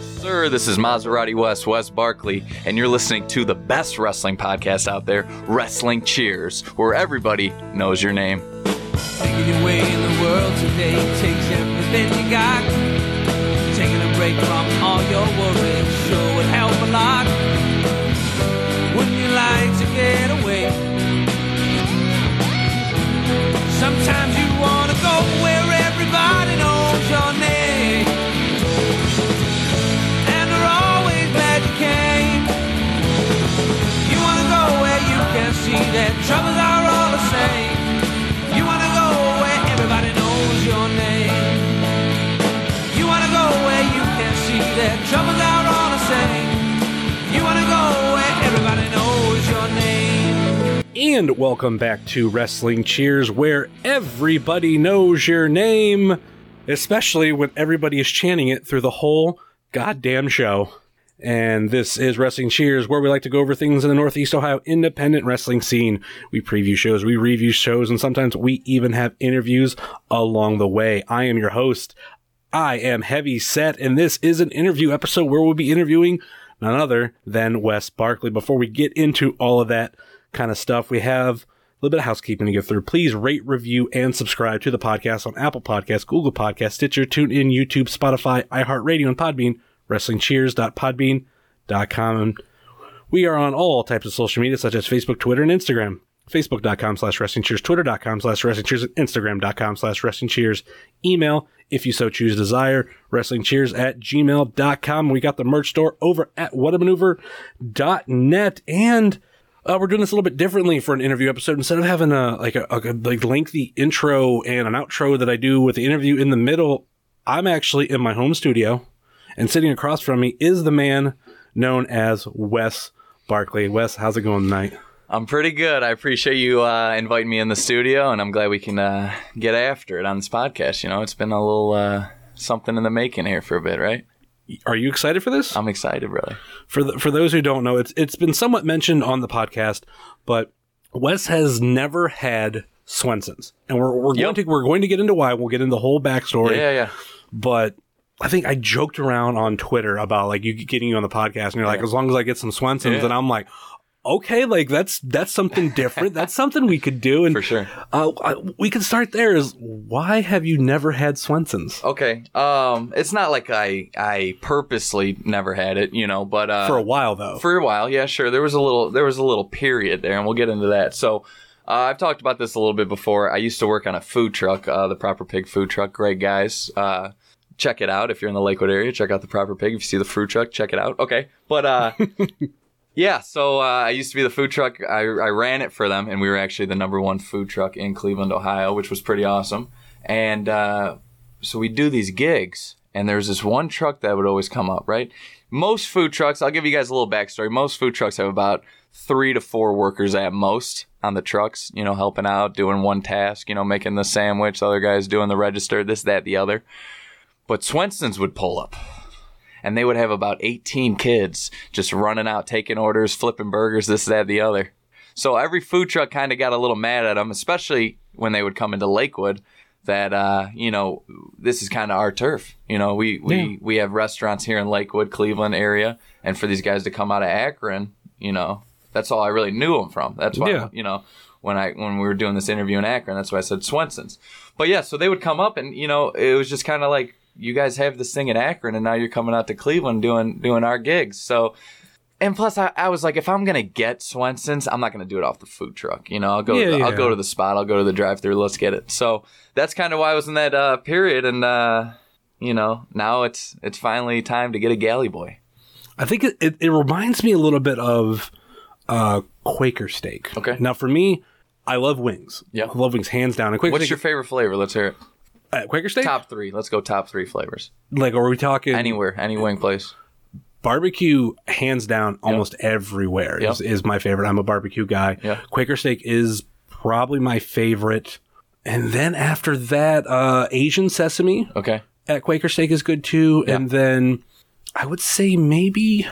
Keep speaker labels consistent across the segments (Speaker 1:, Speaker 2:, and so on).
Speaker 1: sir. This is Maserati West, West Barkley, and you're listening to the best wrestling podcast out there, Wrestling Cheers, where everybody knows your name.
Speaker 2: Making your way in the world today takes everything you got. Taking a break from all your worries sure would help a lot. Wouldn't you like to get away? Sometimes you wanna go where everybody knows your name. And they're always glad you came. You wanna go where you can see that troubles are all the same. You wanna go where everybody knows your name. You wanna go where you can see that troubles are all the same. You wanna go where everybody knows your name.
Speaker 3: And welcome back to Wrestling Cheers, where everybody knows your name, especially when everybody is chanting it through the whole goddamn show. And this is Wrestling Cheers, where we like to go over things in the Northeast Ohio independent wrestling scene. We preview shows, we review shows, and sometimes we even have interviews along the way. I am your host, I am Heavy Set, and this is an interview episode where we'll be interviewing none other than Wes Barkley. Before we get into all of that kind of stuff, we have a little bit of housekeeping to get through. Please rate, review, and subscribe to the podcast on Apple Podcasts, Google Podcasts, Stitcher, TuneIn, YouTube, Spotify, iHeartRadio, and Podbean. WrestlingCheers.podbean.com. And we are on all types of social media, such as Facebook, Twitter, and Instagram. Facebook.com slash wrestling cheers, Twitter.com slash wrestling cheers, and Instagram.com slash wrestling cheers. Email, if you so choose desire, wrestling cheers at gmail.com. We got the merch store over at whatamaneuver.net. And uh, we're doing this a little bit differently for an interview episode. Instead of having a like a, a like lengthy intro and an outro that I do with the interview in the middle, I'm actually in my home studio and sitting across from me is the man known as Wes Barkley. Wes, how's it going tonight?
Speaker 1: I'm pretty good. I appreciate you uh, inviting me in the studio, and I'm glad we can uh, get after it on this podcast. You know, it's been a little uh, something in the making here for a bit, right?
Speaker 3: Are you excited for this?
Speaker 1: I'm excited, brother.
Speaker 3: for th for those who don't know, it's it's been somewhat mentioned on the podcast, but Wes has never had Swenson's, and we're we're going
Speaker 1: Yep.
Speaker 3: to we're going to get into why. We'll get into the whole backstory.
Speaker 1: Yeah, yeah.
Speaker 3: but I think I joked around on Twitter about like you getting you on the podcast, and you're like, as long as I get some Swensons,
Speaker 1: Yeah.
Speaker 3: and I'm like, okay, like that's that's something different. that's something we could do, and
Speaker 1: For sure.
Speaker 3: uh, I, we could start there. Is why have you never had Swensons
Speaker 1: Okay. Um, it's not like I I purposely never had it, you know, but uh,
Speaker 3: for a while though?
Speaker 1: for a while yeah sure there was a little there was a little period there and we'll get into that so uh, i've talked about this a little bit before i used to work on a food truck uh, the proper pig food truck great guys uh, check it out if you're in the lakewood area check out the proper pig if you see the food truck check it out okay but uh Yeah, so uh, I used to be the food truck. I, I ran it for them, and we were actually the number one food truck in Cleveland, Ohio, which was pretty awesome. And uh, so we do these gigs, and there's this one truck that would always come up, right? Most food trucks, I'll give you guys a little backstory. Most food trucks have about three to four workers at most on the trucks, you know, helping out, doing one task, you know, making the sandwich, the other guy's doing the register, this, that, the other. But Swenson's would pull up and they would have about 18 kids just running out, taking orders, flipping burgers, this, that, the other. So every food truck kind of got a little mad at them, especially when they would come into Lakewood. That uh, you know, this is kind of our turf. You know, we we we have restaurants here in Lakewood, Cleveland area, and for these guys to come out of Akron, you know, that's all I really knew them from. That's why
Speaker 3: Yeah.
Speaker 1: you know when I when we were doing this interview in Akron, that's why I said Swenson's. But yeah, so they would come up and you know it was just kind of like you guys have this thing in Akron and now you're coming out to Cleveland doing doing our gigs. So and plus I, I was like if I'm gonna get Swenson's, I'm not gonna do it off the food truck. You know I'll go to
Speaker 3: Yeah,
Speaker 1: the, I'll
Speaker 3: yeah.
Speaker 1: go to the spot. I'll go to the drive through. Let's get it. So that's kind of why I was in that uh, period and. uh you know, now it's it's finally time to get a galley boy.
Speaker 3: I think it, it, it reminds me a little bit of uh, Quaker steak.
Speaker 1: Okay.
Speaker 3: Now for me, I love wings.
Speaker 1: Yeah.
Speaker 3: I love wings hands down. And Quaker
Speaker 1: What's
Speaker 3: steak,
Speaker 1: your favorite flavor? Let's hear it.
Speaker 3: uh, Quaker steak?
Speaker 1: Top three. Let's go top three flavors.
Speaker 3: Like, are we talking
Speaker 1: Anywhere, any wing place.
Speaker 3: barbecue? Hands down, almost everywhere
Speaker 1: Yep.
Speaker 3: is, is my favorite. I'm a barbecue guy.
Speaker 1: Yeah.
Speaker 3: Quaker steak is probably my favorite. And then after that, uh, Asian sesame
Speaker 1: Okay.
Speaker 3: at Quaker steak is good too. And then I would say maybe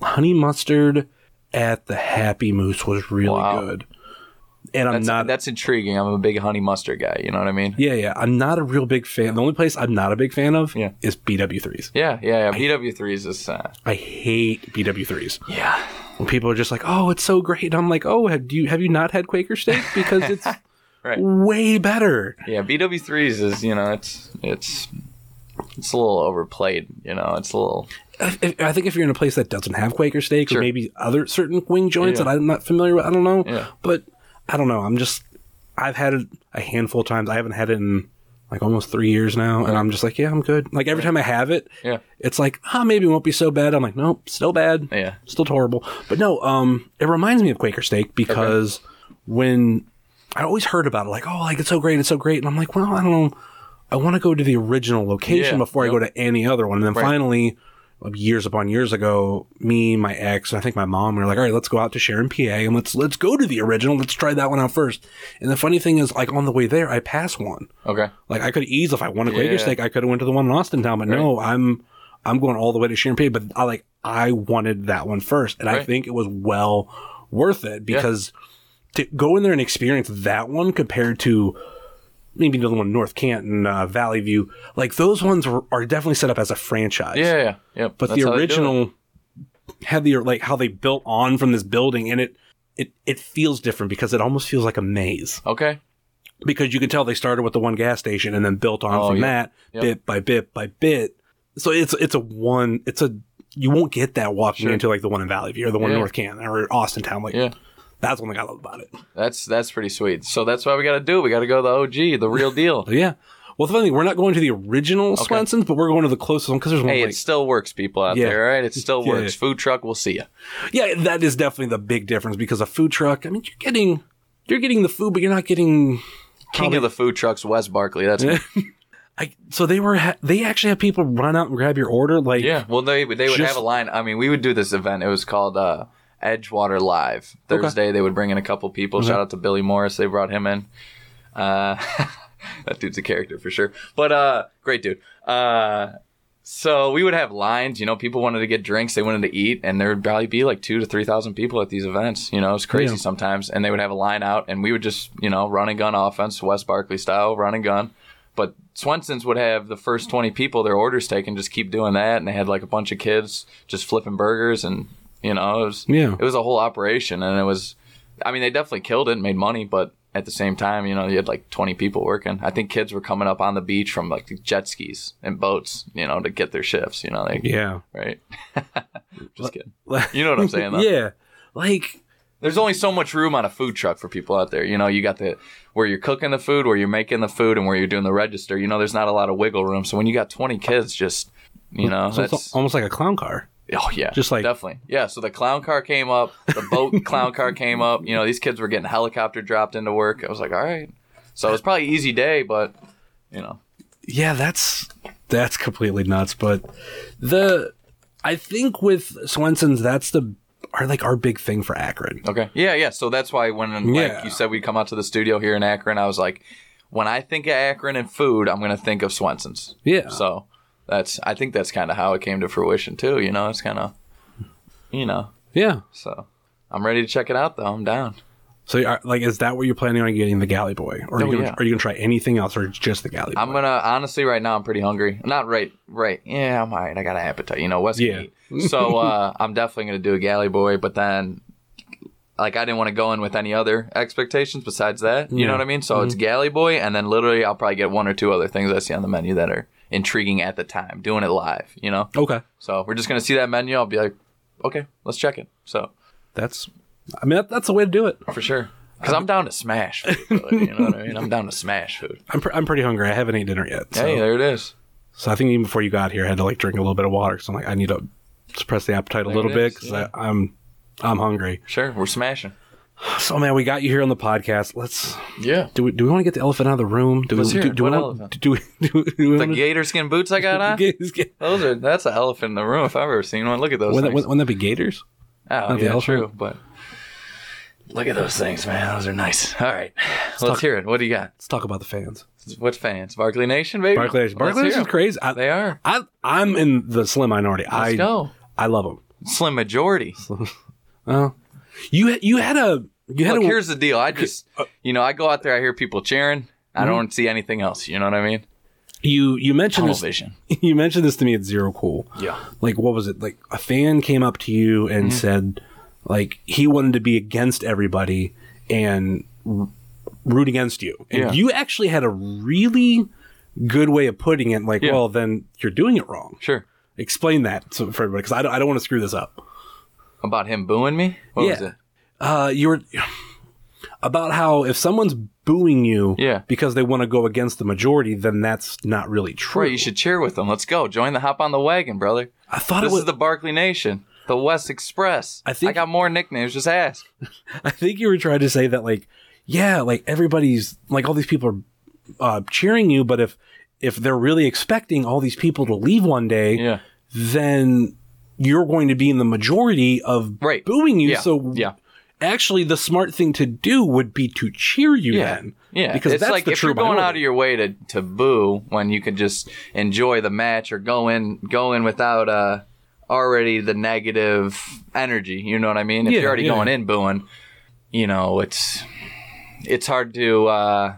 Speaker 3: honey mustard at the Happy Moose was really
Speaker 1: Wow.
Speaker 3: good. And I'm
Speaker 1: That's,
Speaker 3: not
Speaker 1: that's intriguing. I'm a big honey mustard guy. You know what I mean?
Speaker 3: Yeah, yeah. I'm not a real big fan. The only place I'm not a big fan of
Speaker 1: Yeah.
Speaker 3: is BW3s.
Speaker 1: Yeah, yeah, yeah. BW3s is. Uh,
Speaker 3: I hate BW3s.
Speaker 1: yeah.
Speaker 3: When people are just like, "Oh, it's so great," and I'm like, "Oh, have you have you not had Quaker steak? Because it's
Speaker 1: Right.
Speaker 3: way better."
Speaker 1: Yeah, BW3s is, you know, it's. it's it's a little overplayed, you know. It's a little
Speaker 3: I, I think if you're in a place that doesn't have Quaker steak, or
Speaker 1: Sure.
Speaker 3: maybe other certain wing joints
Speaker 1: Yeah.
Speaker 3: that I'm not familiar with, I don't know.
Speaker 1: Yeah.
Speaker 3: But I don't know. I'm just I've had it a handful of times. I haven't had it in like almost three years now, and I'm just like, yeah, I'm good. Like every time I have it,
Speaker 1: Yeah.
Speaker 3: it's like, ah, maybe it won't be so bad. I'm like, nope, still bad.
Speaker 1: yeah.
Speaker 3: still horrible. But no, um, it reminds me of Quaker Steak because when I always heard about it, like, oh, like it's so great, it's so great, and I'm like, well, I don't know, I want to go to the original location
Speaker 1: Yeah,
Speaker 3: before I go to any other one. And then
Speaker 1: Right.
Speaker 3: finally, years upon years ago, me, my ex, and I think my mom we were like, all right, let's go out to Sharon, PA, and let's let's go to the original. Let's try that one out first. And the funny thing is, like on the way there, I pass one.
Speaker 1: Okay.
Speaker 3: Like I could ease if I wanted Quaker
Speaker 1: Yeah.
Speaker 3: steak, I could have went to the one in Austin Town, but no, I'm I'm going all the way to Sharon Pay. But I like I wanted that one first, and I
Speaker 1: Right.
Speaker 3: think it was well worth it because to go in there and experience that one compared to maybe the one in North Canton, uh, Valley View, like those ones were, are definitely set up as a franchise.
Speaker 1: Yeah, yeah, yeah.
Speaker 3: but
Speaker 1: That's
Speaker 3: the
Speaker 1: how they do it.
Speaker 3: original had the like how they built on from this building, and it it it feels different because it almost feels like a maze
Speaker 1: Okay.
Speaker 3: because you can tell they started with the one gas station and then built on
Speaker 1: Oh,
Speaker 3: from
Speaker 1: yeah.
Speaker 3: that
Speaker 1: Yep.
Speaker 3: bit by bit by bit. So it's it's a one it's a you won't get that walking
Speaker 1: Sure.
Speaker 3: into like the one in Valley View or the one in
Speaker 1: Yeah.
Speaker 3: North Canton or Austin Town. Like
Speaker 1: Yeah.
Speaker 3: that's one thing I love about it.
Speaker 1: That's that's pretty sweet. So that's what we got to do. We got to go to the OG, the real deal.
Speaker 3: But yeah. Well, the funny thing, we're not going to the original Swenson's, but we're going to the closest one because there's one.
Speaker 1: hey,
Speaker 3: like,
Speaker 1: it still works, people out
Speaker 3: Oh Yeah.
Speaker 1: there. All right, it still
Speaker 3: Yeah,
Speaker 1: works.
Speaker 3: yeah.
Speaker 1: Food truck, we'll see you.
Speaker 3: yeah, that is definitely the big difference because a food truck. I mean, you're getting you're getting the food, but you're not getting
Speaker 1: King of the food trucks, Wes Barkley. That's yeah.
Speaker 3: I. So they were ha- they actually have people run out and grab your order. Like
Speaker 1: Well, they they would
Speaker 3: Just-
Speaker 1: have a line. I mean, we would do this event. It was called uh, Edgewater Live Thursday. They would bring in a couple people. Shout out to Billy Morris. They brought him in. Uh, that dude's a character for sure. But uh, great dude. Uh, so we would have lines. You know, people wanted to get drinks. They wanted to eat, and there would probably be like two to three thousand people at these events. You know, it was crazy
Speaker 3: Yeah.
Speaker 1: sometimes. And they would have a line out, and we would just you know run and gun offense, West Barkley style, run and gun. But Swenson's would have the first twenty people their orders taken, just keep doing that, and they had like a bunch of kids just flipping burgers, and you know it was
Speaker 3: Yeah.
Speaker 1: it was a whole operation, and it was, I mean, they definitely killed it, and made money, but. At the same time, you know, you had like 20 people working. I think kids were coming up on the beach from like jet skis and boats, you know, to get their shifts. You know, they,
Speaker 3: yeah,
Speaker 1: right? Just kidding. You know what I'm saying? Though.
Speaker 3: yeah, like
Speaker 1: There's only so much room on a food truck for people out there. You know, you got the where you're cooking the food, where you're making the food, and where you're doing the register. You know, there's not a lot of wiggle room. So when you got 20 kids, just you know,
Speaker 3: So
Speaker 1: that's
Speaker 3: it's almost like a clown car.
Speaker 1: oh yeah,
Speaker 3: just like-
Speaker 1: definitely yeah. So the clown car came up, the boat clown car came up. You know, these kids were getting helicopter dropped into work. I was like, all right. So it was probably an easy day, but you know,
Speaker 3: Yeah, that's that's completely nuts. But the I think with Swenson's, that's the are like our big thing for Akron.
Speaker 1: Okay. Yeah, yeah. So that's why when
Speaker 3: Yeah.
Speaker 1: like you said we come out to the studio here in Akron, I was like, when I think of Akron and food, I'm gonna think of Swenson's.
Speaker 3: Yeah.
Speaker 1: So that's I think that's kind of how it came to fruition too. You know, it's kind of, you know.
Speaker 3: Yeah.
Speaker 1: So I'm ready to check it out though. I'm down.
Speaker 3: So are, like, is that what you're planning on getting the Galley Boy, or are,
Speaker 1: Oh,
Speaker 3: you, gonna,
Speaker 1: yeah.
Speaker 3: are you gonna try anything else, or just the Galley Boy?
Speaker 1: I'm gonna honestly right now I'm pretty hungry. Not right, right. Yeah, I'm alright. I got an appetite. You know, West
Speaker 3: Yeah.
Speaker 1: can eat. So uh, I'm definitely gonna do a galley boy. But then, like, I didn't want to go in with any other expectations besides that. You
Speaker 3: Yeah.
Speaker 1: know what I mean? So it's galley boy, and then literally I'll probably get one or two other things I see on the menu that are intriguing at the time. Doing it live, you know.
Speaker 3: okay,
Speaker 1: So we're just gonna see that menu. I'll be like, okay, let's check it. So
Speaker 3: that's I mean that, that's the way to do it.
Speaker 1: for sure. Because I'm down to smash food, brother, you know what I mean? I'm down to smash food.
Speaker 3: I'm pre- I'm pretty hungry. I haven't eaten dinner yet. So.
Speaker 1: Hey, there it is.
Speaker 3: so I think even before you got here, I had to like drink a little bit of water because I'm like I need to suppress the appetite a little
Speaker 1: it
Speaker 3: bit
Speaker 1: is,
Speaker 3: because I'm I'm hungry.
Speaker 1: Sure, we're smashing.
Speaker 3: So man, we got you here on the podcast. Let's
Speaker 1: Yeah.
Speaker 3: Do we, do we want to get the elephant out of the room? Do
Speaker 1: Let's
Speaker 3: we,
Speaker 1: hear
Speaker 3: do,
Speaker 1: it.
Speaker 3: do we
Speaker 1: What
Speaker 3: want-
Speaker 1: elephant?
Speaker 3: Do we, do, we- do we
Speaker 1: The
Speaker 3: wanna-
Speaker 1: gator skin boots I got on?
Speaker 3: Gators get-
Speaker 1: Those are that's an elephant in the room if I've ever seen one. Look at those
Speaker 3: Wouldn't that,
Speaker 1: things.
Speaker 3: wouldn't that be gators?
Speaker 1: oh,
Speaker 3: the
Speaker 1: yeah,
Speaker 3: elephant?
Speaker 1: true, but look at those things, man. Those are nice. All right, let's hear it. What do you got?
Speaker 3: Let's talk about the fans.
Speaker 1: What fans? Barkley Nation, baby.
Speaker 3: Barclay Nation.
Speaker 1: Let's
Speaker 3: Barclay
Speaker 1: hear
Speaker 3: Nation's
Speaker 1: 'em.
Speaker 3: crazy. I,
Speaker 1: They are.
Speaker 3: I, I'm in the slim minority.
Speaker 1: Let's
Speaker 3: I
Speaker 1: go.
Speaker 3: I love them.
Speaker 1: Slim majority.
Speaker 3: You you had a You had
Speaker 1: Look,
Speaker 3: to,
Speaker 1: here's the deal. I just,
Speaker 3: uh,
Speaker 1: you know, I go out there, I hear people cheering. I don't see anything else. You know what I mean?
Speaker 3: you Mm-hmm. you mentioned
Speaker 1: Tunnel
Speaker 3: this
Speaker 1: vision.
Speaker 3: you mentioned this to me at Zero Cool.
Speaker 1: Yeah.
Speaker 3: Like what was it? Like a fan came up to you and
Speaker 1: Mm-hmm.
Speaker 3: said like he wanted to be against everybody and r- root against you. And
Speaker 1: Yeah.
Speaker 3: you actually had a really good way of putting it like,
Speaker 1: Yeah.
Speaker 3: well, then you're doing it wrong.
Speaker 1: Sure.
Speaker 3: Explain that to, for everybody cuz I don't, I don't want to screw this up.
Speaker 1: About him booing me? What was
Speaker 3: Yeah.
Speaker 1: it?
Speaker 3: Uh you were about how if someone's booing you
Speaker 1: Yeah.
Speaker 3: because they want to go against the majority, then that's not really true.
Speaker 1: Right, you should cheer with them. Let's go. Join the hop on the wagon, brother.
Speaker 3: I thought
Speaker 1: This
Speaker 3: it was
Speaker 1: is the Barkley Nation, the West Express.
Speaker 3: I
Speaker 1: I
Speaker 3: think-
Speaker 1: think I got more nicknames. Just ask.
Speaker 3: I think you were trying to say that, like, yeah, like everybody's like all these people are uh, cheering you, but if if they're really expecting all these people to leave one day,
Speaker 1: Yeah.
Speaker 3: then you're going to be in the majority of
Speaker 1: Right.
Speaker 3: booing you.
Speaker 1: Yeah.
Speaker 3: So
Speaker 1: yeah,
Speaker 3: actually, the smart thing to do would be to cheer you
Speaker 1: yeah,
Speaker 3: then,
Speaker 1: yeah.
Speaker 3: because
Speaker 1: it's
Speaker 3: that's
Speaker 1: like
Speaker 3: the
Speaker 1: if
Speaker 3: true
Speaker 1: you're going
Speaker 3: minority.
Speaker 1: out of your way to to boo when you can just enjoy the match or go in go in without uh already the negative energy. You know what I mean? If
Speaker 3: Yeah,
Speaker 1: you're already
Speaker 3: yeah.
Speaker 1: going in booing, you know it's it's hard to. uh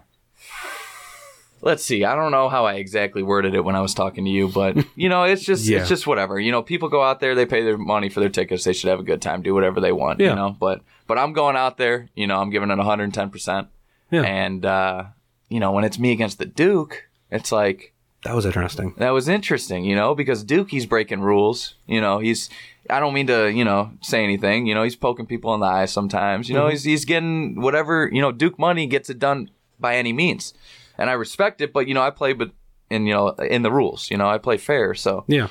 Speaker 1: Let's see. I don't know how I exactly worded it when I was talking to you, but you know, it's just
Speaker 3: Yeah.
Speaker 1: it's just whatever. You know, people go out there, they pay their money for their tickets, they should have a good time, do whatever they want,
Speaker 3: Yeah.
Speaker 1: you know. But but I'm going out there, you know, I'm giving it 110%.
Speaker 3: Yeah.
Speaker 1: And uh, you know, when it's me against the Duke, it's like
Speaker 3: That was interesting.
Speaker 1: that was interesting, you know, because Duke he's breaking rules. You know, he's I don't mean to, you know, say anything. You know, he's poking people in the eye sometimes. You know,
Speaker 3: Mm-hmm.
Speaker 1: he's he's getting whatever, you know, Duke money gets it done by any means. And I respect it, but you know, I play but in you know in the rules, you know, I play fair, so
Speaker 3: Yeah.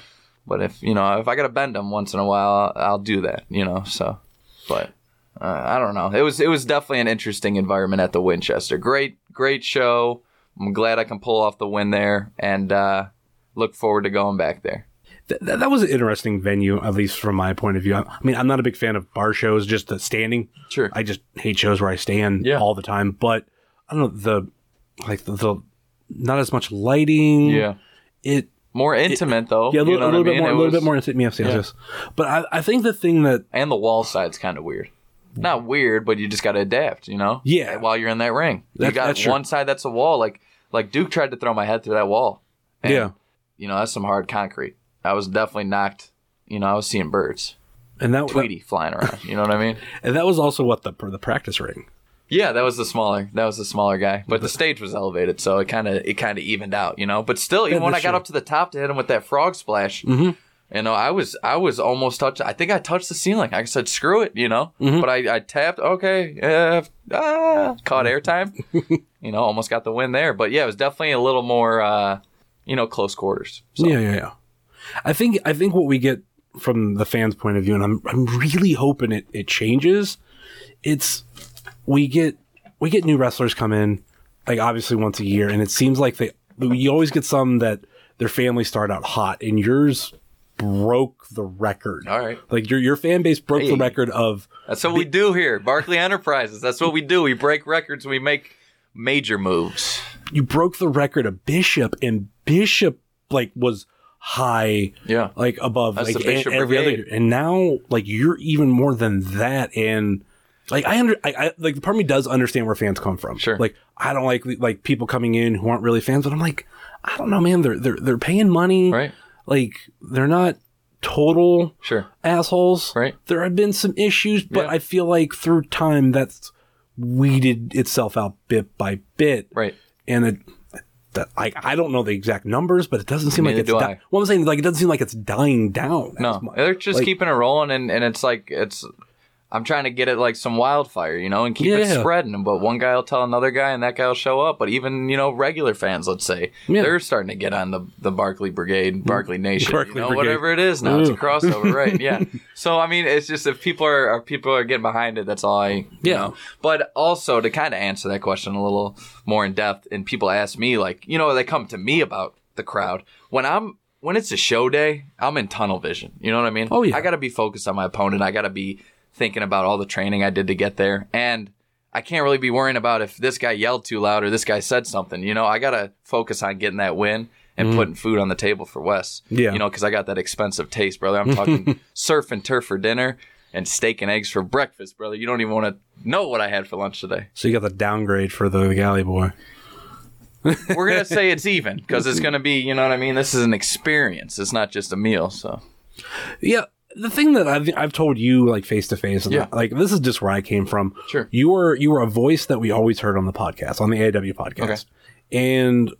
Speaker 1: but if you know, if I gotta bend them once in a while, I'll, I'll do that. You know, so. But uh, I don't know. It was it was definitely an interesting environment at the Winchester. Great great show. I'm glad I can pull off the win there, and uh, look forward to going back there.
Speaker 3: Th- th- that was an interesting venue, at least from my point of view. I, I mean, I'm not a big fan of bar shows, just the standing.
Speaker 1: Sure.
Speaker 3: I just hate shows where I stand
Speaker 1: Yeah.
Speaker 3: all the time. But I don't know the like the, the not as much lighting.
Speaker 1: yeah.
Speaker 3: it
Speaker 1: More intimate though.
Speaker 3: yeah a
Speaker 1: you
Speaker 3: little,
Speaker 1: know
Speaker 3: a little
Speaker 1: what I
Speaker 3: bit
Speaker 1: mean?
Speaker 3: more,
Speaker 1: It
Speaker 3: a little
Speaker 1: was-
Speaker 3: bit more. Yes, yes,
Speaker 1: Yeah.
Speaker 3: yes. But I, I think the thing that
Speaker 1: And the wall side's kind of weird. Not weird, but you just got to adapt. You know.
Speaker 3: Yeah.
Speaker 1: While you're in that ring,
Speaker 3: That-
Speaker 1: you got
Speaker 3: that's true.
Speaker 1: one side that's a wall. Like like Duke tried to throw my head through that wall. And
Speaker 3: yeah,
Speaker 1: you know, that's some hard concrete. I was definitely knocked, you know, I was seeing birds,
Speaker 3: and that,
Speaker 1: Tweety flying around. You know what I mean?
Speaker 3: and that was also what the the practice ring.
Speaker 1: Yeah, that was the smaller, that was the smaller guy, but the stage was elevated, so it kind of, it kind of evened out, you know. But still, even
Speaker 3: Yeah,
Speaker 1: when I
Speaker 3: that's
Speaker 1: got
Speaker 3: true.
Speaker 1: up to the top to hit him with that frog splash, you know, I was, I was almost touched. I think I touched the ceiling. I said, "Screw it," you know. But I, I tapped. Okay, uh, ah, caught airtime. you know, almost got the win there. But yeah, it was definitely a little more, uh, you know, close quarters. So,
Speaker 3: Yeah, yeah, yeah. I think I think what we get from the fans' point of view, and I'm I'm really hoping it it changes. It's we get we get new wrestlers come in, like obviously once a year, and it seems like they you always get some that their families start out hot, and yours broke the record.
Speaker 1: all right.
Speaker 3: Like your your fan base broke the
Speaker 1: Hey.
Speaker 3: record of
Speaker 1: That's what we do here, Barclay Enterprises. That's what we do. We break records. We make major moves.
Speaker 3: you broke the record of Bishop, and Bishop like was high
Speaker 1: Yeah.
Speaker 3: like above
Speaker 1: That's
Speaker 3: like
Speaker 1: the Bishop
Speaker 3: e- every other
Speaker 1: Brigade.
Speaker 3: and now like you're even more than that and like I under I, I like part of me does understand where fans come from.
Speaker 1: Sure.
Speaker 3: Like I don't like like people coming in who aren't really fans, but I'm like, I don't know, man. They're they're they're paying money.
Speaker 1: Right.
Speaker 3: Like they're not total
Speaker 1: Sure.
Speaker 3: assholes.
Speaker 1: Right.
Speaker 3: There have been some issues, but
Speaker 1: Yeah.
Speaker 3: I feel like through time that's weeded itself out bit by bit
Speaker 1: Right.
Speaker 3: and it that I, I don't know the exact numbers, but it doesn't seem like
Speaker 1: Neither
Speaker 3: it's
Speaker 1: do
Speaker 3: di-
Speaker 1: I.
Speaker 3: well I'm saying like it doesn't seem like it's dying down. as
Speaker 1: No,
Speaker 3: much.
Speaker 1: they're just
Speaker 3: Like-
Speaker 1: keeping it rolling, and, and it's like it's. I'm trying to get it like some wildfire, you know, and keep
Speaker 3: Yeah.
Speaker 1: it spreading. But one guy will tell another guy, and that guy will show up. But even you know, regular fans, let's say,
Speaker 3: Yeah.
Speaker 1: they're starting to get on the the Barkley Brigade, Barkley Nation,
Speaker 3: Barkley
Speaker 1: you know,
Speaker 3: Brigade.
Speaker 1: whatever it is now. It's a
Speaker 3: Ooh.
Speaker 1: crossover, right? Yeah. So I mean, it's just if people are, are people are getting behind it, that's all I. You
Speaker 3: Yeah.
Speaker 1: Know. But also to kind of answer that question a little more in depth, and people ask me like, you know, they come to me about the crowd when I'm. When it's a show day, I'm in tunnel vision. You know what I mean?
Speaker 3: Oh, yeah.
Speaker 1: I got to be focused on my opponent. I got to be thinking about all the training I did to get there. And I can't really be worrying about if this guy yelled too loud or this guy said something. You know, I got to focus on getting that win and putting food on the table for Wes.
Speaker 3: Mm-hmm. Yeah.
Speaker 1: You know, because I got that expensive taste, brother. I'm talking surf and turf for dinner and steak and eggs for breakfast, brother. You don't even want to know what I had for lunch today.
Speaker 3: So you got the downgrade for the galley boy.
Speaker 1: We're gonna say it's even because it's gonna be, you know what I mean. This is an experience. It's not just a meal. So
Speaker 3: Yeah. The thing that I've, I've told you like face to face, and
Speaker 1: Yeah.
Speaker 3: like this is just where I came from.
Speaker 1: Sure.
Speaker 3: you were you were a voice that we always heard on the podcast, on the AW podcast, and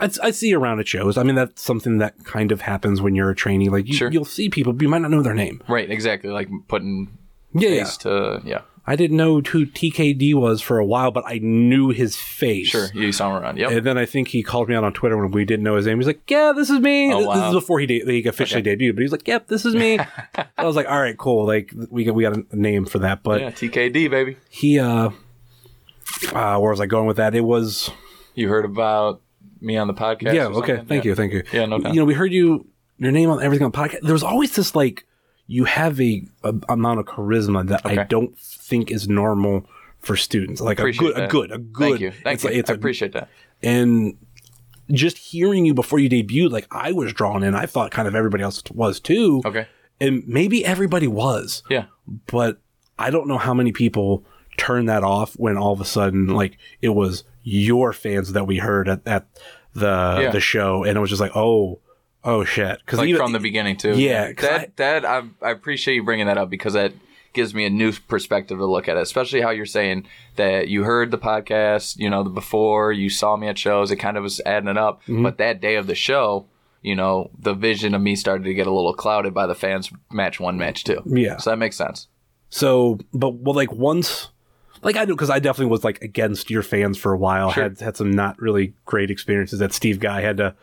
Speaker 3: I, I see around at shows. I mean, that's something that kind of happens when you're a trainee. Like you,
Speaker 1: Sure.
Speaker 3: you'll see people, but you might not know their name.
Speaker 1: right, exactly. Like putting
Speaker 3: Yeah, yeah.
Speaker 1: face to yeah,
Speaker 3: I didn't know who TKD was for a while, but I knew his face.
Speaker 1: sure. You saw him around. Yep.
Speaker 3: And then I think he called me out on Twitter when we didn't know his name. He's like, "Yeah, this is me."
Speaker 1: Oh,
Speaker 3: This- This
Speaker 1: wow.
Speaker 3: is before he, de- he officially debuted, but he's like, "Yep, this is me." I was like, "All right, cool. Like, we got we got a name for that." But
Speaker 1: yeah, TKD baby.
Speaker 3: he, uh, uh, where was I going with that? It was
Speaker 1: You heard about me on the podcast?
Speaker 3: yeah.
Speaker 1: or
Speaker 3: Okay,
Speaker 1: something?
Speaker 3: thank
Speaker 1: Yeah.
Speaker 3: you, thank you.
Speaker 1: Yeah, no doubt.
Speaker 3: You know, we heard you your name on everything on the podcast. There was always this like you have a, a amount of charisma that I
Speaker 1: Okay.
Speaker 3: don't think is normal for students. Like a
Speaker 1: Appreciate
Speaker 3: good, a
Speaker 1: that.
Speaker 3: good, a good.
Speaker 1: Thank you. Thank
Speaker 3: it's
Speaker 1: you.
Speaker 3: like- it's
Speaker 1: I
Speaker 3: a-
Speaker 1: appreciate that.
Speaker 3: and just hearing you before you debuted, like I was drawn in. I thought kind of everybody else was too.
Speaker 1: Okay.
Speaker 3: And maybe everybody was,
Speaker 1: Yeah.
Speaker 3: but I don't know how many people turned that off when all of a sudden, like it was your fans that we heard at, at the
Speaker 1: Yeah.
Speaker 3: the show, and it was just like, oh, oh shit, because
Speaker 1: Like from the beginning too.
Speaker 3: Yeah, 'cause
Speaker 1: That
Speaker 3: I-
Speaker 1: that I, I appreciate you bringing that up because that gives me a new perspective to look at it, especially how you're saying that you heard the podcast, you know, the before you saw me at shows, it kind of was adding it up.
Speaker 3: Mm-hmm.
Speaker 1: But that day of the show, you know, the vision of me started to get a little clouded by the fans match one, match two.
Speaker 3: Yeah.
Speaker 1: So that makes sense.
Speaker 3: So, but well, like once, like I do, because I definitely was like against your fans for a while.
Speaker 1: Sure.
Speaker 3: Had had some not really great experiences that Steve Guy had to.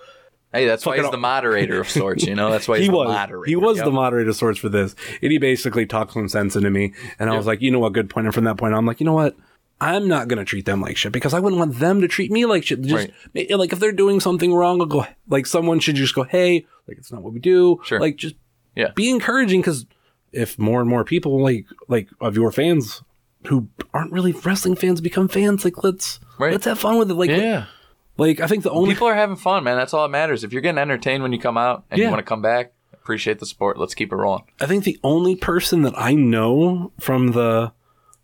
Speaker 1: Hey, that's why
Speaker 3: Fucking
Speaker 1: he's the
Speaker 3: all-
Speaker 1: moderator of sorts, you know? That's why he's
Speaker 3: he
Speaker 1: the
Speaker 3: was
Speaker 1: moderator.
Speaker 3: he was
Speaker 1: Yep.
Speaker 3: the moderator of sorts for this, and he basically talked some sense into me. And I was like, you know what, good point. And from that point, I'm like, you know what. I'm not gonna treat them like shit because I wouldn't want them to treat me like shit. Just ma- like if they're doing something wrong, I'll go like someone should just go, hey, like it's not what we do.
Speaker 1: Sure.
Speaker 3: Like just
Speaker 1: Yeah.
Speaker 3: be encouraging because if more and more people like like of your fans who aren't really wrestling fans become fans, like let's
Speaker 1: Right.
Speaker 3: let's have fun with it. Like
Speaker 1: Yeah.
Speaker 3: like I think the only
Speaker 1: People are having fun, man. That's all that matters. If you're getting entertained when you come out and
Speaker 3: Yeah.
Speaker 1: you want to come back, appreciate the sport. Let's keep it rolling.
Speaker 3: I think the only person that I know from the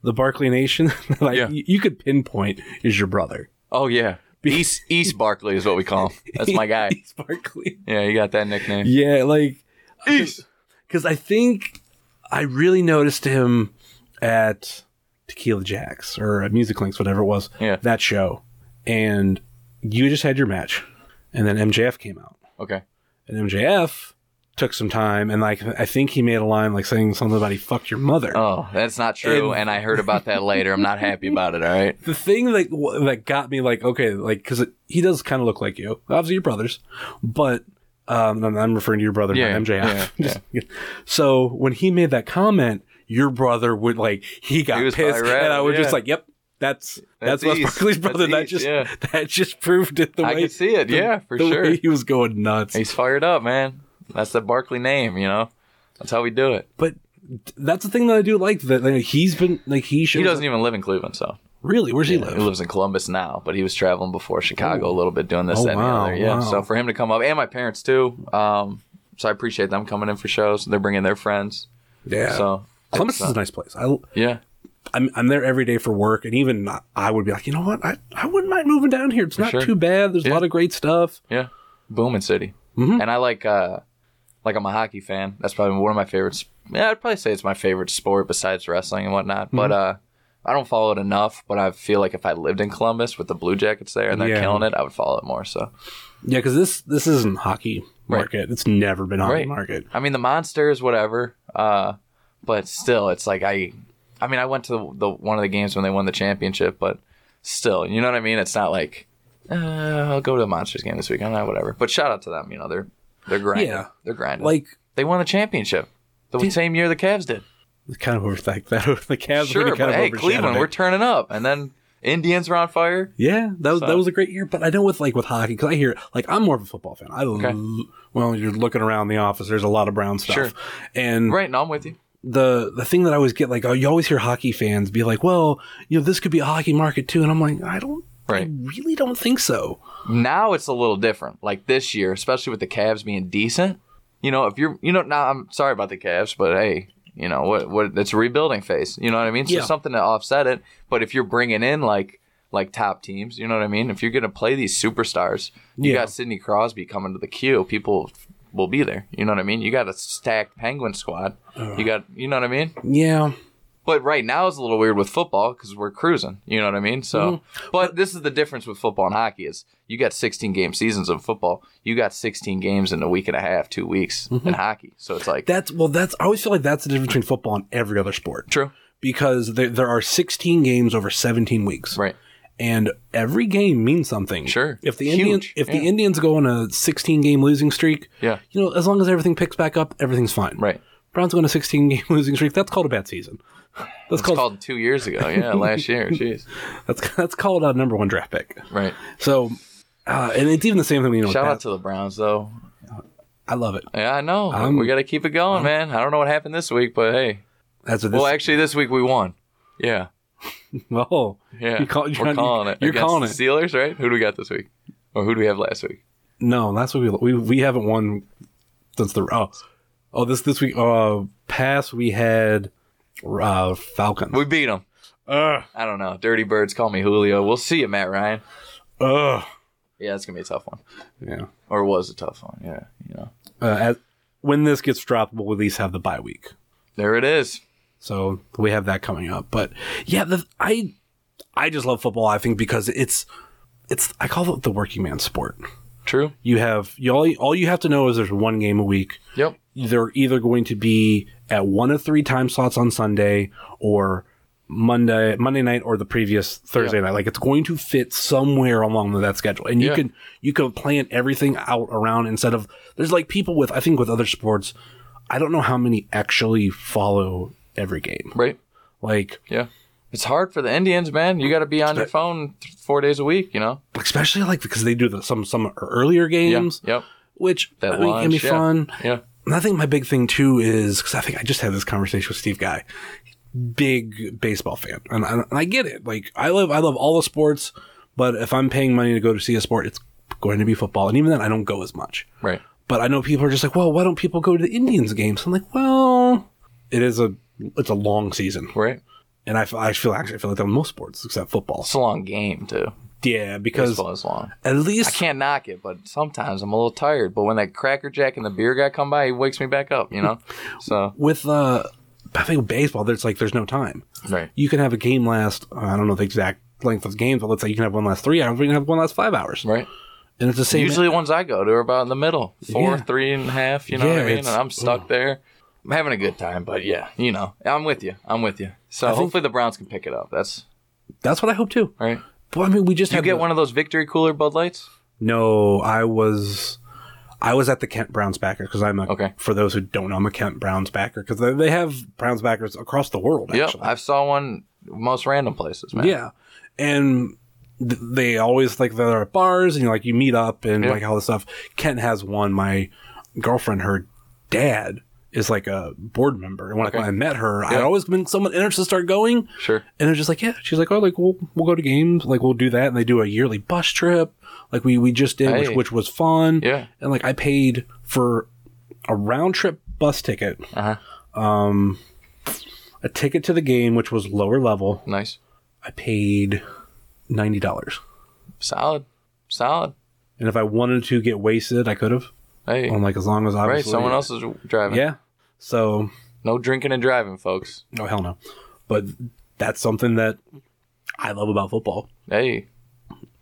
Speaker 3: the Barclay Nation that I,
Speaker 1: Yeah.
Speaker 3: y- you could pinpoint is your brother.
Speaker 1: Oh yeah, East East Barkley is what we call him. That's my guy.
Speaker 3: He's Barclay.
Speaker 1: Yeah, you got that nickname.
Speaker 3: Yeah, like
Speaker 1: East.
Speaker 3: because I think I really noticed him at Tequila Jacks or at Music Links, whatever it was.
Speaker 1: Yeah.
Speaker 3: That show, and you just had your match, and then MJF came out.
Speaker 1: Okay.
Speaker 3: and MJF took some time and like I think he made a line like saying something about he fucked your mother.
Speaker 1: Oh, that's not true.
Speaker 3: And-
Speaker 1: And, I heard about that later. I'm not happy about it. All right.
Speaker 3: the thing that w- that got me like okay like because he does kind of look like you obviously your brothers but um and i'm referring to your brother
Speaker 1: Yeah,
Speaker 3: not mjf
Speaker 1: yeah,
Speaker 3: Just- so when he made that comment your brother would like he got
Speaker 1: He was
Speaker 3: pissed
Speaker 1: probably red,
Speaker 3: and i was
Speaker 1: yeah.
Speaker 3: just like yep that's that's,
Speaker 1: That's
Speaker 3: Wes
Speaker 1: East.
Speaker 3: Barkley's
Speaker 1: That's
Speaker 3: brother. that
Speaker 1: East,
Speaker 3: just
Speaker 1: yeah.
Speaker 3: that just proved it. The
Speaker 1: I
Speaker 3: way
Speaker 1: can see it.
Speaker 3: the-
Speaker 1: yeah, for
Speaker 3: the
Speaker 1: sure.
Speaker 3: way he was going nuts.
Speaker 1: He's fired up, man. That's the Barkley name. You know, that's how we do it.
Speaker 3: But that's the thing that I do like that like, he's been like he should
Speaker 1: He doesn't even live in Cleveland, so
Speaker 3: really. Where's he
Speaker 1: he
Speaker 3: live?
Speaker 1: lives in Columbus now. But he was traveling before Chicago a little bit, doing this
Speaker 3: Oh,
Speaker 1: that, and the
Speaker 3: wow,
Speaker 1: other. Yeah.
Speaker 3: wow.
Speaker 1: So for him to come up, and my parents too. Um, so I appreciate them coming in for shows. They're bringing their friends.
Speaker 3: Yeah.
Speaker 1: So
Speaker 3: Columbus
Speaker 1: it's,
Speaker 3: is
Speaker 1: uh,
Speaker 3: a nice place. I
Speaker 1: Yeah.
Speaker 3: I'm, I'm there every day for work, and even I would be like, you know what, I, I wouldn't mind moving down here. It's not
Speaker 1: sure.
Speaker 3: too bad. There's a lot of great stuff.
Speaker 1: Yeah, booming city.
Speaker 3: Mm-hmm.
Speaker 1: And I like, uh, like I'm a hockey fan. That's probably one of my favorites. Yeah, I'd probably say it's my favorite sport besides wrestling and whatnot. But
Speaker 3: Mm-hmm.
Speaker 1: uh, I don't follow it enough. But I feel like if I lived in Columbus with the Blue Jackets there and they're
Speaker 3: Yeah.
Speaker 1: killing it, I would follow it more. So
Speaker 3: Yeah, because this this isn't hockey
Speaker 1: Right.
Speaker 3: market. It's never been hockey
Speaker 1: Right.
Speaker 3: market.
Speaker 1: I mean, the monsters, whatever. Uh, but still, it's like I, I mean, I went to the one of the games when they won the championship, but still, you know what I mean. It's not like uh, I'll go to the monsters game this weekend, uh, whatever. But shout out to them, you know, they're they're grinding,
Speaker 3: Yeah.
Speaker 1: they're grinding.
Speaker 3: Like
Speaker 1: They won the championship the same year the Cavs did.
Speaker 3: kind of over like that. The Cavs were
Speaker 1: Sure,
Speaker 3: kind
Speaker 1: but
Speaker 3: of
Speaker 1: hey,
Speaker 3: overshadowed
Speaker 1: Cleveland,
Speaker 3: it.
Speaker 1: we're turning up, and then Indians were on fire.
Speaker 3: yeah, that was that was a great year. But I know with like with hockey, because I hear like I'm more of a football fan. I l- well, you're looking around the office. There's a lot of brown stuff,
Speaker 1: Sure.
Speaker 3: and
Speaker 1: Right, no, I'm with you.
Speaker 3: the the thing that I always get like, oh, you always hear hockey fans be like, well, you know, this could be a hockey market too, and I'm like, I don't, I
Speaker 1: Right.
Speaker 3: really don't think so.
Speaker 1: Now it's a little different. Like this year, especially with the Cavs being decent. You know, if you're, you know, now I'm sorry about the Cavs, but hey, You know what? What? It's a rebuilding phase. You know what I mean? So
Speaker 3: Yeah.
Speaker 1: something to offset it. But if you're bringing in like like top teams, you know what I mean? If you're gonna play these superstars, you
Speaker 3: Yeah.
Speaker 1: got Sidney Crosby coming to the queue. People will be there. You know what I mean? You got a stacked Penguin squad.
Speaker 3: Uh-huh.
Speaker 1: You got. You know what I mean?
Speaker 3: Yeah.
Speaker 1: But right now it's a little weird with football because we're cruising. You know what I mean? So,
Speaker 3: Mm-hmm.
Speaker 1: but this is the difference with football and hockey is you got 16 game seasons of football. You got 16 games in a week and a half, two weeks
Speaker 3: Mm-hmm.
Speaker 1: in hockey. So it's like
Speaker 3: That's well. That's I always feel like that's the difference between football and every other sport
Speaker 1: true,
Speaker 3: because there, there are 16 games over 17 weeks,
Speaker 1: right?
Speaker 3: and every game means something.
Speaker 1: Sure.
Speaker 3: If the
Speaker 1: Huge.
Speaker 3: Indians if
Speaker 1: Yeah.
Speaker 3: the Indians go on a 16 game losing streak,
Speaker 1: Yeah.
Speaker 3: you know, as long as everything picks back up, everything's fine.
Speaker 1: Right.
Speaker 3: Browns go on a 16 game losing streak. That's called a bad season.
Speaker 1: It's
Speaker 3: That's called,
Speaker 1: called two years ago. Yeah, last year. Jeez.
Speaker 3: that's that's called a number one draft pick.
Speaker 1: Right.
Speaker 3: So, uh, and it's even the same thing. You know,
Speaker 1: Shout out
Speaker 3: with
Speaker 1: to the Browns though.
Speaker 3: Pat. I love it.
Speaker 1: Yeah, I know.
Speaker 3: I'm-
Speaker 1: we got to keep it going, man. I don't know what happened this week, but hey.
Speaker 3: That's what this.
Speaker 1: Well, actually, this week we won. Yeah.
Speaker 3: oh,
Speaker 1: Yeah.
Speaker 3: You call,
Speaker 1: We're
Speaker 3: John,
Speaker 1: calling it.
Speaker 3: You're
Speaker 1: Against
Speaker 3: calling
Speaker 1: the
Speaker 3: it.
Speaker 1: Steelers, right? Who do we got this week? Or who do we have last week?
Speaker 3: No, that's what we we we haven't won since the oh oh this this week uh past we had uh Falcons.
Speaker 1: We beat them.
Speaker 3: Ugh,
Speaker 1: I don't know. Dirty Birds, call me Julio. We'll see you, Matt Ryan.
Speaker 3: ugh.
Speaker 1: Yeah, it's gonna be a tough one,
Speaker 3: Yeah.
Speaker 1: or was a tough one. Yeah, you know.
Speaker 3: Uh, as, when this gets dropped, we'll at least have the bye week,
Speaker 1: There it is.
Speaker 3: so we have that coming up. But yeah, the, I I just love football. I think because it's it's I call it the working man sport.
Speaker 1: True.
Speaker 3: You have you all all you have to know is there's one game a week.
Speaker 1: Yep.
Speaker 3: they're either going to be at one of three time slots on Sunday or Monday Monday night or the previous Thursday night. Like it's going to fit somewhere along that schedule. And you
Speaker 1: Yeah.
Speaker 3: can you can plan everything out around instead of there's like people with I think with other sports, I don't know how many actually follow every game.
Speaker 1: Right.
Speaker 3: Like
Speaker 1: Yeah. It's hard for the Indians, man. You got to be on your phone th- four days a week. You know.
Speaker 3: especially like because they do the, some some earlier games,
Speaker 1: Yeah. Yep.
Speaker 3: which
Speaker 1: That
Speaker 3: I mean, can be
Speaker 1: lunch, yeah.
Speaker 3: fun.
Speaker 1: Yeah.
Speaker 3: And I think my big thing too is because I think I just had this conversation with Steve Guy, big baseball fan, and I, and I get it. Like I love I love all the sports, but if I'm paying money to go to see a sport, it's going to be football, and even then I don't go as much.
Speaker 1: Right.
Speaker 3: But I know people are just like, well, why don't people go to the Indians games? I'm like, well, it is a it's a long season,
Speaker 1: Right.
Speaker 3: and I, f- I feel actually I feel like that with most sports except football.
Speaker 1: It's a long game too.
Speaker 3: Yeah, because
Speaker 1: Baseball is long.
Speaker 3: at
Speaker 1: I
Speaker 3: least
Speaker 1: can't knock it, but sometimes I'm a little tired. But when that Cracker Jack and the beer guy come by, he wakes me back up. You know. So.
Speaker 3: with uh, I think with baseball, there's like there's no time.
Speaker 1: Right.
Speaker 3: you can have a game last uh, I don't know the exact length of games, but let's say you can have one last three hours, we can have one last five hours,
Speaker 1: Right.
Speaker 3: and it's the same.
Speaker 1: Usually, the ones I go to are about in the middle, four,
Speaker 3: Yeah.
Speaker 1: three and a half. You know what
Speaker 3: Yeah,
Speaker 1: I mean? And
Speaker 3: it's-
Speaker 1: I'm stuck there. I'm having a good time, but yeah, you know, I'm with you. I'm with you. So
Speaker 3: think-
Speaker 1: hopefully the Browns can pick it up. That's
Speaker 3: that's what I hope too.
Speaker 1: all right.
Speaker 3: But I mean, we just
Speaker 1: Do you
Speaker 3: had
Speaker 1: get
Speaker 3: the-
Speaker 1: one of those victory cooler Bud Lights?
Speaker 3: No, I was. I was at the Kent Browns backer because I'm a,
Speaker 1: Okay.
Speaker 3: For those who don't know, I'm a Kent Browns backer because they, they have Browns backers across the world.
Speaker 1: Yep,
Speaker 3: Actually,
Speaker 1: I saw one most random places, man.
Speaker 3: yeah, and th- they always like they're at bars and you like you meet up and
Speaker 1: Yeah.
Speaker 3: like all this stuff. Kent has one. My girlfriend, her dad is like a board member, and when,
Speaker 1: Okay.
Speaker 3: when I met her, I'd
Speaker 1: Yeah.
Speaker 3: always been someone interested to start going.
Speaker 1: sure.
Speaker 3: And they're just like, yeah. She's like, oh, like we'll we'll go to games, like we'll do that. And they do a yearly bus trip, like we we just did,
Speaker 1: Hey.
Speaker 3: which, which was fun.
Speaker 1: Yeah.
Speaker 3: And like I paid for a round trip bus ticket,
Speaker 1: Uh huh.
Speaker 3: um, a ticket to the game, which was lower level.
Speaker 1: Nice,
Speaker 3: I paid ninety dollars,
Speaker 1: solid, solid.
Speaker 3: and if I wanted to get wasted, I could have.
Speaker 1: Hey,
Speaker 3: On like as long as obviously
Speaker 1: right? Someone else is driving.
Speaker 3: Yeah. So
Speaker 1: No drinking and driving, folks.
Speaker 3: no hell no, but that's something that I love about football.
Speaker 1: Hey,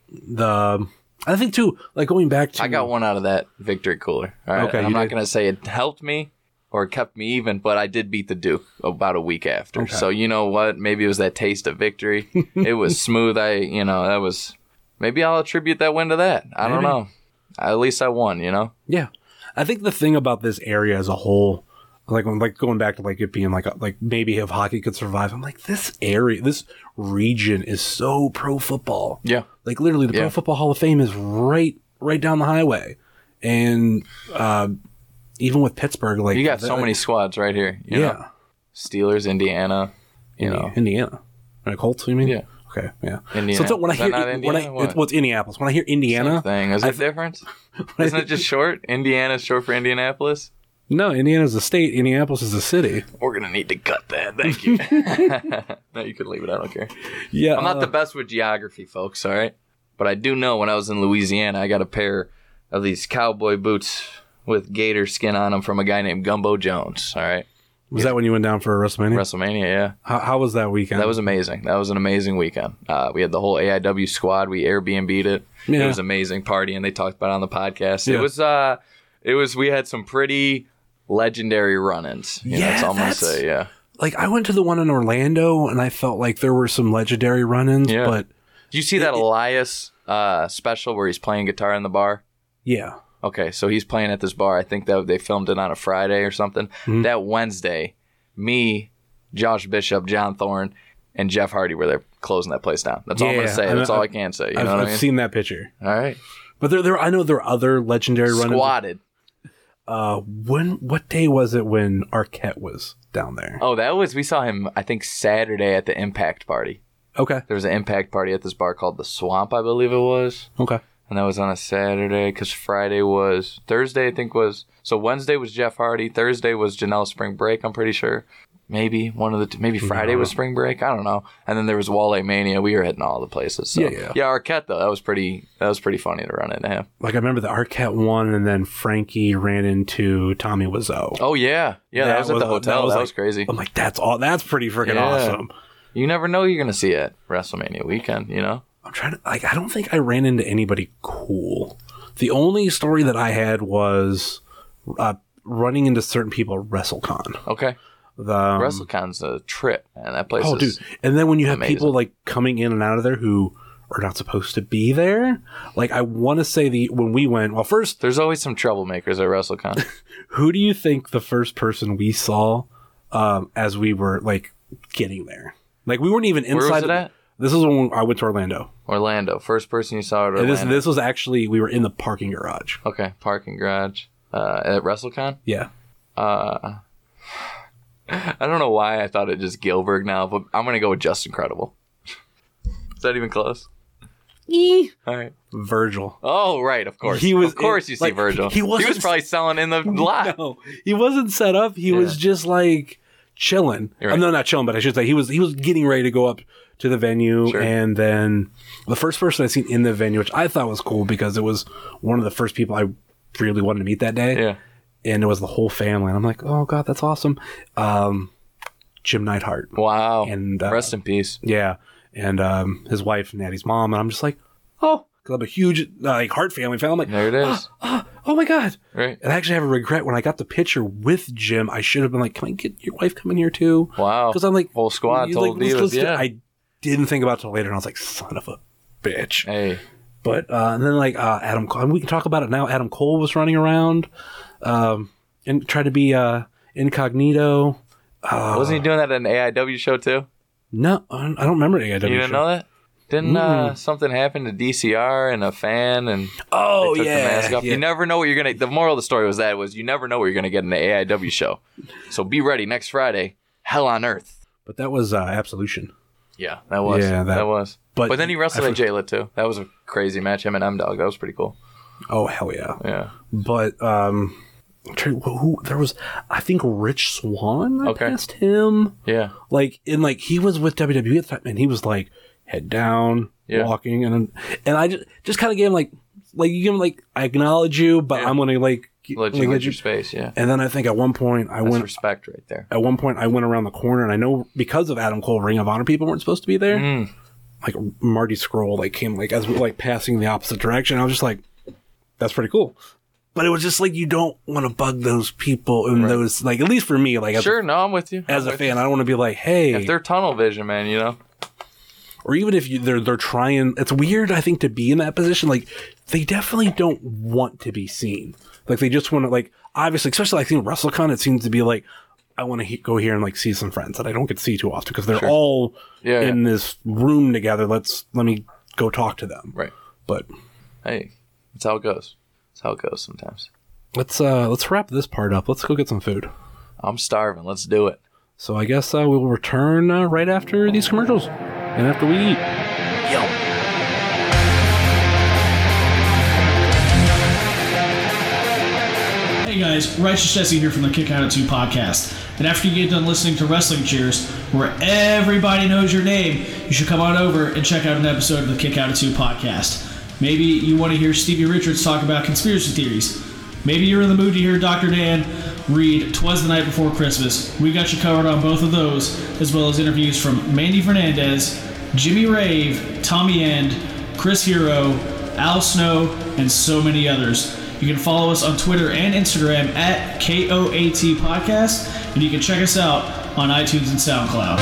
Speaker 3: The I think too, like going back to
Speaker 1: I got one out of that victory cooler. All right.
Speaker 3: Okay,
Speaker 1: And I'm
Speaker 3: you
Speaker 1: not
Speaker 3: did.
Speaker 1: going to say it helped me or kept me even, but I did beat the Duke about a week after.
Speaker 3: Okay.
Speaker 1: So you know what? Maybe it was that taste of victory. it was smooth. I, you know, that was. Maybe I'll attribute that win to that. I don't
Speaker 3: Maybe.
Speaker 1: know. At least I won. You know.
Speaker 3: Yeah, I think the thing about this area as a whole, like when like going back to like it being like a- like maybe if hockey could survive, I'm like this area, this region is so pro football.
Speaker 1: Yeah.
Speaker 3: Like literally, the
Speaker 1: Yeah.
Speaker 3: Pro Football Hall of Fame is right right down the highway, and uh, even with Pittsburgh, like
Speaker 1: You got
Speaker 3: the-
Speaker 1: so many squads right here. you
Speaker 3: yeah,
Speaker 1: know? Steelers, Indiana. You
Speaker 3: Indi-
Speaker 1: know.
Speaker 3: Indiana, like Colts. You mean
Speaker 1: Yeah.
Speaker 3: Okay, yeah.
Speaker 1: Indiana.
Speaker 3: So, so when I
Speaker 1: Is that
Speaker 3: hear
Speaker 1: not
Speaker 3: when I
Speaker 1: Indiana? What?
Speaker 3: it's, well, it's Indianapolis. When I hear Indiana,
Speaker 1: Thing is it different? Isn't it just short? Indiana's short for Indianapolis.
Speaker 3: No, Indiana's a state. Indianapolis is a city.
Speaker 1: We're gonna need to cut that. Thank you. no, you can leave it. I don't care.
Speaker 3: Yeah,
Speaker 1: I'm not the
Speaker 3: uh,
Speaker 1: best with geography, folks. All right, but I do know when I was in Louisiana, I got a pair of these cowboy boots with gator skin on them from a guy named Gumbo Jones. All right,
Speaker 3: Was that when you went down for WrestleMania?
Speaker 1: WrestleMania. Yeah,
Speaker 3: how, how was that weekend?
Speaker 1: that was amazing. That was an amazing weekend. Uh, we had the whole AIW squad. We Airbnb'd it. It
Speaker 3: Yeah.
Speaker 1: was an amazing party, and they talked about it on the podcast.
Speaker 3: Yeah.
Speaker 1: It was. Uh, it was. We had some pretty legendary run-ins. You know, that's
Speaker 3: Yeah,
Speaker 1: all I'm gonna
Speaker 3: that's-
Speaker 1: say. Yeah.
Speaker 3: like I went to the one in Orlando, and I felt like there were some legendary run-ins.
Speaker 1: Yeah.
Speaker 3: But
Speaker 1: Do you see that Elias uh, special where he's playing guitar in the bar?
Speaker 3: yeah,
Speaker 1: Okay, so he's playing at this bar. I think that they filmed it on a Friday or something.
Speaker 3: Mm-hmm.
Speaker 1: That Wednesday, me, Josh Bishop, John Thorne, and Jeff Hardy were there closing that place down. That's all I'm
Speaker 3: Yeah,
Speaker 1: gonna say.
Speaker 3: I-
Speaker 1: That's all
Speaker 3: I-
Speaker 1: I can say. You
Speaker 3: I've,
Speaker 1: know what I
Speaker 3: I've
Speaker 1: mean?
Speaker 3: seen that picture.
Speaker 1: all right,
Speaker 3: But there, there I know there are other legendary run-ins.
Speaker 1: squatted.
Speaker 3: Uh, when what day was it when Arquette was down there?
Speaker 1: Oh, that was we saw him. I think Saturday at the Impact party.
Speaker 3: Okay,
Speaker 1: There was an Impact party at this bar called the Swamp, I believe it was,
Speaker 3: okay,
Speaker 1: and that was on a Saturday because Friday was Thursday. I think was so Wednesday was Jeff Hardy. Thursday was Janelle Spring Break. I'm pretty sure. maybe one of the t- maybe Friday was spring break. I don't know. And then there was Walleye Mania. We were hitting all the places. So.
Speaker 3: Yeah, yeah.
Speaker 1: Arquette though, that was pretty. That was pretty funny to run into him.
Speaker 3: like I remember the Arquette one, and then Frankie ran into Tommy Wiseau.
Speaker 1: Oh yeah, yeah. That,
Speaker 3: That
Speaker 1: was, at
Speaker 3: was-
Speaker 1: the hotel.
Speaker 3: that
Speaker 1: That
Speaker 3: was
Speaker 1: was,
Speaker 3: like-
Speaker 1: crazy.
Speaker 3: I'm like, that's all. That's pretty freaking
Speaker 1: Yeah.
Speaker 3: awesome.
Speaker 1: You never know you're gonna see at WrestleMania weekend. You know.
Speaker 3: I'm trying to like I don't think I ran into anybody cool. The only story that I had was uh, running into certain people at WrestleCon.
Speaker 1: Okay.
Speaker 3: The um,
Speaker 1: WrestleCon's a trip, and that place
Speaker 3: oh, dude,
Speaker 1: is.
Speaker 3: and then when you have
Speaker 1: amazing.
Speaker 3: people like coming in and out of there who are not supposed to be there, like I want to say the when we went. Well, first,
Speaker 1: There's always some troublemakers at WrestleCon.
Speaker 3: who do you think the first person we saw um, as we were like getting there? Like we weren't even inside.
Speaker 1: was it
Speaker 3: the-
Speaker 1: at?
Speaker 3: This is when I went to Orlando.
Speaker 1: Orlando, first person you saw at
Speaker 3: And
Speaker 1: Orlando.
Speaker 3: this this was actually we were in the parking garage.
Speaker 1: okay, parking garage uh, at WrestleCon.
Speaker 3: Yeah.
Speaker 1: Uh, I don't know why I thought it just Gilbert now, but I'm gonna go with Just Incredible. Is that even close? All right.
Speaker 3: Virgil.
Speaker 1: Oh, right. Of course.
Speaker 3: He
Speaker 1: He
Speaker 3: was-
Speaker 1: was. Of course, you see
Speaker 3: like,
Speaker 1: Virgil.
Speaker 3: he
Speaker 1: He, was
Speaker 3: wasn't-
Speaker 1: probably selling in the lot.
Speaker 3: No, he wasn't set up. He was just like chilling.
Speaker 1: You're
Speaker 3: Uh,
Speaker 1: right.
Speaker 3: No, not chilling, but I should say he was he was getting ready to go up to the venue,
Speaker 1: Sure.
Speaker 3: and then the first person I seen in the venue, which I thought was cool because it was one of the first people I really wanted to meet that day,
Speaker 1: Yeah.
Speaker 3: and it was the whole family. And I'm like, oh god, that's awesome. Um, Jim Neidhart,
Speaker 1: Wow.
Speaker 3: And, uh,
Speaker 1: rest in peace.
Speaker 3: yeah, and um, his wife, Natty's mom, and I'm just like, oh, 'cause I'm a huge uh, like heart family fan. I'm like,
Speaker 1: There it is.
Speaker 3: oh my god,
Speaker 1: right.
Speaker 3: and I actually have a regret when I got the picture with Jim. I should have been like, "Can I get your wife coming here too?"
Speaker 1: Wow.
Speaker 3: Because I'm like,
Speaker 1: Oh, whole squad,
Speaker 3: he's
Speaker 1: total
Speaker 3: like, let's-
Speaker 1: divas.
Speaker 3: let's do-
Speaker 1: yeah.
Speaker 3: I didn't think about it till later, and I was like, "Son of a bitch!"
Speaker 1: hey.
Speaker 3: But uh, and then like uh, Adam, Cole, and we can talk about it now. Adam Cole was running around um, and tried to be uh, incognito. Uh,
Speaker 1: Wasn't he doing that at an AIW show too?
Speaker 3: No, I don't I don't remember AIW.
Speaker 1: You didn't know that? Didn't uh, something happen to DCR and a fan and
Speaker 3: Oh
Speaker 1: they took
Speaker 3: yeah,
Speaker 1: the mask off.
Speaker 3: yeah.
Speaker 1: You never know what you're gonna. The moral of the story was that was you never know what you're gonna get in the AIW show. So be ready next Friday. Hell on earth.
Speaker 3: but that was uh, Absolution.
Speaker 1: Yeah, that was.
Speaker 3: Yeah, that-
Speaker 1: that, was.
Speaker 3: but-
Speaker 1: But, then he wrestled
Speaker 3: I
Speaker 1: at Jayla too. That was a crazy match. Him and M Dog. That was pretty cool.
Speaker 3: Oh hell yeah!
Speaker 1: Yeah.
Speaker 3: But um, I'm trying- who, who- there was? I think Rich Swan. I
Speaker 1: Okay.
Speaker 3: passed him.
Speaker 1: Yeah.
Speaker 3: like and like he was with WWE at the time, and he was like head down,
Speaker 1: Yeah.
Speaker 3: walking, and and I just just kind of gave him like like you give him like I acknowledge you, but
Speaker 1: Yeah.
Speaker 3: I'm gonna like g-
Speaker 1: Let you
Speaker 3: like,
Speaker 1: get
Speaker 3: let you-
Speaker 1: your space. Yeah.
Speaker 3: And then I think at one point I
Speaker 1: That's
Speaker 3: went
Speaker 1: respect right there.
Speaker 3: at one point I went around the corner, and I know because of Adam Cole, Ring of Honor people weren't supposed to be there.
Speaker 1: Mm.
Speaker 3: Like Marty Scroll like came like as we were, like passing the opposite direction. I was just like, that's pretty cool. But it was just like you don't want to bug those people and those like at least for me like as,
Speaker 1: Sure. No, I'm with you.
Speaker 3: as
Speaker 1: I'm
Speaker 3: a
Speaker 1: with
Speaker 3: fan I don't want to be like hey
Speaker 1: you. If they're tunnel vision, man, you know.
Speaker 3: or even if you, they're they're trying it's weird i think to be in that position like they definitely don't want to be seen like they just want to like obviously especially like seeing wrestlecon it seems to be like i want to he- go here and like see some friends that i don't get to see too often because they're all
Speaker 1: Yeah,
Speaker 3: in this room together let's let me go talk to them
Speaker 1: Right.
Speaker 3: but
Speaker 1: Hey, that's how it goes. That's how it goes sometimes.
Speaker 3: let's uh let's wrap this part up let's go get some food
Speaker 1: I'm starving. Let's do it.
Speaker 3: so i guess uh, we will return uh, right after these commercials and after we eat
Speaker 4: Hey guys, guys. Righteous Jesse here from the Kick Out at Two podcast. And after you get done listening to Wrestling Cheers, where everybody knows your name, you should come on over and check out an episode of the Kick Out at Two podcast. Maybe you want to hear Stevie Richards talk about conspiracy theories. Maybe you're in the mood to hear Dr. Dan read Twas the Night Before Christmas. We got you covered on both of those, as well as interviews from Mandy Fernandez, Jimmy Rave, Tommy End, Chris Hero, Al Snow, and so many others. You can follow us on Twitter and Instagram at KOAT Podcast, and you can check us out on iTunes and SoundCloud.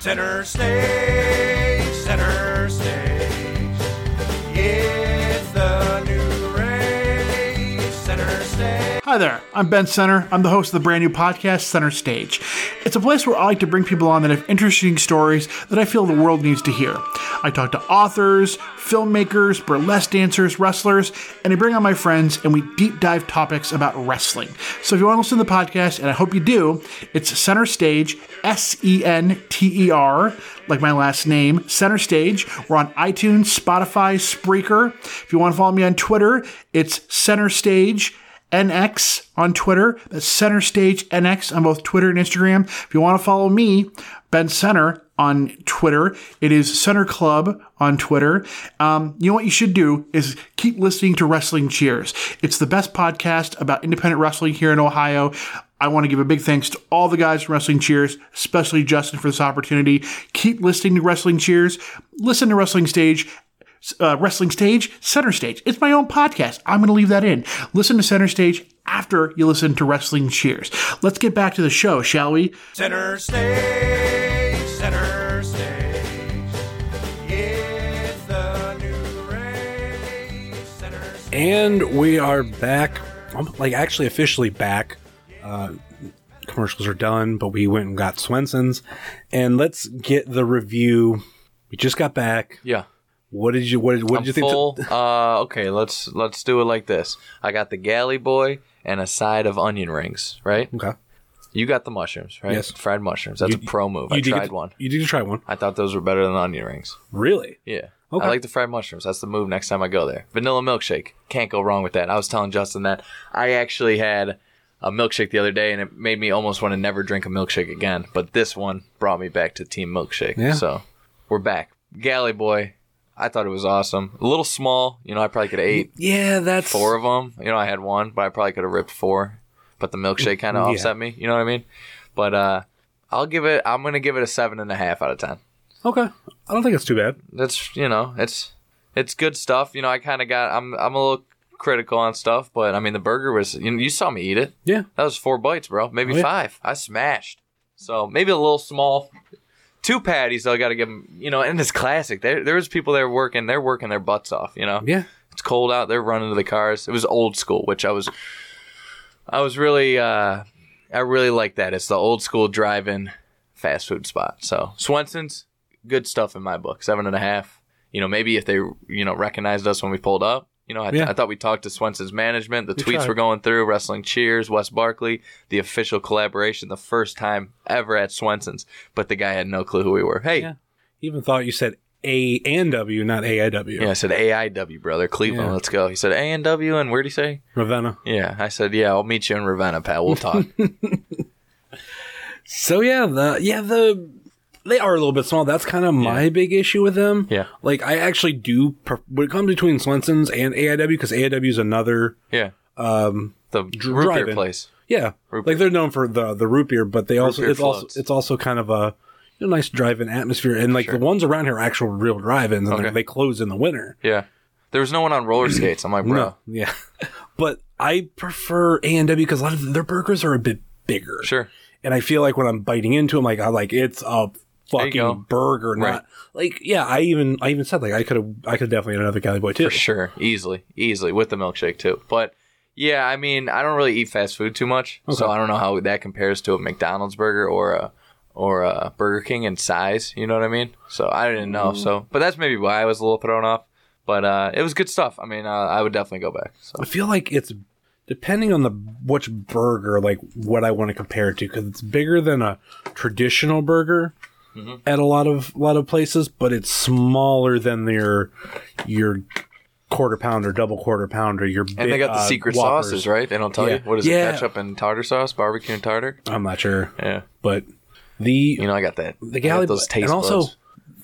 Speaker 5: Center stage, center stage. It's the new rage. Center stage.
Speaker 6: Hi there, I'm Ben Center. I'm the host of the brand new podcast, Center Stage. It's a place where I like to bring people on that have interesting stories that I feel the world needs to hear. I talk to authors, filmmakers, burlesque dancers, wrestlers, and I bring on my friends and we deep dive topics about wrestling. So if you want to listen to the podcast, and I hope you do, it's Center Stage, S E N T E R, like my last name, Center Stage. We're on iTunes, Spotify, Spreaker. If you want to follow me on Twitter, it's Center Stage. NX on Twitter. That's Center Stage NX on both Twitter and Instagram. If you want to follow me, Ben Center on Twitter, it is Center Club on Twitter. Um, you know what you should do is keep listening to Wrestling Cheers. It's the best podcast about independent wrestling here in Ohio. I want to give a big thanks to all the guys from Wrestling Cheers, especially Justin for this opportunity. Keep listening to Wrestling Cheers. Listen to Wrestling Stage uh, wrestling stage, center stage. It's my own podcast. I'm going to leave that in. Listen to center stage after you listen to wrestling cheers. Let's get back to the show, shall we?
Speaker 5: Center stage, center stage. It's the new rage. Center stage.
Speaker 3: And we are back, um, like actually officially back. Uh, commercials are done, but we went and got Swenson's. And let's get the review. We just got back.
Speaker 1: Yeah.
Speaker 3: What did you what did, what
Speaker 1: I'm
Speaker 3: did you think?
Speaker 1: full. uh, okay, let's let's do it like this. I got the galley boy and a side of onion rings. Right?
Speaker 3: okay.
Speaker 1: You got the mushrooms, right?
Speaker 3: Yes.
Speaker 1: Fried mushrooms. That's
Speaker 3: You-
Speaker 1: a pro move. I
Speaker 3: you did
Speaker 1: tried
Speaker 3: get to-
Speaker 1: one.
Speaker 3: You did try one.
Speaker 1: I thought those were better than onion rings.
Speaker 3: Really?
Speaker 1: Yeah.
Speaker 3: Okay.
Speaker 1: I like the fried mushrooms. That's the move next time I go there. Vanilla milkshake. Can't go wrong with that. I was telling Justin that I actually had a milkshake the other day and it made me almost want to never drink a milkshake again. But this one brought me back to Team Milkshake.
Speaker 3: Yeah.
Speaker 1: So we're back. Galley Boy. I thought it was awesome. A little small. You know, I probably could have ate
Speaker 3: Yeah, that's
Speaker 1: four of them. You know, I had one, but I probably could have ripped four. But the milkshake kind of
Speaker 3: Yeah.
Speaker 1: offset me. You know what I mean? But uh, I'll give it, I'm going to give it a seven and a half out of 10
Speaker 3: Okay. I don't think it's too bad.
Speaker 1: that's you know it's it's good stuff you know i kind of got i'm i'm a little critical on stuff but i mean the burger was you, you saw me eat it
Speaker 3: Yeah.
Speaker 1: that was four bites bro maybe
Speaker 3: Oh, yeah.
Speaker 1: five i smashed so maybe a little small two patties though i gotta give them you know and it's classic there there was people there working they're working their butts off you know
Speaker 3: Yeah.
Speaker 1: it's cold out they're running to the cars it was old school which i was i was really uh i really like that it's the old school drive-in fast food spot so swenson's good stuff in my book seven and a half you know maybe if they you know recognized us when we pulled up you know i,
Speaker 3: Yeah.
Speaker 1: I thought we talked to swenson's management the tweets
Speaker 3: tried.
Speaker 1: were going through wrestling cheers wes barkley the official collaboration the first time ever at swenson's but the guy had no clue who we were hey
Speaker 3: Yeah. Even thought you said A and W, not AIW.
Speaker 1: yeah i said aiw brother cleveland
Speaker 3: Yeah.
Speaker 1: let's go he said a and w and where'd he say
Speaker 3: Ravenna.
Speaker 1: Yeah, I said, yeah, I'll meet you in Ravenna, pal. We'll talk.
Speaker 3: So yeah, the yeah, the they are a little bit small. That's kind of my big issue with them.
Speaker 1: Yeah.
Speaker 3: Like I actually do pref- when it comes between Swenson's and AIW because AIW is another
Speaker 1: yeah. Um, the root beer
Speaker 3: drive-in.
Speaker 1: place.
Speaker 3: Yeah,
Speaker 1: Root
Speaker 3: like
Speaker 1: beer.
Speaker 3: they're known for the the root beer, but they also
Speaker 1: beer
Speaker 3: it's
Speaker 1: floats.
Speaker 3: also it's also kind of a you know, nice drive-in atmosphere. And like the ones around here are actual real drive-ins, and
Speaker 1: Okay.
Speaker 3: they're they close in the winter.
Speaker 1: Yeah. There was no one on roller skates. I'm like, bro.
Speaker 3: No, yeah, but I prefer A and W because a lot of their burgers are a bit bigger.
Speaker 1: Sure.
Speaker 3: and I feel like when I'm biting into them, like I like it's a
Speaker 1: go.
Speaker 3: fucking burger, not
Speaker 1: Right.
Speaker 3: like yeah. I even I even said like I could have I could definitely had another Cali Boy too.
Speaker 1: For sure. Easily. Easily. With the milkshake, too. But yeah, I mean, I don't really eat fast food too much. So I don't know how that compares to a McDonald's burger or a. Or a Burger King in size, you know what I mean? So I didn't know. So, but that's maybe why I was a little thrown off. But uh, it was good stuff. I mean, uh, I would definitely go back. So
Speaker 3: I feel like it's depending on the which burger, like what I want to compare it to, because it's bigger than a traditional burger
Speaker 1: Mm-hmm.
Speaker 3: at a lot of lot of places, but it's smaller than your your quarter pounder, double quarter pounder, your uh,
Speaker 1: And they got the secret sauces, right? They don't tell
Speaker 3: Yeah.
Speaker 1: you. What is
Speaker 3: Yeah.
Speaker 1: it? Ketchup and tartar sauce, barbecue and tartar.
Speaker 3: I'm not sure,
Speaker 1: Yeah,
Speaker 3: but the
Speaker 1: you know I got that.
Speaker 3: the
Speaker 1: I got
Speaker 3: galley
Speaker 1: those taste
Speaker 3: and also
Speaker 1: buds.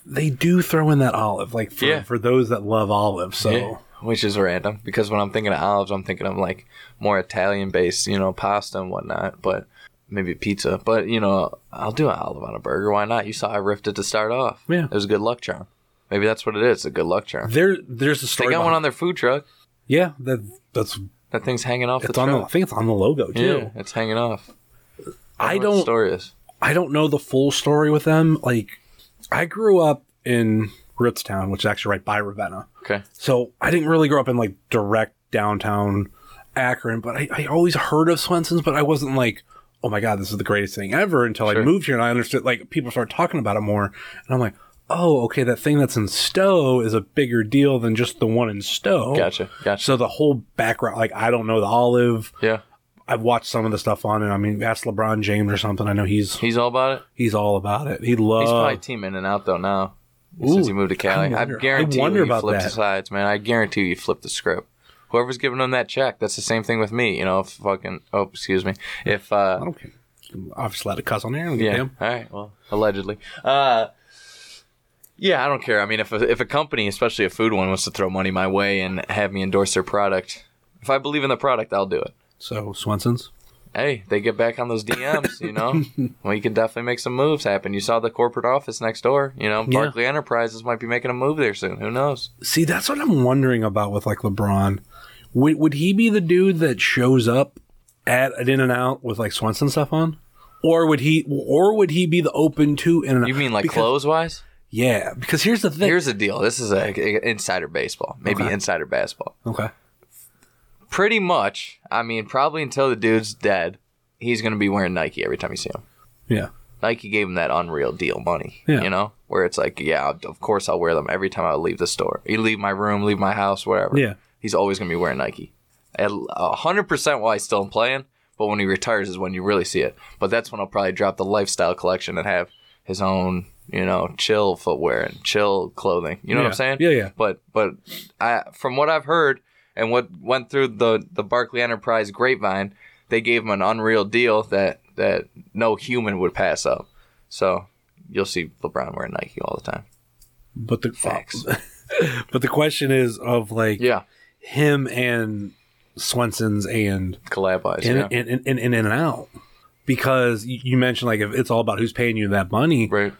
Speaker 3: they do throw in that olive, like for,
Speaker 1: Yeah.
Speaker 3: for those that love olive. So
Speaker 1: Yeah, which is random because when I'm thinking of olives, I'm thinking of like more Italian based, you know, pasta and whatnot, but maybe pizza. But you know, I'll do an olive on a burger. Why not? You saw I riffed it to start off.
Speaker 3: Yeah.
Speaker 1: it was a good luck charm. Maybe that's what it is—a good luck charm.
Speaker 3: there there's a
Speaker 1: They
Speaker 3: story.
Speaker 1: got one
Speaker 3: behind-
Speaker 1: on their food truck.
Speaker 3: yeah, that that's
Speaker 1: That thing's hanging off
Speaker 3: it's
Speaker 1: the
Speaker 3: on the, I
Speaker 1: truck.
Speaker 3: think it's on the logo too.
Speaker 1: yeah, it's hanging off. know
Speaker 3: I
Speaker 1: what the
Speaker 3: don't
Speaker 1: story is.
Speaker 3: I don't know the full story with them. Like I grew up in Rootstown, which is actually right by Ravenna.
Speaker 1: Okay.
Speaker 3: So I didn't really grow up in like direct downtown Akron, but I, I always heard of Swenson's, but I wasn't like, oh my God, this is the greatest thing ever until I moved here and I understood like people started talking about it more. And I'm like, oh, okay, that thing that's in Stowe is a bigger deal than just the one in Stowe.
Speaker 1: Gotcha. Gotcha.
Speaker 3: So the whole background, like I don't know the olive.
Speaker 1: yeah.
Speaker 3: I've watched some of the stuff on it. I mean, ask LeBron James or something. I know he's
Speaker 1: He's all about it.
Speaker 3: he's all about it. He
Speaker 1: He's probably
Speaker 3: loves.
Speaker 1: teaming in and out though now.
Speaker 3: Oh. Ooh,
Speaker 1: since he moved to Cali.
Speaker 3: I
Speaker 1: I,
Speaker 3: wonder- I
Speaker 1: guarantee
Speaker 3: wonder
Speaker 1: you
Speaker 3: about
Speaker 1: flipped
Speaker 3: that.
Speaker 1: the sides, man. I guarantee you flipped the script. Whoever's giving him that check, that's the same thing with me. You know, if fucking oh, excuse me. If uh
Speaker 3: I don't care. Obviously, let a cuss on there.
Speaker 1: yeah.
Speaker 3: Yeah.
Speaker 1: All right. Well, allegedly. Uh, yeah, I don't care. I mean, if a, if a company, especially a food one, wants to throw money my way and have me endorse their product, if I believe in the product, I'll do it.
Speaker 3: So Swenson's.
Speaker 1: Hey, they get back on those DMs, you know. well, you can definitely make some moves happen. You saw the corporate office next door, you know.
Speaker 3: Yeah.
Speaker 1: Barclay Enterprises might be making a move there soon. Who knows?
Speaker 3: See, that's what I'm wondering about with like LeBron. Would, would he be the dude that shows up at an In and Out with like Swenson stuff on, or would he, or would he be the open to In and Out?
Speaker 1: You mean like
Speaker 3: because,
Speaker 1: clothes wise?
Speaker 3: Yeah, because here's the thing.
Speaker 1: Here's the deal. This is a, a- insider baseball, maybe
Speaker 3: Okay.
Speaker 1: insider basketball.
Speaker 3: okay,
Speaker 1: Pretty much. I mean, probably until the dude's dead, he's gonna be wearing Nike every time you see him.
Speaker 3: yeah,
Speaker 1: Nike gave him that unreal deal money.
Speaker 3: Yeah.
Speaker 1: You know, where it's like, yeah, of course I'll wear them every time I leave the store. You leave my room, leave my house, whatever.
Speaker 3: Yeah.
Speaker 1: He's always gonna be wearing Nike. At a hundred percent while he's still playing, but when he retires is when you really see it. But that's when I'll probably drop the lifestyle collection and have his own, you know, chill footwear and chill clothing. You know what I'm saying?
Speaker 3: Yeah. Yeah, yeah.
Speaker 1: But but I from what I've heard and what went through the the Barclay Enterprise grapevine, they gave him an unreal deal that that no human would pass up. So you'll see LeBron wearing Nike all the time.
Speaker 3: but the
Speaker 1: Facts.
Speaker 3: but the question is of like
Speaker 1: Yeah,
Speaker 3: him and Swenson's and
Speaker 1: collab wise.
Speaker 3: in
Speaker 1: Yeah.
Speaker 3: in, in, in, in and out because you you mentioned like if it's all about who's paying you that money
Speaker 1: right,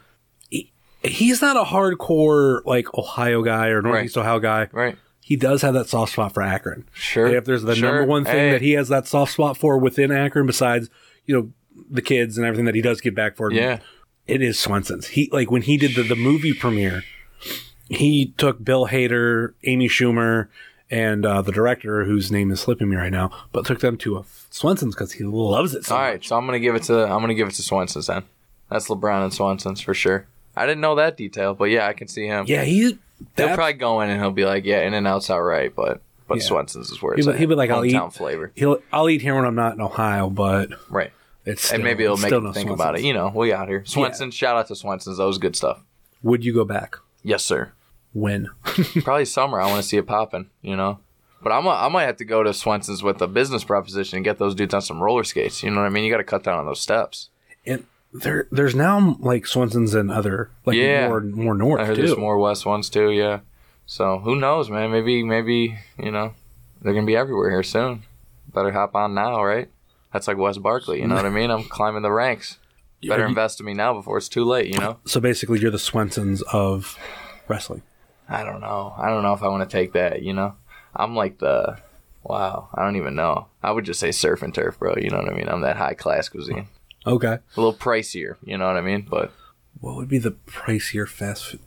Speaker 3: he's not a hardcore like ohio guy or northeast ohio guy
Speaker 1: right.
Speaker 3: he does have that soft spot for akron
Speaker 1: Sure.
Speaker 3: if there's the
Speaker 1: Sure.
Speaker 3: number one thing
Speaker 1: Hey.
Speaker 3: that he has that soft spot for within akron besides you know the kids and everything that he does get back for
Speaker 1: Yeah.
Speaker 3: it is swenson's he like when he did the, the movie premiere he took bill hader amy schumer and uh, the director whose name is slipping me right now but took them to a swenson's because he loves it so
Speaker 1: All
Speaker 3: much.
Speaker 1: right, so I'm gonna give it to I'm gonna give it to Swenson's then. That's LeBron and Swenson's for sure. I didn't know that detail, but yeah, I can see him.
Speaker 3: Yeah, he.
Speaker 1: he'll
Speaker 3: That's,
Speaker 1: probably go in and he'll be like, yeah, In and Out's all right, but but
Speaker 3: Yeah.
Speaker 1: Swenson's is where
Speaker 3: He'll
Speaker 1: it's
Speaker 3: be-
Speaker 1: at.
Speaker 3: he'll be like, I'll
Speaker 1: hometown
Speaker 3: eat-
Speaker 1: flavor,
Speaker 3: he'll. I'll eat here when I'm not in Ohio, but
Speaker 1: right?
Speaker 3: it's
Speaker 1: and
Speaker 3: still-
Speaker 1: maybe it'll
Speaker 3: it's
Speaker 1: make
Speaker 3: still
Speaker 1: him
Speaker 3: no
Speaker 1: think about it.
Speaker 3: Swenson's.
Speaker 1: You know, we out here. Swenson, shout out to Swenson's. That was good stuff.
Speaker 3: Would you go back?
Speaker 1: Yes, sir.
Speaker 3: When?
Speaker 1: Probably summer. I want to see it popping. You know, but I'm a, I might have to go to Swenson's with a business proposition and get those dudes on some roller skates. You know what I mean? You got to cut down on those steps.
Speaker 3: and there, there's now like Swenson's and other like
Speaker 1: Yeah.
Speaker 3: more more north
Speaker 1: I heard
Speaker 3: too.
Speaker 1: there's more west ones too. Yeah. So who knows, man? Maybe maybe you know they're gonna be everywhere here soon. Better hop on now, right? That's like West Barkley. You know what I mean? I'm climbing the ranks. Better
Speaker 3: you-
Speaker 1: invest in me now before it's too late. You know.
Speaker 3: So basically, you're the Swenson's of wrestling.
Speaker 1: I don't know. I don't know if I want to take that, you know? I'm like the wow, I don't even know. I would just say surf and turf, bro, you know what I mean? I'm that high class cuisine.
Speaker 3: Okay.
Speaker 1: A little pricier, you know what I mean? But
Speaker 3: What would be the pricier fast food?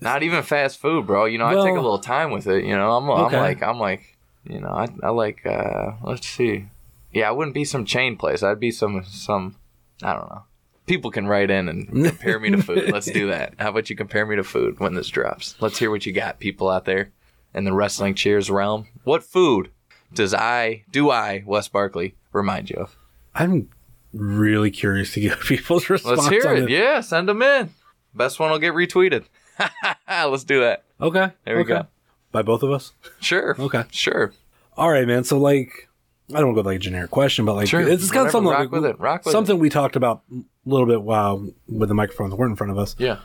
Speaker 1: not even fast food, bro. You know, I take a
Speaker 3: Well-
Speaker 1: little time with it, you know. I'm,
Speaker 3: Okay.
Speaker 1: I'm like I'm like, you know, I I like uh let's see. Yeah, I wouldn't be some chain place. I'd be some some I don't know. People can write in and compare me to food. Let's do that. How about you compare me to food when this drops? Let's hear what you got, people out there in the wrestling cheers realm. What food does I do I, Wes Barkley, remind you of?
Speaker 3: I'm really curious to get people's response.
Speaker 1: Let's hear
Speaker 3: on
Speaker 1: it.
Speaker 3: this.
Speaker 1: Yeah, send them in. Best one will get retweeted. let's do that.
Speaker 3: Okay.
Speaker 1: There we
Speaker 3: okay.
Speaker 1: go.
Speaker 3: by both of us?
Speaker 1: Sure.
Speaker 3: Okay.
Speaker 1: Sure.
Speaker 3: All right, man. So like, I don't want to go with like a generic question, but like,
Speaker 1: Sure.
Speaker 3: it's
Speaker 1: Whatever.
Speaker 3: kind of something
Speaker 1: Rock
Speaker 3: like,
Speaker 1: with it. Rock with
Speaker 3: something we talked about a little bit while with the microphones weren't in front of us.
Speaker 1: Yeah.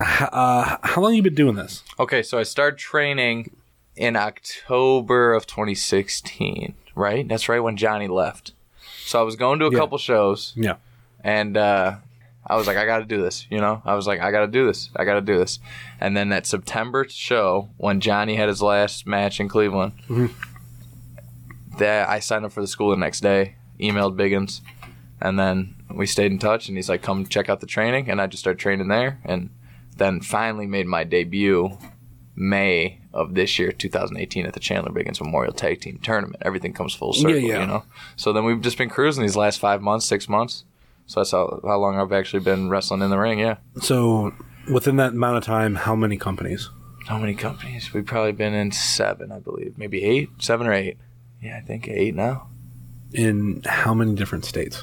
Speaker 3: Uh, how long you been doing this?
Speaker 1: Okay, so I started training in October of 2016, right? That's right when Johnny left. So I was going to a
Speaker 3: Yeah.
Speaker 1: couple shows
Speaker 3: Yeah.
Speaker 1: and uh, I was like, I got to do this, you know? I was like, I got to do this. I got to do this. And then that September show when Johnny had his last match in Cleveland,
Speaker 3: Mm-hmm.
Speaker 1: that I signed up for the school the next day, emailed Biggins, and then we stayed in touch. And he's like, "Come check out the training," and I just started training there, and then finally made my debut May of this year, 2018, at the Chandler Biggins Memorial Tag Team Tournament. Everything comes full circle,
Speaker 3: yeah.
Speaker 1: you know. So then we've just been cruising these last five months, six months. So that's how, how long I've actually been wrestling in the ring. Yeah.
Speaker 3: So within that amount of time, how many companies?
Speaker 1: How many companies? We've probably been in seven, I believe, maybe eight, seven or eight. Yeah, I think eight now.
Speaker 3: In how many different states?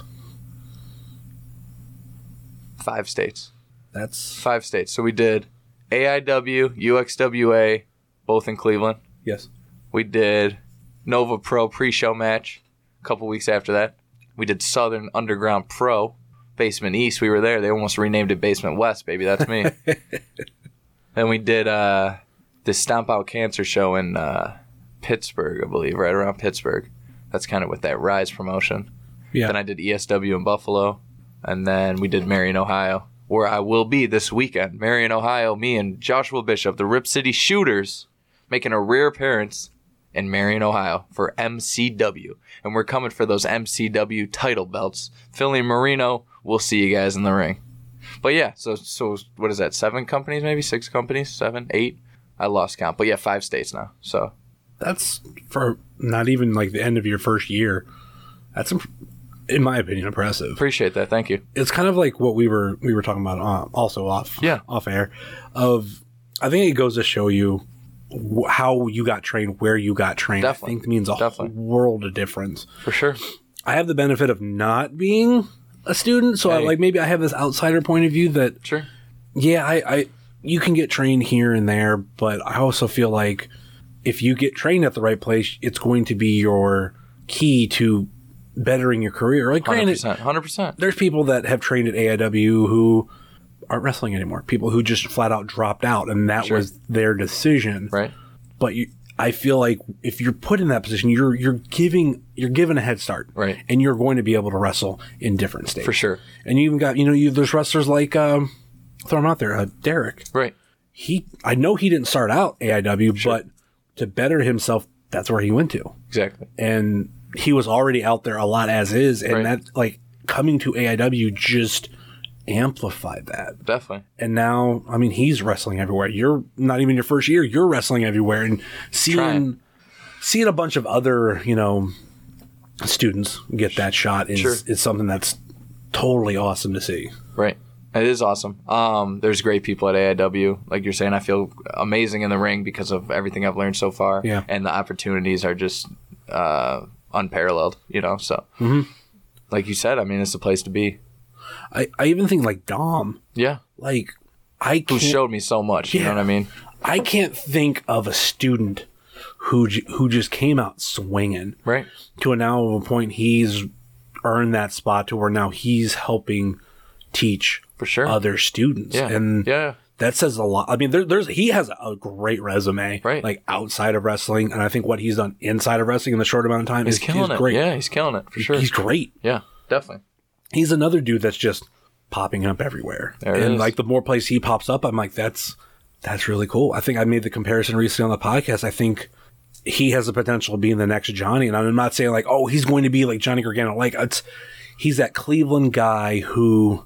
Speaker 1: Five states.
Speaker 3: That's
Speaker 1: five states. So we did AIW, UXWA, both in Cleveland.
Speaker 3: yes.
Speaker 1: We did Nova Pro pre-show match a couple weeks after that. We did Southern Underground Pro, Basement East. We were there. They almost renamed it Basement West, baby. That's me. then we did uh, the Stomp Out Cancer show in uh, Pittsburgh, I believe, right around Pittsburgh. That's kind of with that Rise promotion.
Speaker 3: Yeah.
Speaker 1: Then I did ESW in Buffalo, and then we did Marion, Ohio, where I will be this weekend. Marion, Ohio, me and Joshua Bishop, the Rip City Shooters, making a rare appearance in Marion, Ohio for MCW, and we're coming for those MCW title belts. Philly and Marino, we'll see you guys in the ring. But yeah, so so what is that? Seven companies, maybe six companies, seven, eight. I lost count, but yeah, five states now. So
Speaker 3: That's for not even like the end of your first year. That's, imp- in my opinion, impressive.
Speaker 1: appreciate that. Thank you.
Speaker 3: it's kind of like what we were we were talking about uh, also off
Speaker 1: Yeah.
Speaker 3: off air of i think it goes to show you wh- how you got trained where you got trained
Speaker 1: Definitely.
Speaker 3: i think means a
Speaker 1: Definitely.
Speaker 3: whole world of difference
Speaker 1: For sure.
Speaker 3: i have the benefit of not being a student so I,
Speaker 1: Hey.
Speaker 3: like maybe i have this outsider point of view that
Speaker 1: Sure.
Speaker 3: yeah I, I you can get trained here and there but i also feel like if you get trained at the right place it's going to be your key to bettering your career like
Speaker 1: Hundred
Speaker 3: granted
Speaker 1: percent. Hundred percent.
Speaker 3: there's people that have trained at AIW who aren't wrestling anymore. People who just flat out dropped out, and that
Speaker 1: Sure.
Speaker 3: was their decision.
Speaker 1: Right.
Speaker 3: But you, I feel like if you're put in that position, you're you're giving you're given a head start,
Speaker 1: Right.
Speaker 3: And you're going to be able to wrestle in different states
Speaker 1: For sure.
Speaker 3: And you even got you know you there's wrestlers like um, throw him out there, uh, Derek.
Speaker 1: Right.
Speaker 3: He I know he didn't start out AIW, but to better himself, that's where he went to
Speaker 1: Exactly.
Speaker 3: and he was already out there a lot as is and
Speaker 1: Right.
Speaker 3: that like coming to AIW just amplified that
Speaker 1: Definitely.
Speaker 3: and now I mean he's wrestling everywhere you're not even your first year you're wrestling everywhere and seeing
Speaker 1: Trying.
Speaker 3: seeing a bunch of other you know students get that shot is
Speaker 1: Sure.
Speaker 3: is something that's totally awesome to see
Speaker 1: Right. It is awesome. Um, there's great people at AIW. Like you're saying, I feel amazing in the ring because of everything I've learned so far.
Speaker 3: Yeah.
Speaker 1: And the opportunities are just uh, unparalleled, you know? So,
Speaker 3: Mm-hmm.
Speaker 1: like you said, I mean, it's the place to be.
Speaker 3: I, I even think like Dom
Speaker 1: Yeah.
Speaker 3: like I
Speaker 1: Who
Speaker 3: can't
Speaker 1: showed me so much. You know
Speaker 3: Yeah.
Speaker 1: what I mean?
Speaker 3: I can't think of a student who j- who just came out swinging
Speaker 1: Right.
Speaker 3: to a now of a point he's earned that spot to where now he's helping teach
Speaker 1: For sure.
Speaker 3: other students
Speaker 1: Yeah.
Speaker 3: and
Speaker 1: yeah.
Speaker 3: that says a lot i mean there, there's he has a great resume
Speaker 1: Right.
Speaker 3: like outside of wrestling and i think what he's done inside of wrestling in the short amount of time
Speaker 1: He's
Speaker 3: is,
Speaker 1: killing
Speaker 3: is
Speaker 1: it.
Speaker 3: great
Speaker 1: Yeah. He's killing it. For sure.
Speaker 3: he's great
Speaker 1: yeah. Definitely.
Speaker 3: he's another dude that's just popping up everywhere
Speaker 1: There it
Speaker 3: and
Speaker 1: is.
Speaker 3: like the more place he pops up i'm like that's that's really cool i think i made the comparison recently on the podcast i think he has the potential of being the next johnny and i'm not saying like oh he's going to be like johnny gargano like it's he's that cleveland guy who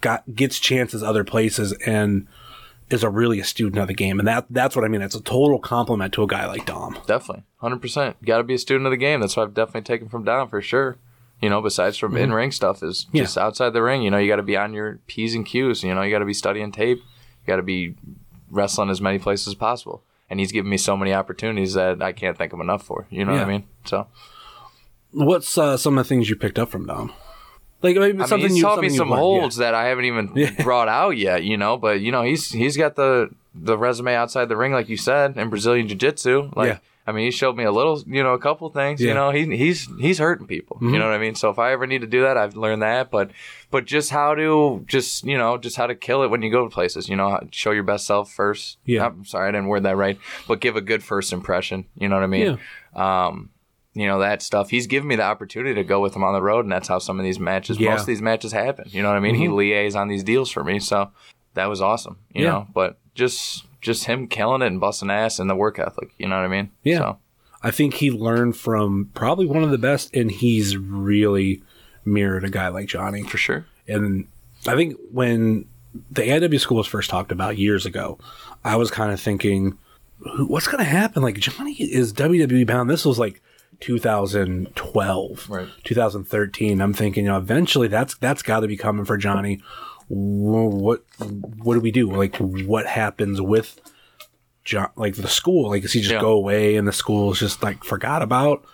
Speaker 3: got gets chances other places and is a really a student of the game and that that's what i mean it's a total compliment to a guy like dom
Speaker 1: Definitely. 100%. Got to be a student of the game. That's what I've definitely taken from Don for sure. You know, besides from in ring stuff, is just outside the ring. You know, you got to be on your P's and Q's. You know, you got to be studying tape. You got to be wrestling as many places as possible. And he's given me so many opportunities that I can't thank him enough for. You know what I
Speaker 3: Yeah.
Speaker 1: mean? So
Speaker 3: what's uh, some of the things you picked up from dom like maybe
Speaker 1: I mean,
Speaker 3: something
Speaker 1: he's
Speaker 3: you
Speaker 1: taught me
Speaker 3: something you
Speaker 1: some
Speaker 3: learned, yeah.
Speaker 1: holds that I haven't even brought out yet. You know, but you know, he's he's got the the resume outside the ring, like you said, in Brazilian Jiu Jitsu. Like,
Speaker 3: Yeah.
Speaker 1: I mean, he showed me a little, you know, a couple things.
Speaker 3: Yeah. Mm-hmm.
Speaker 1: You know, he, he's he's hurting people. You know what I mean? So if I ever need to do that, I've learned that. But but just how to just you know just how to kill it when you go to places. You know, how- show your best self first.
Speaker 3: Yeah.
Speaker 1: I'm sorry, I didn't word that right, but give a good first impression. You know what I mean? Um, you know that stuff. He's given me the opportunity to go with him on the road, and that's how some of these matches,
Speaker 3: Yeah. Mm-hmm.
Speaker 1: most of these matches happen. You know what I mean? He liaises on these deals for me, so that was awesome. You
Speaker 3: Yeah.
Speaker 1: know, but just just him killing it and busting ass and the work ethic. You know what I mean?
Speaker 3: Yeah.
Speaker 1: So,
Speaker 3: I think he learned from probably one of the best, and he's really mirrored a guy like Johnny.
Speaker 1: for sure.
Speaker 3: And I think when the AIW school was first talked about years ago, I was kind of thinking, "Who- what's going to happen? Like, Johnny is WWE bound. This was like 2012,
Speaker 1: Right.
Speaker 3: 2013. I'm thinking, you know, eventually that's that's got to be coming for Johnny. Wh- What what do we do? Like, what happens with John? Like the school? Like, does he just
Speaker 1: Yeah.
Speaker 3: go away and the school is just like forgot about?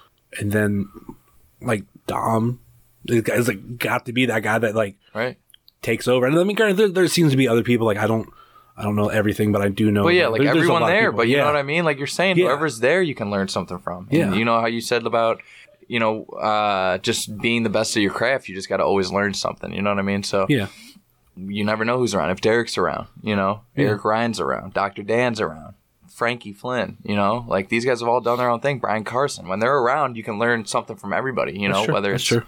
Speaker 3: And then like Dom it has like got to be that guy that like
Speaker 1: Right.
Speaker 3: takes over. And I mean, granted, there, there seems to be other people. Like I don't, I don't know everything, but I do know.
Speaker 1: But yeah, like
Speaker 3: there- Oh, there's a
Speaker 1: everyone
Speaker 3: lot of
Speaker 1: there.
Speaker 3: people.
Speaker 1: But you
Speaker 3: Yeah.
Speaker 1: know what I mean? Like you're saying,
Speaker 3: Yeah.
Speaker 1: whoever's there, you can learn something from. And
Speaker 3: Yeah.
Speaker 1: You know how you said about, you know, uh, just being the best of your craft. You just got to always learn something. You know what I mean? So
Speaker 3: Yeah,
Speaker 1: you never know who's around. If Derek's around, you know, Eric Ryan's around, Dr. Dan's around, Frankie Flynn, you know, like these guys have all done their own thing. Brian Carson, when they're around, you can learn something from everybody, you know,
Speaker 3: true.
Speaker 1: whether
Speaker 3: That's
Speaker 1: it's
Speaker 3: true.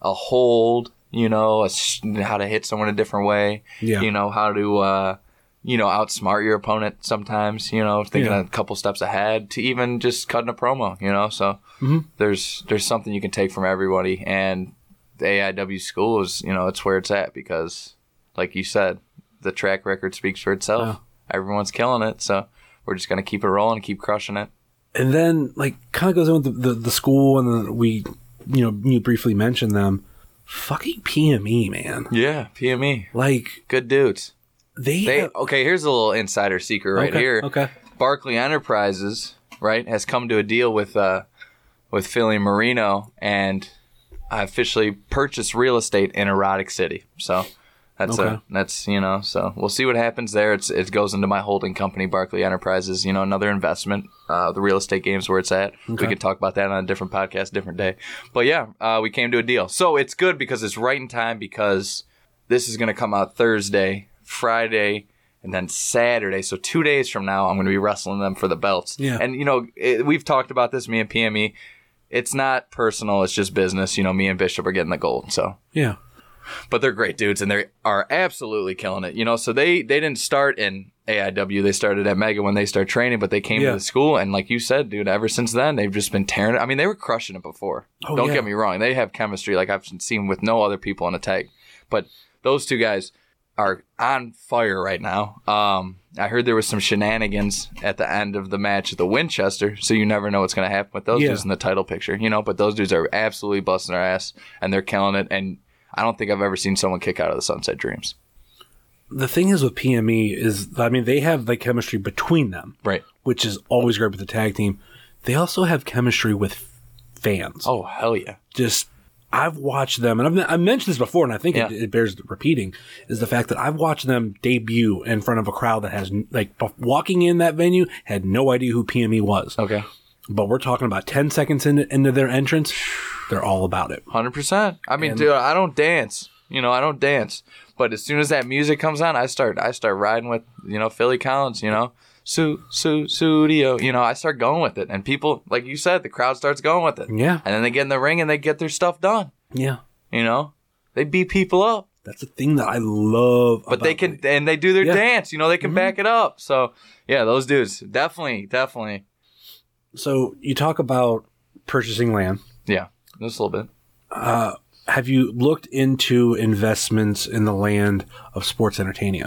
Speaker 1: a hold, you know, a s how to hit someone a different way,
Speaker 3: Yeah.
Speaker 1: you know, how to, uh, you know, outsmart your opponent sometimes, you know, thinking
Speaker 3: Yeah.
Speaker 1: a couple steps ahead to even just cutting a promo, you know, so
Speaker 3: Mm-hmm.
Speaker 1: there's there's something you can take from everybody and the AIW school is you know it's where it's at because like you said the track record speaks for itself everyone's killing it so we're just gonna keep it rolling keep crushing it
Speaker 3: and then like kind of goes in with the, the, the school, and then we, you know, you briefly mentioned them. Fucking PME, man.
Speaker 1: yeah PME
Speaker 3: Like
Speaker 1: E. good dudes
Speaker 3: they,
Speaker 1: they
Speaker 3: have-
Speaker 1: okay here's a little insider secret right
Speaker 3: Okay,
Speaker 1: here
Speaker 3: okay.
Speaker 1: Barclay Enterprises right has come to a deal with uh with Philly Marino and I officially purchased real estate in Erotic City so That's
Speaker 3: Okay.
Speaker 1: a, that's you know. So we'll see what happens there. It's it goes into my holding company, Barclay Enterprises. You know, another investment. Uh, the real estate game's where it's at. We could talk about that on a different podcast, different day. But yeah, uh, we came to a deal. So it's good because it's right in time because this is going to come out Thursday, Friday, and then Saturday. So two days from now, I'm going to be wrestling them for the belts.
Speaker 3: Yeah.
Speaker 1: And you know, it, we've talked about this, me and PME. It's not personal. It's just business. You know, me and Bishop are getting the gold. So
Speaker 3: yeah,
Speaker 1: but they're great dudes and they are absolutely killing it. You know, so they they didn't start in AIW. They started at Mega when they started training, but they came
Speaker 3: Yeah.
Speaker 1: to the school and like you said, dude, ever since then they've just been tearing it. I mean, they were crushing it before.
Speaker 3: Oh,
Speaker 1: Don't
Speaker 3: yeah.
Speaker 1: get me wrong. They have chemistry like I've seen with no other people on a tag. But those two guys are on fire right now. Um I heard there was some shenanigans at the end of the match at the Winchester, so you never know what's going to happen with those
Speaker 3: Yeah.
Speaker 1: dudes in the title picture, you know. But those dudes are absolutely busting their ass and they're killing it. And I don't think I've ever seen someone kick out of the Sunset Dreams.
Speaker 3: the thing is with PME is, I mean, they have like chemistry between them,
Speaker 1: Right.
Speaker 3: which is always great with the tag team. They also have chemistry with fans.
Speaker 1: Oh hell yeah.
Speaker 3: just I've watched them, and I've I mentioned this before, and I think it,
Speaker 1: Yeah.
Speaker 3: it bears repeating is the fact that I've watched them debut in front of a crowd that has n- like bef- walking in that venue had no idea who PME was,
Speaker 1: Okay.
Speaker 3: but we're talking about ten seconds into, into their entrance, they're all about it.
Speaker 1: Hundred percent. I mean, dude, I don't dance. You know, I don't dance. But as soon as that music comes on, I start I start riding with you know Philly Collins. You know, Su Su Studio. You know, I start going with it, and people like you said, the crowd starts going with it.
Speaker 3: Yeah.
Speaker 1: And then they get in the ring and they get their stuff done.
Speaker 3: Yeah,
Speaker 1: You know, they beat people up.
Speaker 3: that's the thing that I love.
Speaker 1: but they
Speaker 3: about
Speaker 1: can and they do their
Speaker 3: Yeah. Mm-hmm.
Speaker 1: dance you know they can back it up so yeah those dudes definitely definitely
Speaker 3: So you talk about purchasing land.
Speaker 1: yeah just a little bit
Speaker 3: Have you looked into investments in the land of sports entertaining?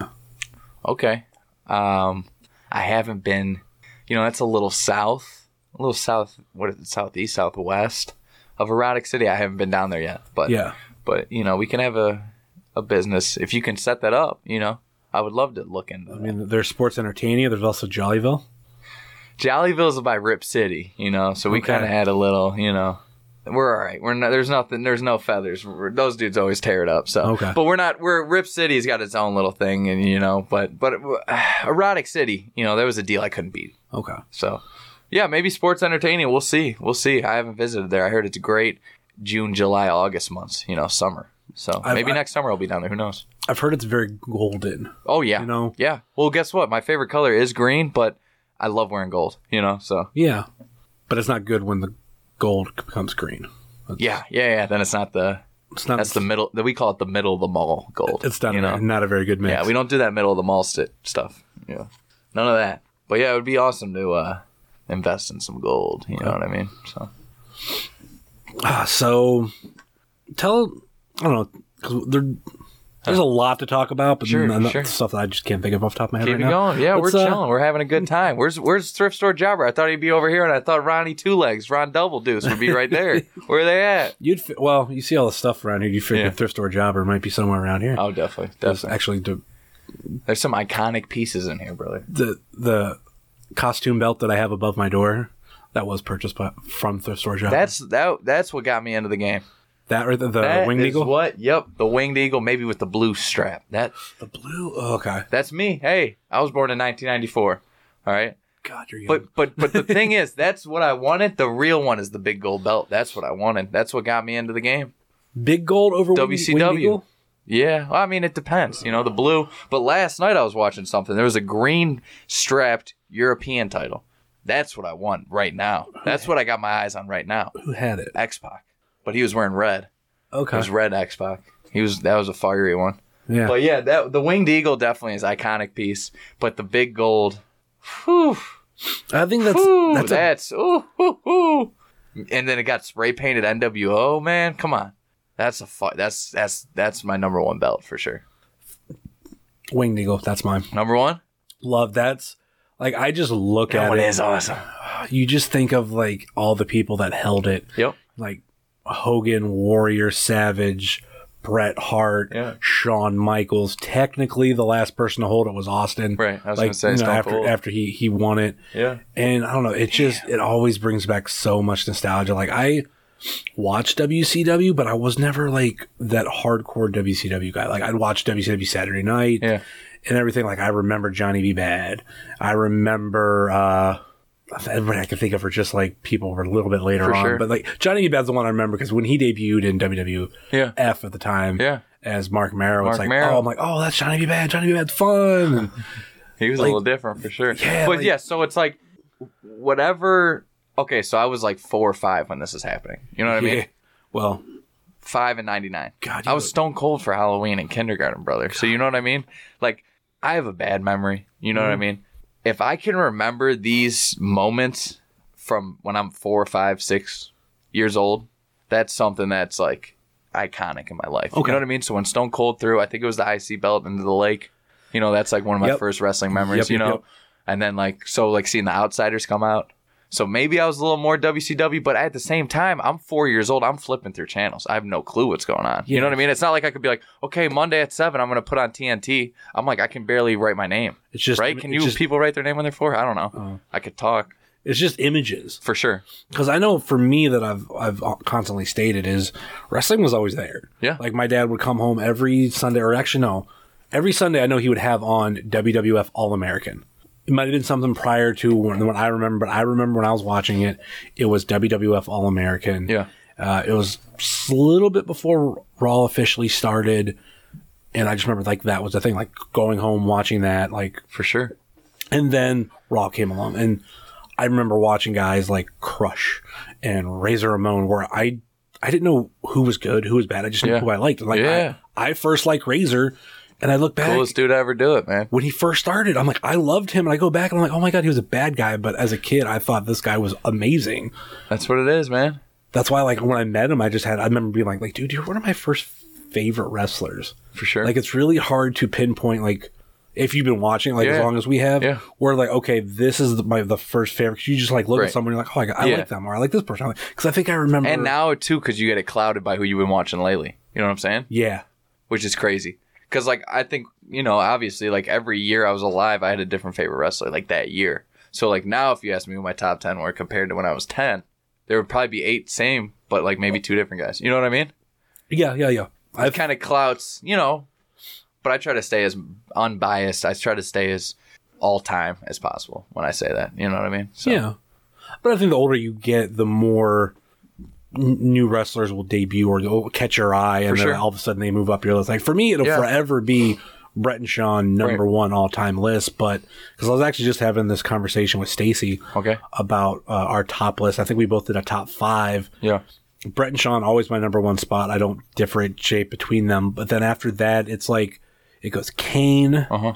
Speaker 1: okay um i haven't been you know that's a little south a little south what is it southeast southwest of erotic city i haven't been down there yet but
Speaker 3: Yeah.
Speaker 1: but you know we can have a a business if you can set that up you know i would love to look into
Speaker 3: I
Speaker 1: that.
Speaker 3: mean, there's sports entertaining. There's also Jollyville.
Speaker 1: Jollyville's by Rip City, you know, so we
Speaker 3: Okay.
Speaker 1: kind of had a little, you know, we're all right. We're not, there's nothing. There's no feathers. We're- those dudes always tear it up. So,
Speaker 3: Okay.
Speaker 1: but we're not. We're Rip City's got its own little thing, and you know, but but erotic city. You know, there was a deal I couldn't beat.
Speaker 3: Okay.
Speaker 1: So, yeah, maybe sports entertaining. We'll see. We'll see. I haven't visited there. I heard it's great. June, July, August months. You know, summer. So
Speaker 3: I've-
Speaker 1: maybe
Speaker 3: I-
Speaker 1: next summer I'll be down there. Who knows?
Speaker 3: I've heard it's very golden.
Speaker 1: Oh yeah.
Speaker 3: You know?
Speaker 1: Yeah. Well, guess what? My favorite color is green, but I love wearing gold. You know. So
Speaker 3: Yeah. But it's not good when the gold becomes green.
Speaker 1: yeah, yeah, yeah. Then it's not the.
Speaker 3: It's not
Speaker 1: That's the middle. We call it the middle of the mall gold.
Speaker 3: it's not,
Speaker 1: You know.
Speaker 3: not a very good mix.
Speaker 1: Yeah, we don't do that middle of the mall st- stuff. Yeah, none of that. But yeah, it would be awesome to uh, invest in some gold. You know what I mean? So
Speaker 3: Ah, so tell I don't know because there, there's a lot to talk about, but
Speaker 1: Sure,
Speaker 3: n- n-
Speaker 1: sure.
Speaker 3: stuff that I just can't think of off the top of my head
Speaker 1: keep
Speaker 3: right
Speaker 1: it
Speaker 3: now.
Speaker 1: going. Yeah,
Speaker 3: Let's,
Speaker 1: we're
Speaker 3: uh,
Speaker 1: chilling. We're having a good time. Where's Where's thrift store jobber? I thought he'd be over here, and I thought Ronnie Two Legs, Ron Double Deuce, would be right there. Where are they at?
Speaker 3: You'd fi- well, you see all the stuff around here. You figure
Speaker 1: Yeah.
Speaker 3: thrift store jobber might be somewhere around here.
Speaker 1: Oh, definitely,
Speaker 3: There's
Speaker 1: definitely.
Speaker 3: actually the,
Speaker 1: There's some iconic pieces in here, brother.
Speaker 3: the the costume belt that I have above my door that was purchased by, from thrift store jobber.
Speaker 1: That's that. That's what got me into the game.
Speaker 3: that or the, the
Speaker 1: That
Speaker 3: winged
Speaker 1: is
Speaker 3: eagle.
Speaker 1: What? Yep, the winged eagle, maybe with the blue strap. That
Speaker 3: The blue. Oh, okay.
Speaker 1: that's me. Hey, I was born in 1994. All right.
Speaker 3: God, you're young.
Speaker 1: But but but the thing is, that's what I wanted. The real one is the big gold belt. That's what I wanted. That's what got me into the game.
Speaker 3: big gold over winged- winged
Speaker 1: WCW.
Speaker 3: eagle?
Speaker 1: Yeah, well, I mean it depends, you know, the blue. But last night I was watching something. There was a green strapped European title. That's what I want right now. That's what I got my eyes on right now.
Speaker 3: Who had it?
Speaker 1: X Pac, but he was wearing red. It
Speaker 3: Okay.
Speaker 1: was red X Pac. He was that was a fiery one.
Speaker 3: Yeah.
Speaker 1: But yeah, that the winged eagle definitely is iconic piece. But the big gold, whew,
Speaker 3: I think that's
Speaker 1: Ooh,
Speaker 3: that's
Speaker 1: that's,
Speaker 3: a
Speaker 1: ooh, ooh, ooh. and then it got spray painted NWO. Man, come on, that's a fu- that's that's that's my number one belt for sure.
Speaker 3: winged eagle. That's mine.
Speaker 1: Number one,
Speaker 3: love that's like I just look
Speaker 1: that
Speaker 3: at
Speaker 1: one
Speaker 3: it.
Speaker 1: is awesome.
Speaker 3: You just think of like all the people that held it,
Speaker 1: Yep,
Speaker 3: like Hogan, Warrior, Savage, Bret Hart,
Speaker 1: Yeah.
Speaker 3: Shawn Michaels. Technically, the last person to hold it was Austin.
Speaker 1: Right, I was
Speaker 3: like
Speaker 1: gonna say
Speaker 3: you know,
Speaker 1: Stone
Speaker 3: after
Speaker 1: Cold.
Speaker 3: after he he won it,
Speaker 1: yeah,
Speaker 3: and I don't know. It just it always brings back so much nostalgia. Like I watched WCW, but I was never like that hardcore WCW guy. Like I'd watch WCW Saturday Night
Speaker 1: yeah.
Speaker 3: and everything. Like I remember Johnny B. Bad. I remember uh everybody I can think of are just like people were a little bit later
Speaker 1: For
Speaker 3: on.
Speaker 1: sure.
Speaker 3: But like Johnny B. Bad's the one I remember because when he debuted in WWF
Speaker 1: Yeah.
Speaker 3: at the time
Speaker 1: Yeah.
Speaker 3: as Mark Merrow, it's
Speaker 1: Mark
Speaker 3: like
Speaker 1: Merrow.
Speaker 3: oh I'm like, oh that's Johnny B. Bad, Johnny B. Bad's fun. And
Speaker 1: He was
Speaker 3: Like-
Speaker 1: a little different for sure.
Speaker 3: Yeah,
Speaker 1: but
Speaker 3: like-
Speaker 1: yeah, so it's like whatever. Okay, so I was like four or five when this is happening. You know what I mean?
Speaker 3: yeah. Well,
Speaker 1: five and 99
Speaker 3: God, you
Speaker 1: i was
Speaker 3: look-
Speaker 1: stone cold for halloween in kindergarten brother so you know what i mean like i have a bad memory you know what
Speaker 3: Mm-hmm.
Speaker 1: i mean if i can remember these moments from when i'm four five six years old that's something that's like iconic in my life you
Speaker 3: Okay.
Speaker 1: know what i mean so when stone cold threw i think it was the ic belt into the lake you know that's like one of my
Speaker 3: Yep.
Speaker 1: first wrestling memories
Speaker 3: Yep,
Speaker 1: you
Speaker 3: yep,
Speaker 1: know
Speaker 3: yep.
Speaker 1: and then like so like seeing the outsiders come out so maybe I was a little more WCW, but at the same time, I'm four years old. I'm flipping through channels. I have no clue what's going on. You know what I mean? It's not like I could be like, okay, Monday at seven, I'm going to put on TNT. I'm like, I can barely write my name.
Speaker 3: It's just-
Speaker 1: right. Can
Speaker 3: it's
Speaker 1: you
Speaker 3: just- Oh.
Speaker 1: people write their name on their four? I don't know. I could talk
Speaker 3: it's just images.
Speaker 1: for sure.
Speaker 3: because I know for me that I've I've uh, constantly stated is wrestling was always there.
Speaker 1: Yeah.
Speaker 3: like my dad would come home every Sunday, or actually no, every Sunday I know he would have on WWF All American. It might have been something prior to when, when I remember, but I remember when I was watching it, it was WWF All American.
Speaker 1: Yeah.
Speaker 3: uh, it was s- a little bit before Raw officially started. And I just remember like that was the thing, like going home watching that, like
Speaker 1: For sure.
Speaker 3: and then Raw came along, and I remember watching guys like Crush and Razor Ramon, where I I didn't know who was good, who was bad. I just knew
Speaker 1: Yeah.
Speaker 3: who I liked. Like
Speaker 1: Yeah.
Speaker 3: I, I first liked Razor, and I look back
Speaker 1: Coolest dude to ever do it, man.
Speaker 3: when he first started. I'm like, I loved him, and I go back and I'm like, oh my god, he was a bad guy, but as a kid, I thought this guy was amazing.
Speaker 1: That's what it is, man.
Speaker 3: That's why, like when I met him, I just had I remember being like, like dude, you're one of my first favorite wrestlers.
Speaker 1: For sure.
Speaker 3: Like it's really hard to pinpoint like if you've been watching like as
Speaker 1: Yeah.
Speaker 3: long as we have,
Speaker 1: Yeah.
Speaker 3: we're like okay, this is the, my the first favorite. 'Cause you just like look at
Speaker 1: Right.
Speaker 3: someone, you're like, oh, I, got- I
Speaker 1: Yeah.
Speaker 3: like them, or I like this person, because I think I remember.
Speaker 1: and now too, because you get it clouded by who you've been watching lately. You know what I'm saying?
Speaker 3: yeah,
Speaker 1: which is crazy. Because like I think you know, obviously, like every year I was alive, I had a different favorite wrestler like that year. So like now, if you ask me who my top ten were compared to when I was ten, there would probably be eight same, but like maybe two different guys. You know what I mean?
Speaker 3: Yeah, yeah, yeah.
Speaker 1: It kind of clouts, you know. But I try to stay as unbiased. I try to stay as all time as possible when I say that. You know what I mean? So,
Speaker 3: Yeah. But I think the older you get, the more n- new wrestlers will debut or go catch your eye, and
Speaker 1: sure.
Speaker 3: then all of a sudden they move up your list. Like for me, it'll
Speaker 1: Yeah.
Speaker 3: forever be Brett and Sean number
Speaker 1: Right.
Speaker 3: one all time list. But because I was actually just having this conversation with Stacy
Speaker 1: Okay.
Speaker 3: about uh, our top list. I think we both did a top five.
Speaker 1: Yeah.
Speaker 3: Brett and Sean always my number one spot. I don't differentiate between them. But then after that, it's like it goes Kane,
Speaker 1: Uh-huh.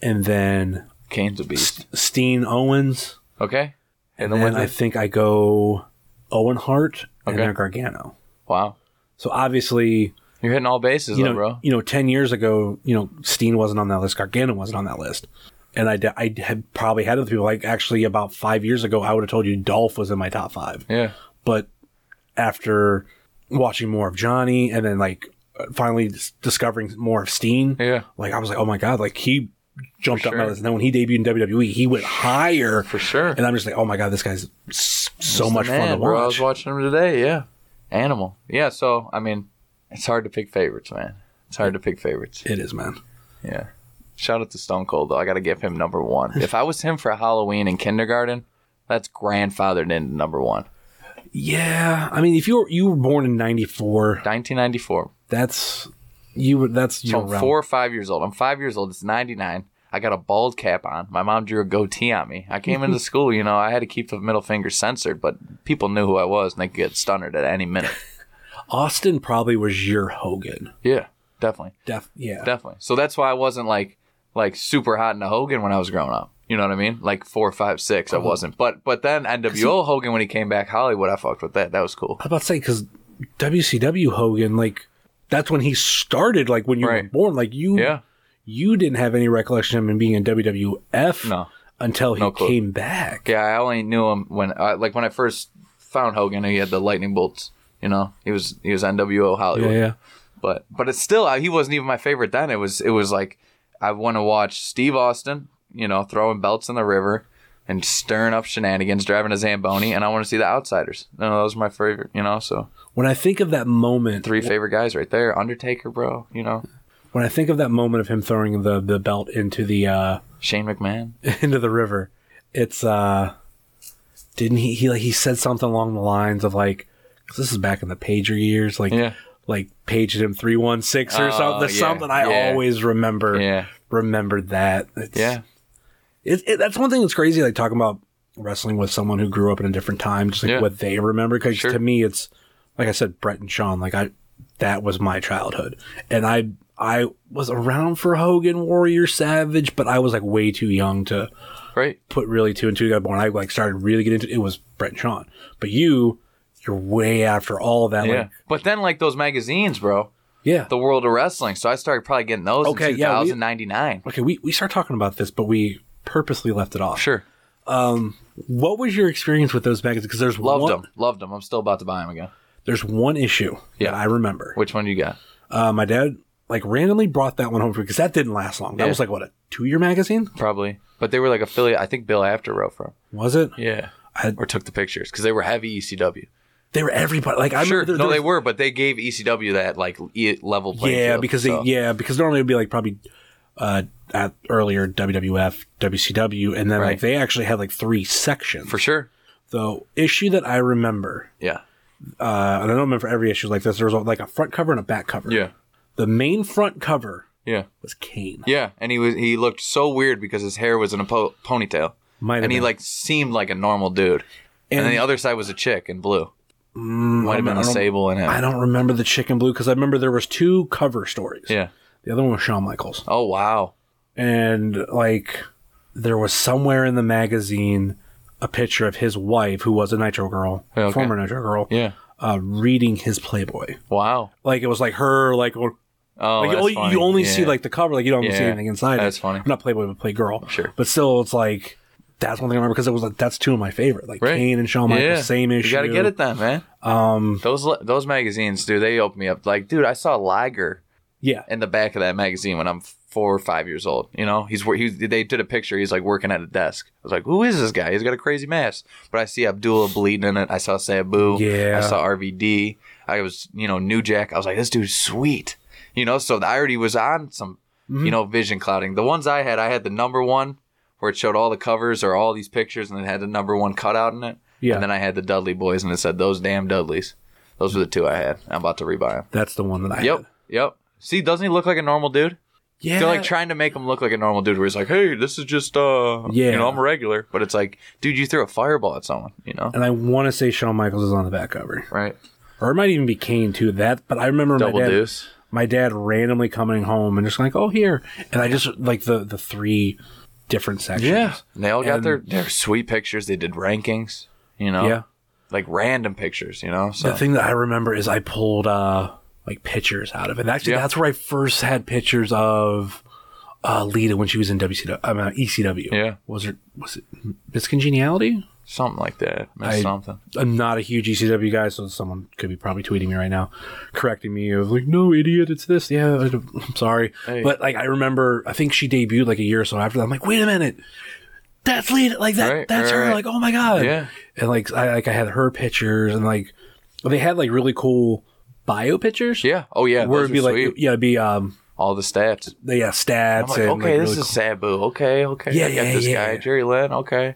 Speaker 3: and then
Speaker 1: Kane's a beast.
Speaker 3: Steen Owens.
Speaker 1: Okay. And,
Speaker 3: And
Speaker 1: then
Speaker 3: then I
Speaker 1: Wizard.
Speaker 3: think I go Owen Hart and
Speaker 1: Okay.
Speaker 3: then Gargano.
Speaker 1: wow.
Speaker 3: So obviously,
Speaker 1: You're hitting all bases,
Speaker 3: you
Speaker 1: though,
Speaker 3: know,
Speaker 1: bro.
Speaker 3: you know, ten years ago, you know, Steen wasn't on that list, Gargano wasn't on that list, and I, d- I had probably had other people like actually about five years ago, I would have told you Dolph was in my top five,
Speaker 1: Yeah.
Speaker 3: but after watching more of Johnny and then like finally dis- discovering more of Steen,
Speaker 1: Yeah.
Speaker 3: like I was like, oh my god, like he jumped up my
Speaker 1: sure.
Speaker 3: list. And then when he debuted in WWE, he went higher
Speaker 1: For sure.
Speaker 3: and I'm just like, oh my god, this guy's s- so much
Speaker 1: the man,
Speaker 3: fun to
Speaker 1: bro. I
Speaker 3: watch.
Speaker 1: was watching him today. Yeah, Animal. Yeah. So I mean, it's hard to pick favorites, man. It's hard to pick favorites.
Speaker 3: It is, man.
Speaker 1: Yeah. Shout out to Stone Cold though. I got to give him number one. If I was him for Halloween in kindergarten, that's grandfathered into number one.
Speaker 3: Yeah, I mean, if you were you were born in '94,
Speaker 1: 1994.
Speaker 3: that's you. were- That's
Speaker 1: So
Speaker 3: your
Speaker 1: I'm
Speaker 3: realm.
Speaker 1: four or five years old. I'm five years old. It's 99. I got a bald cap on. My mom drew a goatee on me. I came into school, you know, I had to keep the middle finger censored, but people knew who I was and they could get stunnered at any minute.
Speaker 3: Austin probably was your Hogan.
Speaker 1: Yeah, definitely.
Speaker 3: Def, yeah,
Speaker 1: definitely. So that's why I wasn't like like super hot into Hogan when I was growing up. You know what I mean? Like four, five, six, I wasn't. But but then NWO Hogan when he came back Hollywood, I fucked with that. That was cool.
Speaker 3: I was about to say because WCW Hogan, like that's when he started. Like when you were
Speaker 1: Right.
Speaker 3: born, like you,
Speaker 1: Yeah,
Speaker 3: you didn't have any recollection of him being in WWF
Speaker 1: no,
Speaker 3: until he
Speaker 1: No clue.
Speaker 3: came back.
Speaker 1: yeah. I only knew him when uh, like when I first found Hogan. He had the lightning bolts. You know, he was he was NWO
Speaker 3: yeah,
Speaker 1: Hollywood.
Speaker 3: yeah.
Speaker 1: But but it's still uh, he wasn't even my favorite then. It was it was like I want to watch Steve Austin, you know, throwing belts in the river and stirring up shenanigans, driving a zamboni, and I want to see the Outsiders. No, those are my favorite, you know. So
Speaker 3: When I think of that moment,
Speaker 1: three favorite guys right there. Undertaker, bro, you know,
Speaker 3: when I think of that moment of him throwing the the belt into the uh
Speaker 1: Shane McMahon.
Speaker 3: into the river. It's uh didn't he he like he said something along the lines of like 'cause this is back in the pager years like
Speaker 1: Yeah.
Speaker 3: like paged him 316 or
Speaker 1: Oh,
Speaker 3: something
Speaker 1: yeah,
Speaker 3: something I
Speaker 1: yeah.
Speaker 3: always remember
Speaker 1: Yeah,
Speaker 3: remembered that. It's,
Speaker 1: yeah,
Speaker 3: It, it, that's one thing that's crazy like talking about wrestling with someone who grew up in a different time just like
Speaker 1: Yeah.
Speaker 3: what they remember cuz
Speaker 1: Sure.
Speaker 3: to me it's like I said Brett and Sean like I that was my childhood and I I was around for Hogan Warrior Savage but I was like way too young to
Speaker 1: right.
Speaker 3: put really two and two together. But When I like started really getting into it, it was Brett and Sean. But you, you're way after all of that.
Speaker 1: Yeah,
Speaker 3: Like,
Speaker 1: but then like those magazines, bro,
Speaker 3: yeah.
Speaker 1: the World of Wrestling. So I started probably getting those
Speaker 3: Okay,
Speaker 1: in
Speaker 3: yeah, we-
Speaker 1: 2099.
Speaker 3: okay, we we start talking about this, but we purposely left it off.
Speaker 1: Sure,
Speaker 3: What was your experience with those magazines? Because there's
Speaker 1: loved
Speaker 3: one,
Speaker 1: them, loved them. I'm still about to buy them again.
Speaker 3: There's one issue that
Speaker 1: Yeah.
Speaker 3: I remember.
Speaker 1: Which one you got?
Speaker 3: Uh, my dad like randomly brought that one home for me because that didn't last long. That
Speaker 1: Yeah.
Speaker 3: was like what a two year magazine
Speaker 1: Probably, but they were like affiliate. I think Bill After wrote from.
Speaker 3: was it?
Speaker 1: Yeah.
Speaker 3: I-
Speaker 1: or took the pictures because they were heavy ECW.
Speaker 3: They were everybody. Like I
Speaker 1: Sure,
Speaker 3: remember there-
Speaker 1: no,
Speaker 3: there
Speaker 1: they
Speaker 3: was-
Speaker 1: were, but they gave ECW that like e- level playing
Speaker 3: Yeah,
Speaker 1: field,
Speaker 3: because
Speaker 1: so-
Speaker 3: they yeah because normally it'd be like probably uh at earlier WWF WCW and then like
Speaker 1: Right.
Speaker 3: they actually had like three sections.
Speaker 1: for sure.
Speaker 3: the issue that I remember,
Speaker 1: Yeah,
Speaker 3: uh, and I don't remember every issue like this. There was like a front cover and a back cover.
Speaker 1: yeah,
Speaker 3: The main front cover
Speaker 1: yeah,
Speaker 3: was Kane.
Speaker 1: yeah. And he was he looked so weird because his hair was in a po- ponytail,
Speaker 3: Might have
Speaker 1: and he
Speaker 3: been.
Speaker 1: like seemed like a normal dude. And,
Speaker 3: And- Mm,
Speaker 1: then the other side was a chick in blue. Might have been
Speaker 3: I
Speaker 1: the
Speaker 3: don't-
Speaker 1: sable in
Speaker 3: I
Speaker 1: it.
Speaker 3: don't remember the chicken blue because I remember there was two cover stories.
Speaker 1: Yeah.
Speaker 3: The other one was Shawn Michaels,
Speaker 1: Oh wow.
Speaker 3: and like there was somewhere in the magazine a picture of his wife who was a Nitro girl,
Speaker 1: Oh, Okay.
Speaker 3: former Nitro girl,
Speaker 1: Yeah.
Speaker 3: uh, reading his Playboy.
Speaker 1: Wow.
Speaker 3: Like it was like her like. or-
Speaker 1: Oh,
Speaker 3: Like, you,
Speaker 1: that's
Speaker 3: only,
Speaker 1: funny.
Speaker 3: you only
Speaker 1: Yeah.
Speaker 3: see like the cover, like you don't even see
Speaker 1: Yeah.
Speaker 3: anything inside.
Speaker 1: That's
Speaker 3: it.
Speaker 1: funny.
Speaker 3: Not Playboy, but Playgirl.
Speaker 1: Sure.
Speaker 3: but still, it's like that's one thing I remember because it was like that's two of my favorite, like
Speaker 1: Right.
Speaker 3: Kane and Shawn Michaels,
Speaker 1: Yeah.
Speaker 3: same issue.
Speaker 1: You gotta get it then, man. Um, those those magazines, dude, they open me up. Like, dude, I saw Liger
Speaker 3: Yeah,
Speaker 1: in the back of that magazine when I'm four or five years old. You know, he's wor- he they did a picture. He's like working at a desk. I was like, who is this guy? He's got a crazy mask. But I see Abdullah bleeding in it. I saw Sabu.
Speaker 3: Yeah.
Speaker 1: I saw RVD. I was you know New Jack. I was like, this dude's sweet. You know, so I already was on some
Speaker 3: Mm-hmm.
Speaker 1: you know vision clouding. The ones I had, I had the number one where it showed all the covers or all these pictures and it had the number one cutout in it.
Speaker 3: Yeah.
Speaker 1: And then I had the Dudley boys and it said those damn Dudleys. Those were the two I had. I'm about to rebuy them.
Speaker 3: That's the one that I
Speaker 1: Yep.
Speaker 3: had.
Speaker 1: Yep. See, doesn't he look like a normal dude?
Speaker 3: Yeah.
Speaker 1: They're like trying to make him look like a normal dude where he's like, hey, this is just, uh,
Speaker 3: Yeah.
Speaker 1: you know, I'm a regular. But it's like, dude, you threw a fireball at someone, you know?
Speaker 3: and I want to say Shawn Michaels is on the back cover,
Speaker 1: Right?
Speaker 3: or it might even be Kane too. That, but I remember
Speaker 1: Double
Speaker 3: my dad,
Speaker 1: deuce.
Speaker 3: my dad randomly coming home and just like, oh here, and I just like the the three different sections.
Speaker 1: And they all got
Speaker 3: And-
Speaker 1: their, their sweet pictures. They did rankings, you know?
Speaker 3: yeah.
Speaker 1: Like random pictures, you know? So,
Speaker 3: The thing that I remember is I pulled uh like pictures out of it. And actually,
Speaker 1: Yeah.
Speaker 3: that's where I first had pictures of uh Lita when she was in WCW. I mean, ECW.
Speaker 1: Yeah.
Speaker 3: Was it was it Miss Congeniality?
Speaker 1: something like that. Missed
Speaker 3: I-
Speaker 1: something.
Speaker 3: I'm not a huge ECW guy, so someone could be probably tweeting me right now, correcting me of like, "No, idiot, it's this." Yeah, I don't- I'm sorry,
Speaker 1: Hey.
Speaker 3: but like I remember, I think she debuted like a year or so after that. I'm like, wait a minute, that's Lita, like that,
Speaker 1: Right,
Speaker 3: that's
Speaker 1: right,
Speaker 3: her,
Speaker 1: right.
Speaker 3: like oh my god,
Speaker 1: Yeah.
Speaker 3: And like I like I had her pictures and like they had like really cool bio pictures,
Speaker 1: Yeah. Oh, yeah.
Speaker 3: where
Speaker 1: Where
Speaker 3: it'd be like
Speaker 1: sweet.
Speaker 3: yeah, it'd be um,
Speaker 1: all the stats.
Speaker 3: they yeah, stats
Speaker 1: I'm like,
Speaker 3: and
Speaker 1: okay,
Speaker 3: like, really
Speaker 1: this
Speaker 3: cool-
Speaker 1: is Sabu. Okay, okay.
Speaker 3: Yeah,
Speaker 1: I got
Speaker 3: yeah,
Speaker 1: this
Speaker 3: yeah.
Speaker 1: guy, Jerry Lynn. Okay.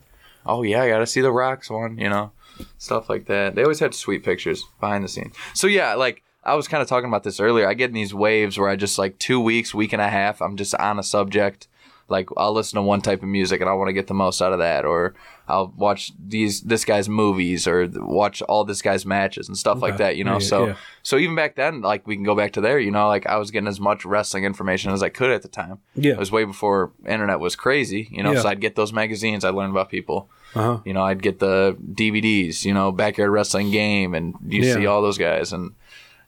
Speaker 1: Oh, yeah, I got to see the Rocks one, you know, stuff like that. They always had sweet pictures behind the scenes. So, yeah, like I was kind of talking about this earlier. I get in these waves where I just like two weeks, week and a half, I'm just on a subject. Like I'll listen to one type of music and I want to get the most out of that, or I'll watch these this guy's movies or th- watch all this guy's matches and stuff like
Speaker 3: Okay.
Speaker 1: that. You know,
Speaker 3: Yeah,
Speaker 1: so
Speaker 3: yeah.
Speaker 1: so even back then, like we can go back to there. You know, like I was getting as much wrestling information as I could at the time.
Speaker 3: Yeah.
Speaker 1: It was way before internet was crazy, you know.
Speaker 3: Yeah.
Speaker 1: So I'd get those magazines. I learned about people.
Speaker 3: Uh-huh.
Speaker 1: You know, I'd get the DVDs. You know, Backyard Wrestling Game, and you
Speaker 3: Yeah.
Speaker 1: see all those guys, and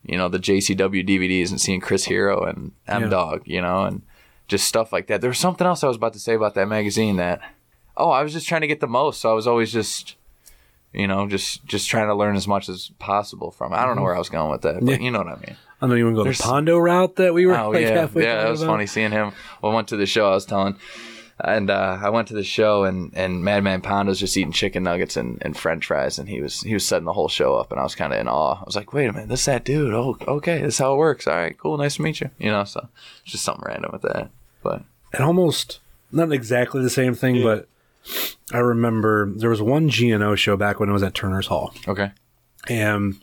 Speaker 1: you know the JCW DVDs, and seeing Chris Hero and M Dog. You know, and just stuff like that. There was something else I was about to say about that magazine that. Oh, I was just trying to get the most. So I was always just, you know, just just trying to learn as much as possible from. it. I don't know where I was going with that, but you know what I mean.
Speaker 3: I don't even go the
Speaker 1: There's-
Speaker 3: Pondo route that we were
Speaker 1: Oh
Speaker 3: like
Speaker 1: yeah,
Speaker 3: halfway
Speaker 1: yeah, that
Speaker 3: talking
Speaker 1: was
Speaker 3: about.
Speaker 1: funny seeing him. Well, I went to the show. I was telling, and uh, I went to the show, and and Madman Pound was just eating chicken nuggets and, and French fries, and he was he was setting the whole show up, and I was kind of in awe. I was like, wait a minute, this that dude? Oh, okay, this is how it works. All right, cool, nice to meet you. You know, so it's just something random with that. But
Speaker 3: and almost not exactly the same thing, but I remember there was one GNO show back when it was at Turner's Hall,
Speaker 1: okay,
Speaker 3: and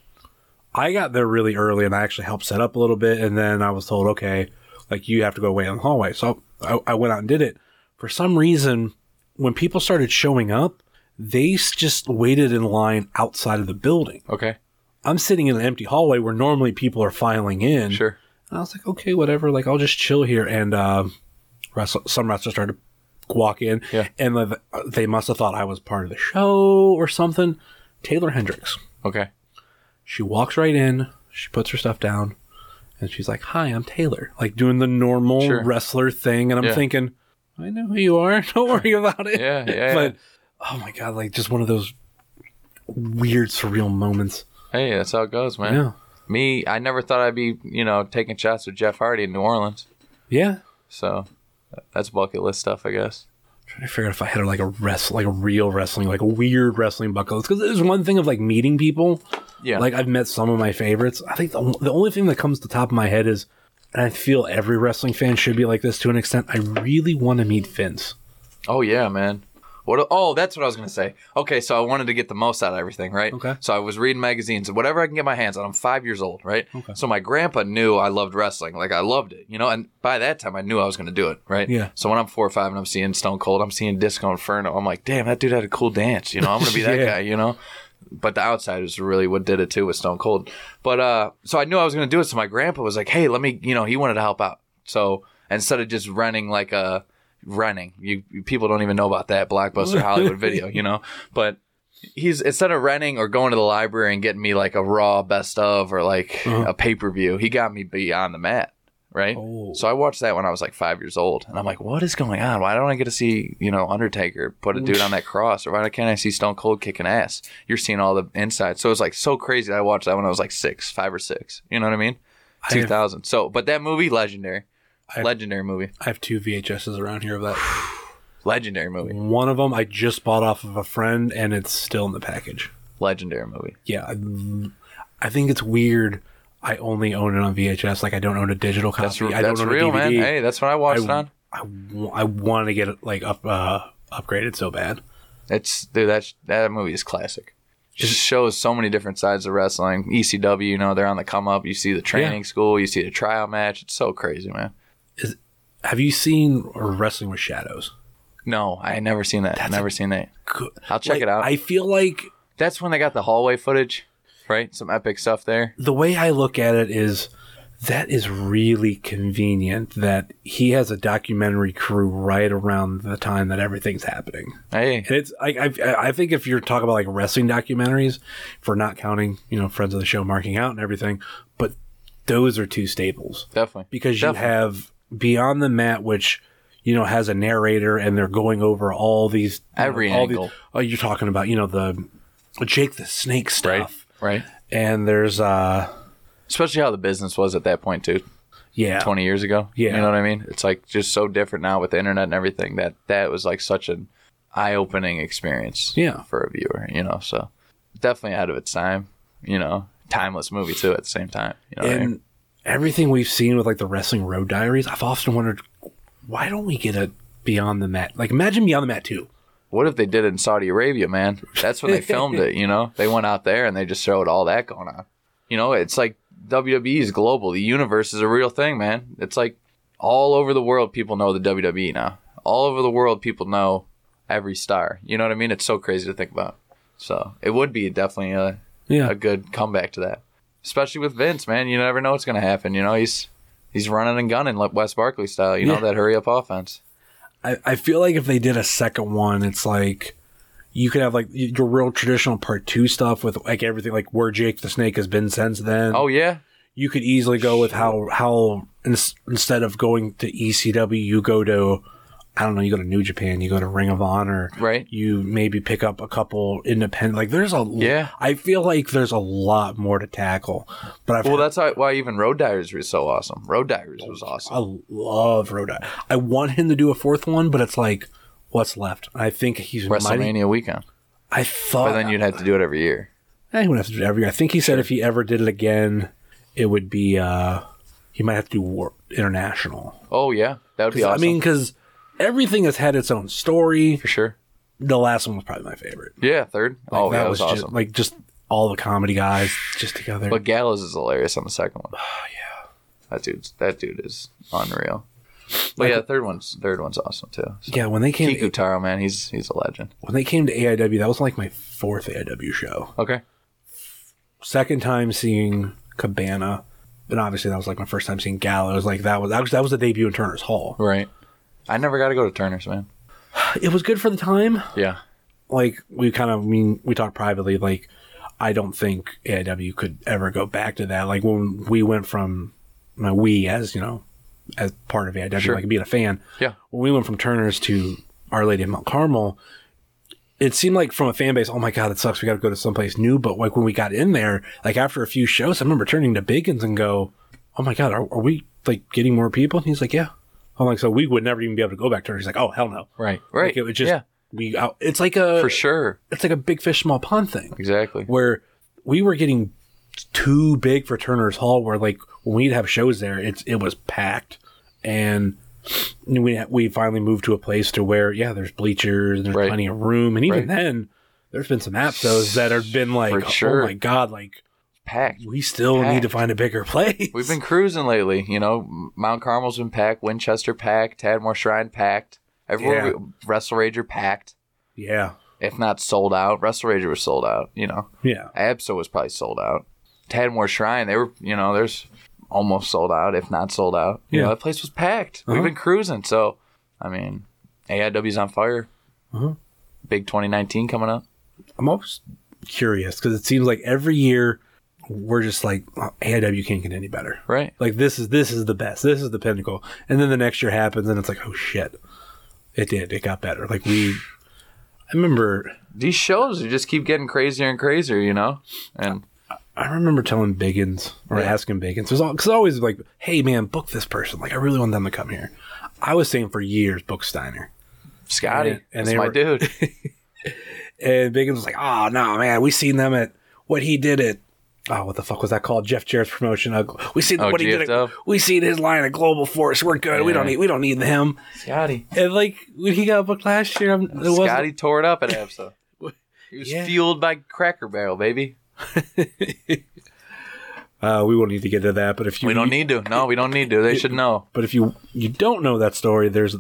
Speaker 3: I got there really early, and I actually helped set up a little bit, and then I was told, okay, like you have to go wait in the hallway. So I, I went out and did it. For some reason, when people started showing up, they s- just waited in line outside of the building.
Speaker 1: okay,
Speaker 3: I'm sitting in an empty hallway where normally people are filing in.
Speaker 1: sure,
Speaker 3: And I was like, okay, whatever. Like, I'll just chill here. And um, wrestle, some wrestlers started to walk in,
Speaker 1: Yeah.
Speaker 3: and the- they must have thought I was part of the show or something. Taylor Hendricks.
Speaker 1: okay,
Speaker 3: She walks right in. She puts her stuff down, and she's like, "Hi, I'm Taylor." Like doing the normal
Speaker 1: Sure.
Speaker 3: wrestler thing, and I'm
Speaker 1: Yeah.
Speaker 3: thinking, "I know who you are. Don't worry about it."
Speaker 1: Yeah, yeah,
Speaker 3: but oh my god, like just one of those weird, surreal moments.
Speaker 1: hey, that's how it goes, man.
Speaker 3: Yeah,
Speaker 1: Me, I never thought I'd be you know taking shots with Jeff Hardy in New Orleans,
Speaker 3: yeah.
Speaker 1: so that's bucket list stuff, I guess.
Speaker 3: I figured if I had like a wrest, like a real wrestling, like a weird wrestling bucket list, because there's one thing of like meeting people.
Speaker 1: Yeah,
Speaker 3: Like I've met some of my favorites. I think the, the only thing that comes to the top of my head is, and I feel every wrestling fan should be like this to an extent. I really want to meet Vince.
Speaker 1: Oh yeah, man. What? Oh, that's what I was gonna say. Okay, so I wanted to get the most out of everything, right?
Speaker 3: Okay.
Speaker 1: So I was reading magazines, whatever I can get my hands on. I'm five years old, right? Okay. So my grandpa knew I loved wrestling, like I loved it, you know. And by that time, I knew I was gonna do it, right?
Speaker 3: Yeah.
Speaker 1: So when I'm four or five and I'm seeing Stone Cold, I'm seeing Disco Inferno, I'm like, damn, that dude had a cool dance, you know. I'm gonna be that
Speaker 3: Yeah.
Speaker 1: guy, you know. But the outsiders were really what did it too with Stone Cold. But uh, so I knew I was gonna do it. So my grandpa was like, hey, let me, you know, he wanted to help out. So instead of just renting like a renting. You you- people don't even know about that blockbuster Hollywood video, you know. But he's instead of renting or going to the library and getting me like a raw best of or like
Speaker 3: Uh-huh.
Speaker 1: a pay per view, he got me beyond the mat. Right.
Speaker 3: Oh.
Speaker 1: So I watched that when I was like five years old, and I'm like, "What is going on? Why don't I get to see you know Undertaker put a dude on that cross, or why can't I see Stone Cold kicking ass? You're seeing all the inside." So it's like so crazy. that I watched that when I was like six, five or six. You know what I mean?
Speaker 3: have-
Speaker 1: 2000. So, but that movie legendary. Legendary movie.
Speaker 3: I have two VHSs around here of that.
Speaker 1: Legendary movie.
Speaker 3: One of them I just bought off of a friend, and it's still in the package.
Speaker 1: Legendary movie.
Speaker 3: Yeah, I, I think it's weird. I only own it on VHS. Like I don't own a digital copy.
Speaker 1: That's,
Speaker 3: I
Speaker 1: that's
Speaker 3: don't own
Speaker 1: real,
Speaker 3: a DVD.
Speaker 1: man. Hey, that's what I
Speaker 3: I,
Speaker 1: watched it on.
Speaker 3: want to get it like up uh, upgraded so bad.
Speaker 1: It's dude, that that movie is classic. Just shows so many different sides of wrestling. ECW, you know, they're on the come up. You see the training school, you see the tryout match. It's so crazy, man.
Speaker 3: Have you seen Wrestling with Shadows?
Speaker 1: No, I had never seen that. never seen that.
Speaker 3: Good.
Speaker 1: I'll check
Speaker 3: Like,
Speaker 1: it out.
Speaker 3: I feel like
Speaker 1: That's when they got the hallway footage, right? Some epic stuff there.
Speaker 3: the way I look at it is that is really convenient that he has a documentary crew right around the time that everything's happening.
Speaker 1: Hey,
Speaker 3: And it's like I, I think if you're talking about like wrestling documentaries, for not counting you know friends of the show marking out and everything, but those are two staples
Speaker 1: definitely.
Speaker 3: because you
Speaker 1: Definitely.
Speaker 3: have Beyond the Mat, which you know has a narrator and they're going over all these you know,
Speaker 1: Every
Speaker 3: all these-
Speaker 1: angle.
Speaker 3: oh, you're talking about you know the Jake the Snake stuff,
Speaker 1: right.
Speaker 3: and there's uh
Speaker 1: Especially how the business was at that point too,
Speaker 3: yeah
Speaker 1: twenty years ago.
Speaker 3: Yeah.
Speaker 1: you know what I mean. It's like just so different now with the internet and everything. That that was like such an eye-opening experience.
Speaker 3: Yeah.
Speaker 1: for a viewer, you know. So definitely out of its time. You know, timeless movie too. At the same time, you know. what I mean?
Speaker 3: and everything we've seen with like the wrestling road diaries i've often wondered why don't we get a beyond the mat like imagine beyond the mat too
Speaker 1: What if they did it in Saudi Arabia, man? That's when they filmed it, you know? They went out there and they just showed all that going on. You know, it's like WWE is global. The universe is a real thing, man. It's like all over the world, people know the WWE now. All over the world, people know every star. You know what I mean? It's so crazy to think about. So it would be definitely a,
Speaker 3: yeah
Speaker 1: a good comeback to that, especially with Vince, man. You never know what's going to happen. You know, he's he's running and gunning like Wes Barkley style, you know,
Speaker 3: Yeah.
Speaker 1: that hurry up offense.
Speaker 3: I, I feel like if they did a second one it's like you could have like your real traditional part two stuff with like everything like where jake the snake has been since then
Speaker 1: Oh, yeah.
Speaker 3: you could easily go with how how ins- instead of going to ECW, you go to I don't know, you go to New Japan, you go to Ring of Honor,
Speaker 1: Right.
Speaker 3: You maybe pick up a couple independent. Like there's a l-
Speaker 1: Yeah.
Speaker 3: I feel like there's a lot more to tackle, but I've
Speaker 1: Well,
Speaker 3: well,
Speaker 1: that's how, why even Road Diaries was so awesome. Road Diaries was awesome.
Speaker 3: I love Roda. I want him to do a fourth one, but it's like what's left. I think he's mighty-
Speaker 1: WrestleMania weekend,
Speaker 3: I
Speaker 1: but
Speaker 3: thought
Speaker 1: then you'd have to do it every year.
Speaker 3: I think he would have to do it every year. I think he said if he ever did it again, it would be uh he might have to do war international.
Speaker 1: Oh yeah, that would be awesome.
Speaker 3: I mean, because everything has had its own story.
Speaker 1: for sure. The
Speaker 3: The last one was probably my favorite.
Speaker 1: yeah, third. oh,
Speaker 3: that
Speaker 1: yeah, that was,
Speaker 3: just,
Speaker 1: awesome.
Speaker 3: like just all the comedy guys just together.
Speaker 1: but Gallows is hilarious on the second one. Oh yeah, that dude's that dude is unreal. But yeah, the third one's third one's awesome too. So.
Speaker 3: yeah, when they came
Speaker 1: Kiku Taro, man, he's he's a legend.
Speaker 3: when they came to AIW, that was like my fourth AIW show.
Speaker 1: Okay,
Speaker 3: Second time seeing Cabana, and obviously that was like my first time seeing Gallows. Like that was that was, that was the debut in Turner's Hall.
Speaker 1: right. I never got to go to Turner's, man.
Speaker 3: It was good for the time.
Speaker 1: Yeah,
Speaker 3: Like we kind of I mean we talked privately. Like I don't think AIW could ever go back to that. Like when we went from my we as you know as part of AIW,
Speaker 1: Sure.
Speaker 3: like being a fan.
Speaker 1: yeah,
Speaker 3: When we went from Turner's to Our Lady of Mount Carmel, it seemed like from a fan base, oh my god, it sucks. We got to go to someplace new. But like when we got in there, like after a few shows, I remember turning to Biggins and go, oh my god, are, are we like getting more people? And he's like, yeah. I'm like, so we would never even be able to go back to Turner's. He's like, oh hell no.
Speaker 1: right, right.
Speaker 3: Like, it would just
Speaker 1: yeah,
Speaker 3: we. Out, it's like a
Speaker 1: for sure,
Speaker 3: it's like a big fish small pond thing
Speaker 1: exactly.
Speaker 3: where we were getting too big for Turner's Hall. Where like when we'd have shows there, it's it was packed, and we we finally moved to a place to where yeah, there's bleachers and there's
Speaker 1: Right.
Speaker 3: plenty of room, and
Speaker 1: Right.
Speaker 3: even then there's been some apsos that have been like,
Speaker 1: For sure.
Speaker 3: oh my god, like
Speaker 1: Packed.
Speaker 3: we still need to
Speaker 1: Packed.
Speaker 3: find a bigger place.
Speaker 1: We've been cruising lately, you know. Mount Carmel's been packed, Winchester packed, Tadmore Shrine packed, everywhere.
Speaker 3: Yeah.
Speaker 1: We, Wrestle Rager packed,
Speaker 3: yeah,
Speaker 1: if not sold out. Wrestle Rager was sold out, you know.
Speaker 3: yeah,
Speaker 1: Abso was probably sold out. Tadmore Shrine, they were, you know, there's almost sold out, if not sold out. You
Speaker 3: Yeah. Uh-huh.
Speaker 1: know, that place was packed. We've been cruising, so I mean, AIW's on fire.
Speaker 3: Uh-huh.
Speaker 1: Big 2019 coming up.
Speaker 3: I'm almost curious because it seems like every year we're just like oh, AIW can't get any better.
Speaker 1: Right.
Speaker 3: like this is this is the best this is the pinnacle and then the next year happens and it's like oh shit it did it got better like we i remember
Speaker 1: These shows just keep getting crazier and crazier, you know? And
Speaker 3: I remember telling Biggins or asking Biggins because it's always like, "Hey man, book this person. Like I really want them to come here." I was saying for years, book Steiner,
Speaker 1: Scotty,
Speaker 3: Yeah, and
Speaker 1: that's
Speaker 3: they
Speaker 1: my
Speaker 3: were-
Speaker 1: dude.
Speaker 3: and Biggins was like, "Oh no, man, we seen them at what he did at." Oh, what the fuck was that called? Jeff Jarrett's promotion. Uh, we seen
Speaker 1: Oh,
Speaker 3: what he did. At,
Speaker 1: GFW?
Speaker 3: we seen his line at Global Force. We're good. We don't
Speaker 1: Yeah.
Speaker 3: need. We don't need him.
Speaker 1: Scotty.
Speaker 3: And like when he got booked last year, I'm, it wasn't-
Speaker 1: Scotty tore it up at ABSA. He was
Speaker 3: Yeah.
Speaker 1: fueled by Cracker Barrel, baby.
Speaker 3: Uh, we won't need to get into that. But if you
Speaker 1: We don't need to. No, we don't need to. They should know.
Speaker 3: But if you you don't know that story, there's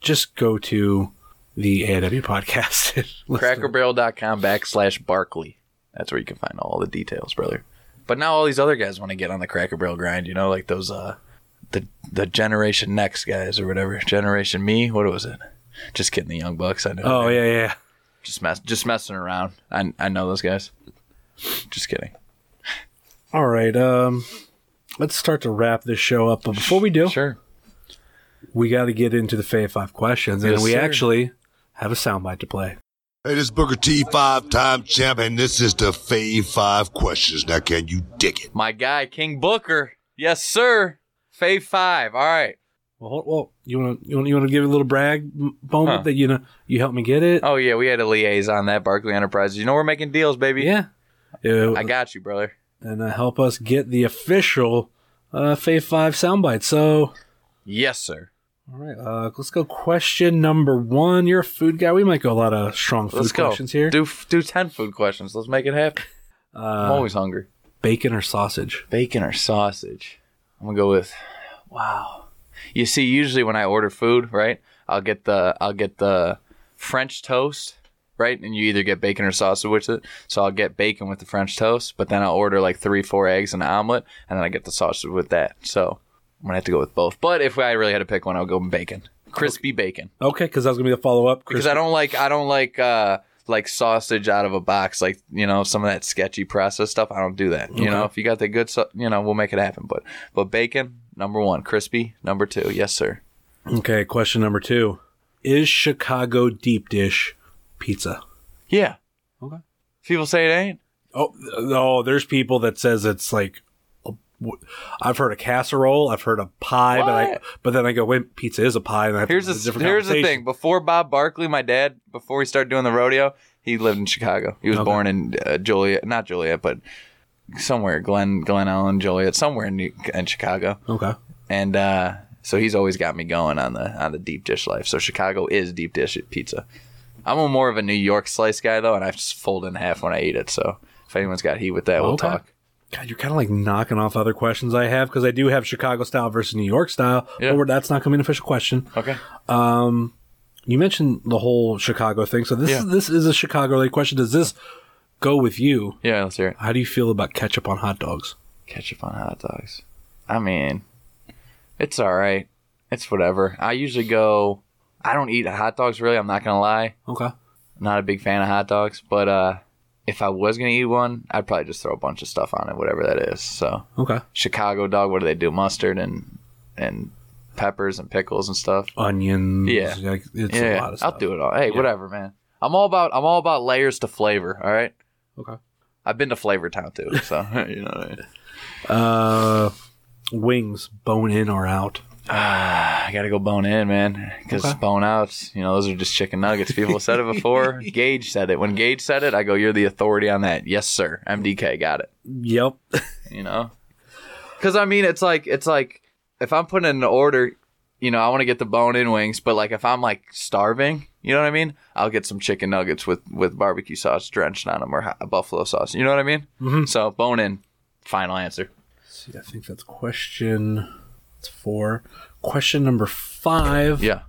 Speaker 3: just go to the AW podcast. and listen.
Speaker 1: Crackerbarrel.com backslash Barkley. That's where you can find all the details, brother. But now all these other guys want to get on the Cracker Barrel grind, you know, like those uh the the Generation Next guys or whatever. Generation Me, what was it? Just kidding, the Young Bucks. I know.
Speaker 3: Oh yeah, yeah.
Speaker 1: Just mess just messing around. I I know those guys. Just kidding.
Speaker 3: All right. Um, let's start to wrap this show up. But before we do,
Speaker 1: Sure.
Speaker 3: we got to get into the Fave Five questions, and
Speaker 1: Yes,
Speaker 3: we
Speaker 1: sir.
Speaker 3: actually have a soundbite to play.
Speaker 7: Hey, this is Booker T, five-time champ, and this is the Fave Five Questions. Now, can you dig it?
Speaker 1: My guy, King Booker. Yes, sir. Fave five. All right.
Speaker 3: Well, hold- well, you want to you want you want to give a little brag m- moment
Speaker 1: Huh.
Speaker 3: that you know you helped me get it.
Speaker 1: Oh yeah, we had a liaison that Barkley Enterprises. You know we're making deals, baby.
Speaker 3: yeah. Uh,
Speaker 1: I got you, brother.
Speaker 3: and uh, help us get the official uh, Fave Five soundbite. So
Speaker 1: Yes, sir.
Speaker 3: All right, uh, let's go. Question number one. You're a food guy. We might go a lot of strong food
Speaker 1: Let's go.
Speaker 3: questions here.
Speaker 1: Do do ten food questions. Let's make it happen. I'm
Speaker 3: Uh,
Speaker 1: always hungry.
Speaker 3: bacon or sausage?
Speaker 1: Bacon or sausage? I'm gonna go with. Wow. You see, usually when I order food, right, I'll get the I'll get the French toast, right, and you either get bacon or sausage with it. So I'll get bacon with the French toast, but then I'll order like three, four eggs and an omelet, and then I get the sausage with that. So I'm gonna have to go with both. But if I really had to pick one, I'll go with bacon, crispy bacon.
Speaker 3: Okay, because that was gonna be the follow up.
Speaker 1: because I don't like I don't like uh like sausage out of a box like you know some of that sketchy processed stuff I don't do that you know if you got the good stuff you know we'll make it happen but but bacon number one crispy number two yes sir
Speaker 3: Okay, question number two. Is Chicago deep dish pizza?
Speaker 1: yeah
Speaker 3: Okay.
Speaker 1: people say it ain't
Speaker 3: Oh no, there's people that says it's like. a- w- I've heard a casserole. I've heard a pie, but I
Speaker 1: What?
Speaker 3: but then I go, wait, pizza is a pie. And I have to
Speaker 1: here's
Speaker 3: have a
Speaker 1: the
Speaker 3: different
Speaker 1: here's the
Speaker 3: conversation.
Speaker 1: thing before Bob Barkley my dad before we started doing the rodeo he lived in Chicago he was
Speaker 3: Okay.
Speaker 1: born in uh, Juliet not Juliet but somewhere Glen Glen Ellen Juliet somewhere in, New, in Chicago
Speaker 3: Okay,
Speaker 1: and uh, so he's always got me going on the on the deep dish life. So Chicago is deep dish pizza. I'm a more of a New York slice guy though, and I just fold in half when I eat it. So if anyone's got heat with that, we'll
Speaker 3: Okay.
Speaker 1: talk.
Speaker 3: God, you're kind of like knocking off other questions I have because I do have Chicago style versus New York style,
Speaker 1: Yeah.
Speaker 3: but we're, that's not going to be an official question.
Speaker 1: Okay.
Speaker 3: You mentioned the whole Chicago thing, so this
Speaker 1: Yeah.
Speaker 3: is, this is a Chicago related question. Does this go with you?
Speaker 1: Yeah, let's hear it.
Speaker 3: How do you feel about ketchup on hot dogs?
Speaker 1: Ketchup on hot dogs. I mean, it's all right. It's whatever. I usually go. I don't eat hot dogs really. I'm not gonna lie.
Speaker 3: Okay,
Speaker 1: not a big fan of hot dogs, but uh, if I was gonna eat one, I'd probably just throw a bunch of stuff on it, whatever that is. So
Speaker 3: okay.
Speaker 1: Chicago dog. What do they do? Mustard and and peppers and pickles and stuff.
Speaker 3: Onions,
Speaker 1: Yeah.
Speaker 3: like, it's a
Speaker 1: yeah,
Speaker 3: lot of stuff.
Speaker 1: I'll do it all. Hey, whatever, man. I'm all about I'm all about layers to flavor. All right.
Speaker 3: Okay.
Speaker 1: I've been to Flavor Town too, so you know. What I mean.
Speaker 3: Uh, wings, bone in or out?
Speaker 1: Ah, I gotta go bone in, man, because
Speaker 3: Okay.
Speaker 1: bone outs, you know, those are just chicken nuggets. People have said it before. Gage said it. When Gage said it, I go, "You're the authority on that." Yes, sir. MDK got it.
Speaker 3: Yep.
Speaker 1: you know because i mean it's like it's like if i'm putting in an order you know i want to get the bone in wings but like if i'm like starving you know what i mean i'll get some chicken nuggets with with barbecue sauce drenched on them or hot, buffalo sauce you know what i mean mm-hmm. so bone in final answer
Speaker 3: See, I think that's question. It's four. Question number five.
Speaker 1: yeah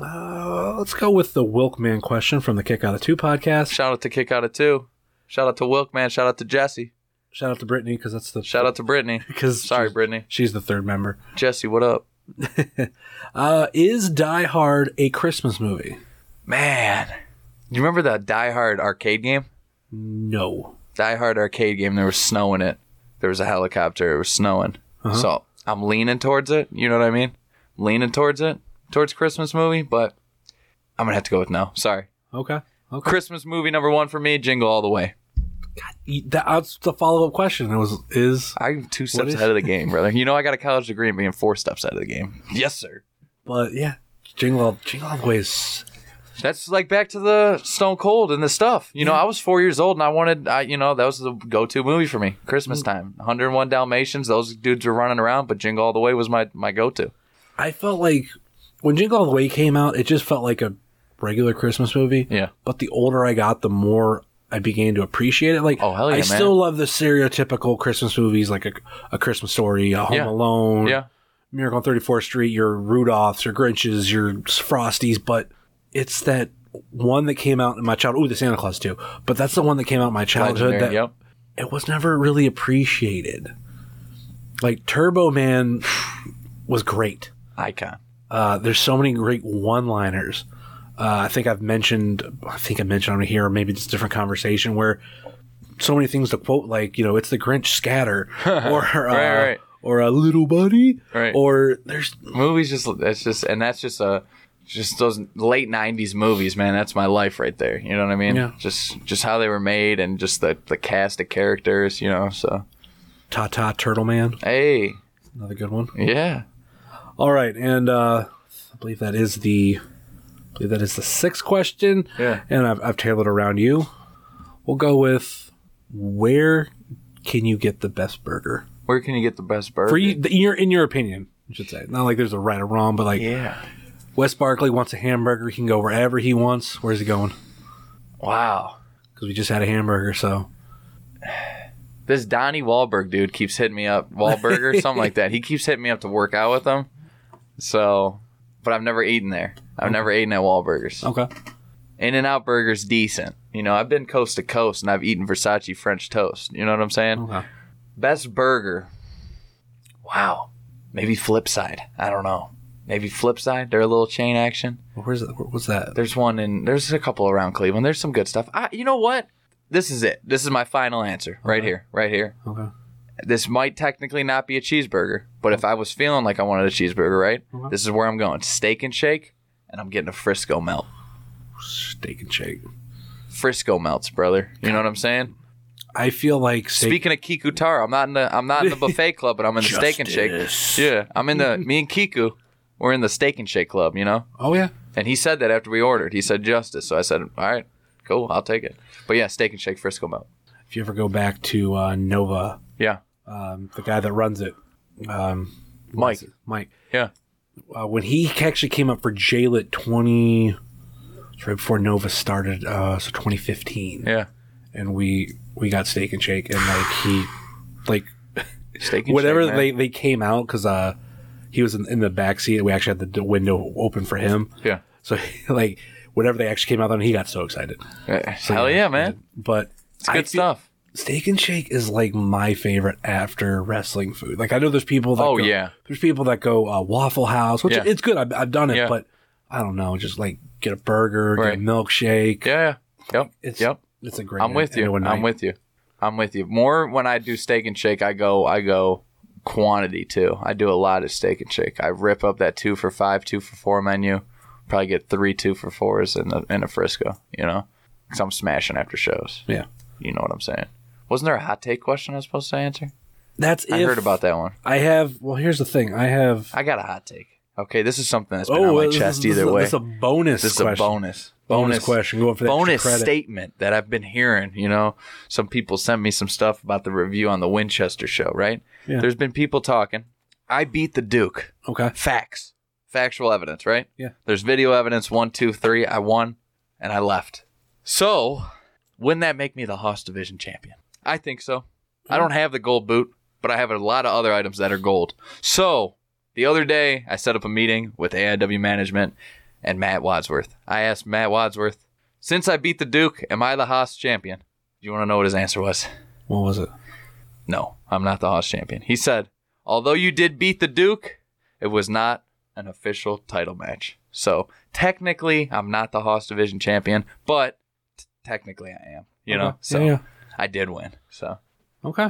Speaker 3: Uh, let's go with the Wilkman question from the Kick Out of Two podcast.
Speaker 1: shout out to kick out of two shout out to wilk man shout out to jesse
Speaker 3: Shout out to Brittany because that's the
Speaker 1: shout out to brittany
Speaker 3: because
Speaker 1: sorry brittany
Speaker 3: she's the third member.
Speaker 1: jesse what up
Speaker 3: Uh, is Die Hard a Christmas movie?
Speaker 1: man you remember that die hard arcade game
Speaker 3: No.
Speaker 1: Die Hard arcade game. There was snow in it. There was a helicopter. It was snowing. So I'm leaning towards it. You know what I mean? Leaning towards it, towards Christmas movie. But I'm gonna have to go with no. Sorry.
Speaker 3: Okay. Okay.
Speaker 1: Christmas movie number one for me. Jingle all the way.
Speaker 3: God, E, that- that's the follow up question. It was is
Speaker 1: I'm two steps
Speaker 3: is-
Speaker 1: ahead of the game, brother. You know I got a college degree and being four steps ahead of the game. Yes, sir.
Speaker 3: but yeah, jingle all, jingle all the way is
Speaker 1: That's like back to the Stone Cold and the stuff. You know, I was four years old and I wanted, I, you know, that was the go-to movie for me. Christmas time, 101 Dalmatians. Those dudes were running around, but Jingle All the Way was my my go-to.
Speaker 3: I felt like when Jingle All the Way came out, it just felt like a regular Christmas movie.
Speaker 1: Yeah.
Speaker 3: But the older I got, the more I began to appreciate it. Like,
Speaker 1: Oh, hell yeah,
Speaker 3: I
Speaker 1: man.
Speaker 3: still love the stereotypical Christmas movies, like a, a Christmas Story, a Home
Speaker 1: Yeah.
Speaker 3: Alone,
Speaker 1: Yeah,
Speaker 3: Miracle on 34th Street, your Rudolphs, your Grinches, your Frosties, but it's that one that came out in my childhood. Ooh, the Santa Claus too. But that's the one that came out in my childhood
Speaker 1: legendary.
Speaker 3: that
Speaker 1: Yep.
Speaker 3: it was never really appreciated. Like Turbo Man was great.
Speaker 1: Icon.
Speaker 3: Uh, there's so many great one-liners. Uh, I think I've mentioned, I think I mentioned on here, or maybe it's a different conversation where so many things to quote, like you know, it's the Grinch scatter, or uh,
Speaker 1: Right, right.
Speaker 3: or a little buddy,
Speaker 1: Right.
Speaker 3: or there's
Speaker 1: Movies just that's just and that's just a just those late '90s movies, man. That's my life right there. You know what I mean?
Speaker 3: Yeah.
Speaker 1: Just just how they were made and just the the cast of characters. You know, so
Speaker 3: Ta Ta Turtle Man,
Speaker 1: hey,
Speaker 3: another good one.
Speaker 1: yeah.
Speaker 3: All right, and uh, I believe that is the, I believe that is the sixth question.
Speaker 1: Yeah.
Speaker 3: and I've, I've tailored around you. We'll go with where can you get the best burger
Speaker 1: Where can you get the best burger?
Speaker 3: for you? the- In your in your opinion, I should say. Not like there's a right or wrong, but like
Speaker 1: Yeah.
Speaker 3: Wes Barkley wants a hamburger, he can go wherever he wants. Where's he going?
Speaker 1: Wow.
Speaker 3: Because we just had a hamburger, so
Speaker 1: This Donnie Wahlberg dude keeps hitting me up. Wahlberg or something like that. He keeps hitting me up to work out with him. So, but I've never eaten there. I've never eaten at Wahlburgers.
Speaker 3: okay.
Speaker 1: In and Out Burger's decent. You know, I've been coast to coast and I've eaten Versace French toast. You know what I'm saying?
Speaker 3: Okay.
Speaker 1: Best burger. Wow. Maybe Flipside. I don't know. Maybe Flipside. They're a little chain action.
Speaker 3: Where's that? Where, what's that?
Speaker 1: There's one in. There's a couple around Cleveland. There's some good stuff. I, you know what? This is it. This is my final answer. Right here. Right here.
Speaker 3: Okay.
Speaker 1: This might technically not be a cheeseburger, but if I was feeling like I wanted a cheeseburger, right? This is where I'm going. Steak and shake, and I'm getting a Frisco melt.
Speaker 3: Steak and shake.
Speaker 1: Frisco melts, brother. You know what I'm saying?
Speaker 3: I feel like steak,
Speaker 1: Speaking of Kiku Taro, I'm not in the I'm not in the buffet club, but I'm in the steak and shake.
Speaker 3: Justice.
Speaker 1: Yeah, I'm in the me and Kiku, we're in the steak and shake club, you know.
Speaker 3: Oh yeah.
Speaker 1: And he said that after we ordered, he said justice. So I said, all right, cool, I'll take it. But yeah, steak and shake Frisco melt.
Speaker 3: If you ever go back to uh, Nova,
Speaker 1: Yeah,
Speaker 3: um, the guy that runs it, um,
Speaker 1: Mike.
Speaker 3: Mike.
Speaker 1: Yeah,
Speaker 3: uh, when he actually came up for jail at 20 it's right before nova started uh so 2015
Speaker 1: yeah.
Speaker 3: and we we got steak and shake and like he like
Speaker 1: Steak and
Speaker 3: whatever
Speaker 1: shake, man.
Speaker 3: they they came out because uh he was in, in the back seat we actually had the d- window open for him
Speaker 1: Yeah.
Speaker 3: so like whatever they actually came out on he got so excited
Speaker 1: Uh,
Speaker 3: So,
Speaker 1: Hell yeah, man.
Speaker 3: but
Speaker 1: It's good
Speaker 3: I feel-
Speaker 1: stuff.
Speaker 3: steak and shake is like my favorite after wrestling food. Like I know there's people that
Speaker 1: Oh,
Speaker 3: go,
Speaker 1: yeah.
Speaker 3: there's people that go uh, Waffle House, which
Speaker 1: Yeah.
Speaker 3: it's good. I've, I've done it,
Speaker 1: Yeah.
Speaker 3: but I don't know. Just like get a burger,
Speaker 1: Right.
Speaker 3: get a milkshake.
Speaker 1: Yeah. yeah. Yep.
Speaker 3: It's,
Speaker 1: yep.
Speaker 3: It's a great.
Speaker 1: I'm with you.
Speaker 3: annual night.
Speaker 1: I'm with you. I'm with you. More when I do steak and shake, I go I go quantity too. I do a lot of steak and shake. I rip up that two for five, two for four menu. Probably get three two for fours in a in a Frisco. You know, because I'm smashing after shows.
Speaker 3: Yeah,
Speaker 1: You know what I'm saying? Wasn't there a hot take question I was supposed to answer?
Speaker 3: that's.
Speaker 1: I
Speaker 3: if
Speaker 1: heard about that one.
Speaker 3: I have. Well, here's the thing. I have.
Speaker 1: I got a hot take. Okay, this is something that's been on my
Speaker 3: Oh, this is-
Speaker 1: chest
Speaker 3: this is
Speaker 1: either
Speaker 3: a-
Speaker 1: way.
Speaker 3: This is a bonus.
Speaker 1: This is a
Speaker 3: question.
Speaker 1: bonus.
Speaker 3: Bonus question. Going for the extra
Speaker 1: bonus
Speaker 3: credit.
Speaker 1: statement that I've been hearing. You know, some people sent me some stuff about the review on the Winchester show. Right?
Speaker 3: Yeah.
Speaker 1: There's been people talking. I beat the Duke.
Speaker 3: Okay.
Speaker 1: Facts. Factual evidence. Right?
Speaker 3: Yeah.
Speaker 1: There's video evidence. One, two, three. I won, and I left. So, wouldn't that make me the Haas division champion? I think so. I don't have the gold boot, but I have a lot of other items that are gold. So, the other day, I set up a meeting with AIW management and Matt Wadsworth. I asked Matt Wadsworth, since I beat the Duke, am I the Haas champion? Do you want to know what his answer was?
Speaker 3: What was it?
Speaker 1: No, I'm not the Haas champion. He said, although you did beat the Duke, it was not an official title match. So technically, I'm not the Haas division champion, but t- technically I am. You know,
Speaker 3: Okay.
Speaker 1: so
Speaker 3: Yeah, yeah.
Speaker 1: I did win. So
Speaker 3: Okay.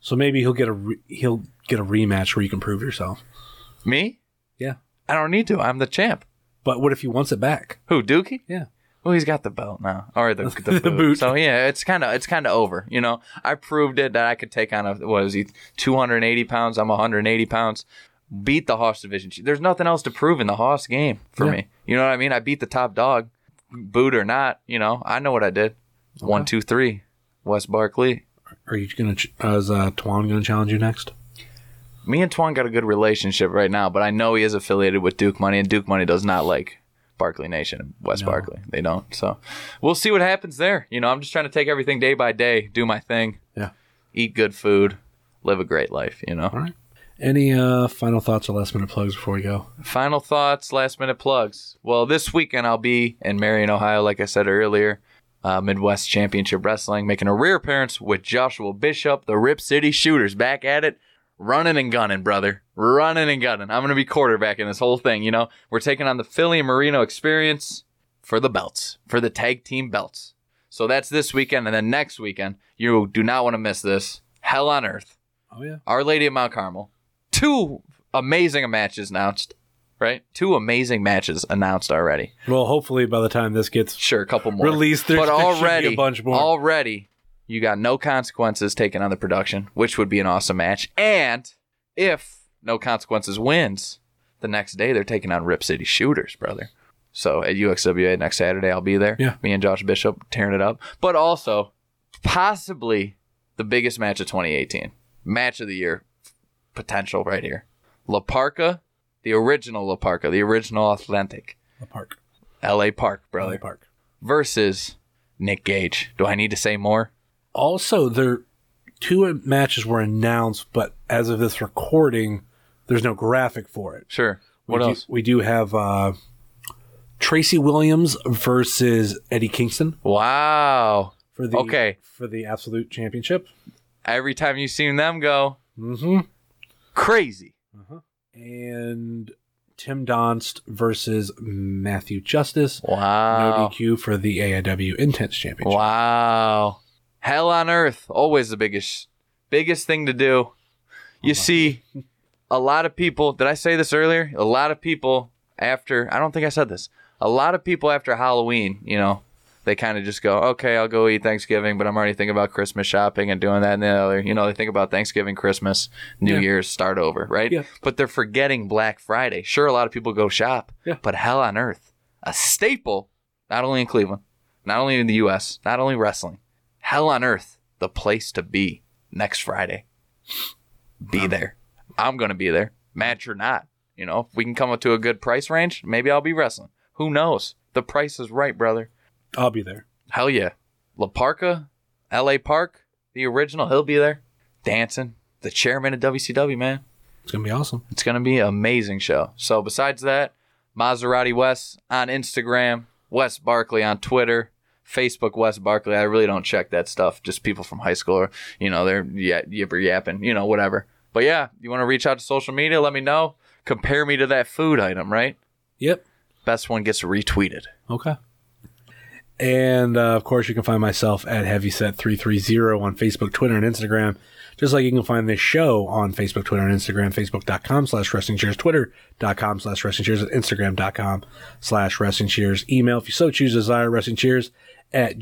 Speaker 3: So maybe he'll get a re- he'll get a rematch where you can prove yourself.
Speaker 1: me,
Speaker 3: Yeah.
Speaker 1: I don't need to. I'm the champ.
Speaker 3: But what if he wants it back?
Speaker 1: Who Dookie?
Speaker 3: Yeah.
Speaker 1: Well, he's got the belt now, or the, the, boot.
Speaker 3: boot.
Speaker 1: So yeah, it's kind of it's kind of over. You know, I proved it that I could take on a what is he 280 pounds. I'm 180 pounds. Beat the Hoss division. There's nothing else to prove in the Hoss game for me. You know what I mean? I beat the top dog, boot or not. You know, I know what I did. One, two, three. Wes Barkley.
Speaker 3: Are you gonna? Ch- uh, is uh, Tuan gonna challenge you next?
Speaker 1: Me and Twan got a good relationship right now, but I know he is affiliated with Duke Money, and Duke Money does not like Barkley Nation and West Barkley. They don't. So we'll see what happens there. You know, I'm just trying to take everything day by day, do my thing,
Speaker 3: Yeah.
Speaker 1: eat good food, live a great life, you know.
Speaker 3: All right. Any uh, final thoughts or last minute plugs before we go?
Speaker 1: Final thoughts, last minute plugs. Well, this weekend I'll be in Marion, Ohio, like I said earlier. Uh, Midwest Championship Wrestling, making a rear appearance with Joshua Bishop, the Rip City Shooters, back at it, running and gunning, brother, running and gunning. I'm gonna be quarterbacking this whole thing. You know, we're taking on the Philly and Marino Experience for the belts, for the tag team belts. So that's this weekend, and then next weekend, you do not want to miss this. Hell on Earth,
Speaker 3: Oh yeah.
Speaker 1: Our Lady of Mount Carmel. Two amazing matches announced, right? Two amazing matches announced already.
Speaker 3: Well, hopefully by the time this gets
Speaker 1: Sure, a couple more.
Speaker 3: Release, there's-
Speaker 1: but
Speaker 3: there should be
Speaker 1: already,
Speaker 3: a bunch more.
Speaker 1: Already, you got no consequences taken on the production, which would be an awesome match. And if no consequences wins, the next day they're taking on Rip City Shooters, brother. So at UXWA next Saturday, I'll be there.
Speaker 3: Yeah.
Speaker 1: Me and Josh Bishop tearing it up. But also, possibly the biggest match of 2018. Match of the year potential right here. La Parca, the original La Parca, the original authentic.
Speaker 3: the park,
Speaker 1: LA Park, brother
Speaker 3: LA Park.
Speaker 1: versus Nick Gage. Do I need to say more?
Speaker 3: Also, there two matches were announced, but as of this recording, there's no graphic for it.
Speaker 1: Sure. What
Speaker 3: we
Speaker 1: else?
Speaker 3: Do, we do have uh, Tracy Williams versus Eddie Kingston
Speaker 1: Wow.
Speaker 3: for the
Speaker 1: Okay.
Speaker 3: for the absolute championship.
Speaker 1: Every time you've seen them go,
Speaker 3: Mm-hmm.
Speaker 1: crazy.
Speaker 3: And Tim Donst versus Matthew Justice. No
Speaker 1: Wow.
Speaker 3: DQ for the AIW Intense Championship.
Speaker 1: Wow. Hell on earth. Always the biggest biggest thing to do. You see a lot of people, did I say this earlier? A lot of people after I don't think I said this. A lot of people after Halloween, you know, they kind of just go, okay, I'll go eat Thanksgiving, but I'm already thinking about Christmas shopping and doing that and the other. You know, they think about Thanksgiving, Christmas, New Year's, start over, right?
Speaker 3: Yeah.
Speaker 1: But they're forgetting Black Friday. Sure, a lot of people go shop,
Speaker 3: Yeah.
Speaker 1: but hell on earth, a staple, not only in Cleveland, not only in the U.S., not only wrestling, hell on earth, the place to be next Friday. Be there. I'm going to be there, match or not. You know, if we can come up to a good price range, maybe I'll be wrestling. Who knows? The price is right, brother.
Speaker 3: I'll be there.
Speaker 1: Hell yeah. La Parca, LA Park, the original, he'll be there dancing. The chairman of WCW, man.
Speaker 3: It's gonna be awesome.
Speaker 1: It's going to be an amazing show. So, besides that, Maserati West on Instagram, Wes Barkley on Twitter, Facebook Wes Barkley. I really don't check that stuff. Just people from high school or, you know, they're y- yipper yapping, you know, whatever. But yeah, you want to reach out to social media, let me know. Compare me to that food item, right?
Speaker 3: Yep.
Speaker 1: Best one gets retweeted.
Speaker 3: Okay. And uh, of course, you can find myself at Heavyset330 on Facebook, Twitter, and Instagram. Just like you can find this show on Facebook, Twitter, and Instagram, facebook.com slash wrestling cheers, twitter.com slash wrestling cheers, and instagram.com slash wrestling cheers. Email, if you so choose, desire wrestling cheers at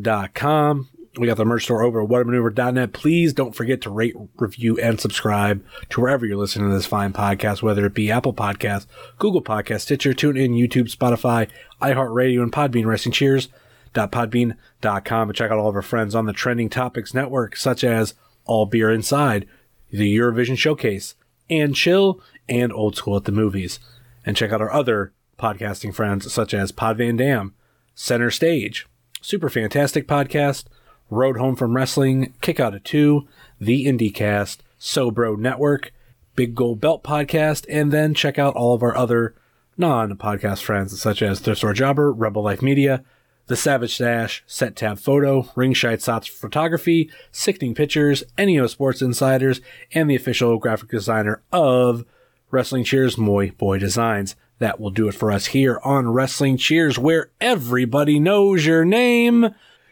Speaker 3: gmail.com. We got the merch store over at whatamaneuver.net. Please don't forget to rate, review, and subscribe to wherever you're listening to this fine podcast, whether it be Apple Podcasts, Google Podcasts, Stitcher, TuneIn, YouTube, Spotify, iHeartRadio, and Podbean. Wrestling Cheers. Podbean.com and check out all of our friends on the Trending Topics Network, such as All Beer Inside, the Eurovision Showcase, and Chill, and Old School at the Movies. And check out our other podcasting friends, such as Pod Van Dam, Center Stage, Super Fantastic Podcast, Road Home from Wrestling, Kick Out of Two, The IndieCast, Sobro Network, Big Gold Belt Podcast, and then check out all of our other non podcast friends, such as Thrift Store Jobber, Rebel Life Media, The Savage Stash, Set Tab Photo, Ring Shite Sots Photography, Sickening Pictures, NEO Sports Insiders, and the official graphic designer of Wrestling Cheers, Moy Boy Designs. That will do it for us here on Wrestling Cheers, where everybody knows your name.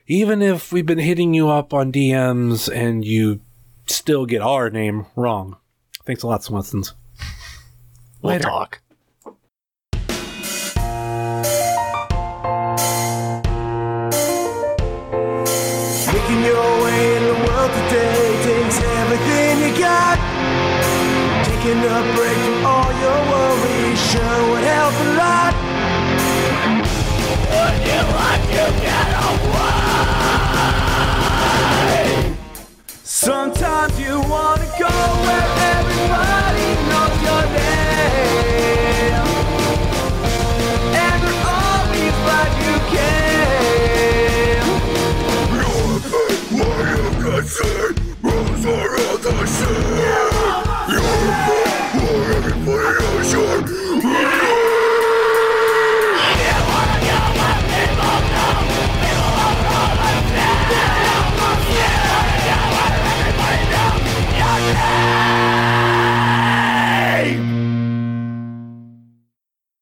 Speaker 3: Even if we've been hitting you up on DMs and you still get our name wrong. Thanks a lot, Swansons.
Speaker 1: We'll talk.
Speaker 2: Taking a break from all your worries sure would help a lot. Would you like to get away? Sometimes you wanna go away.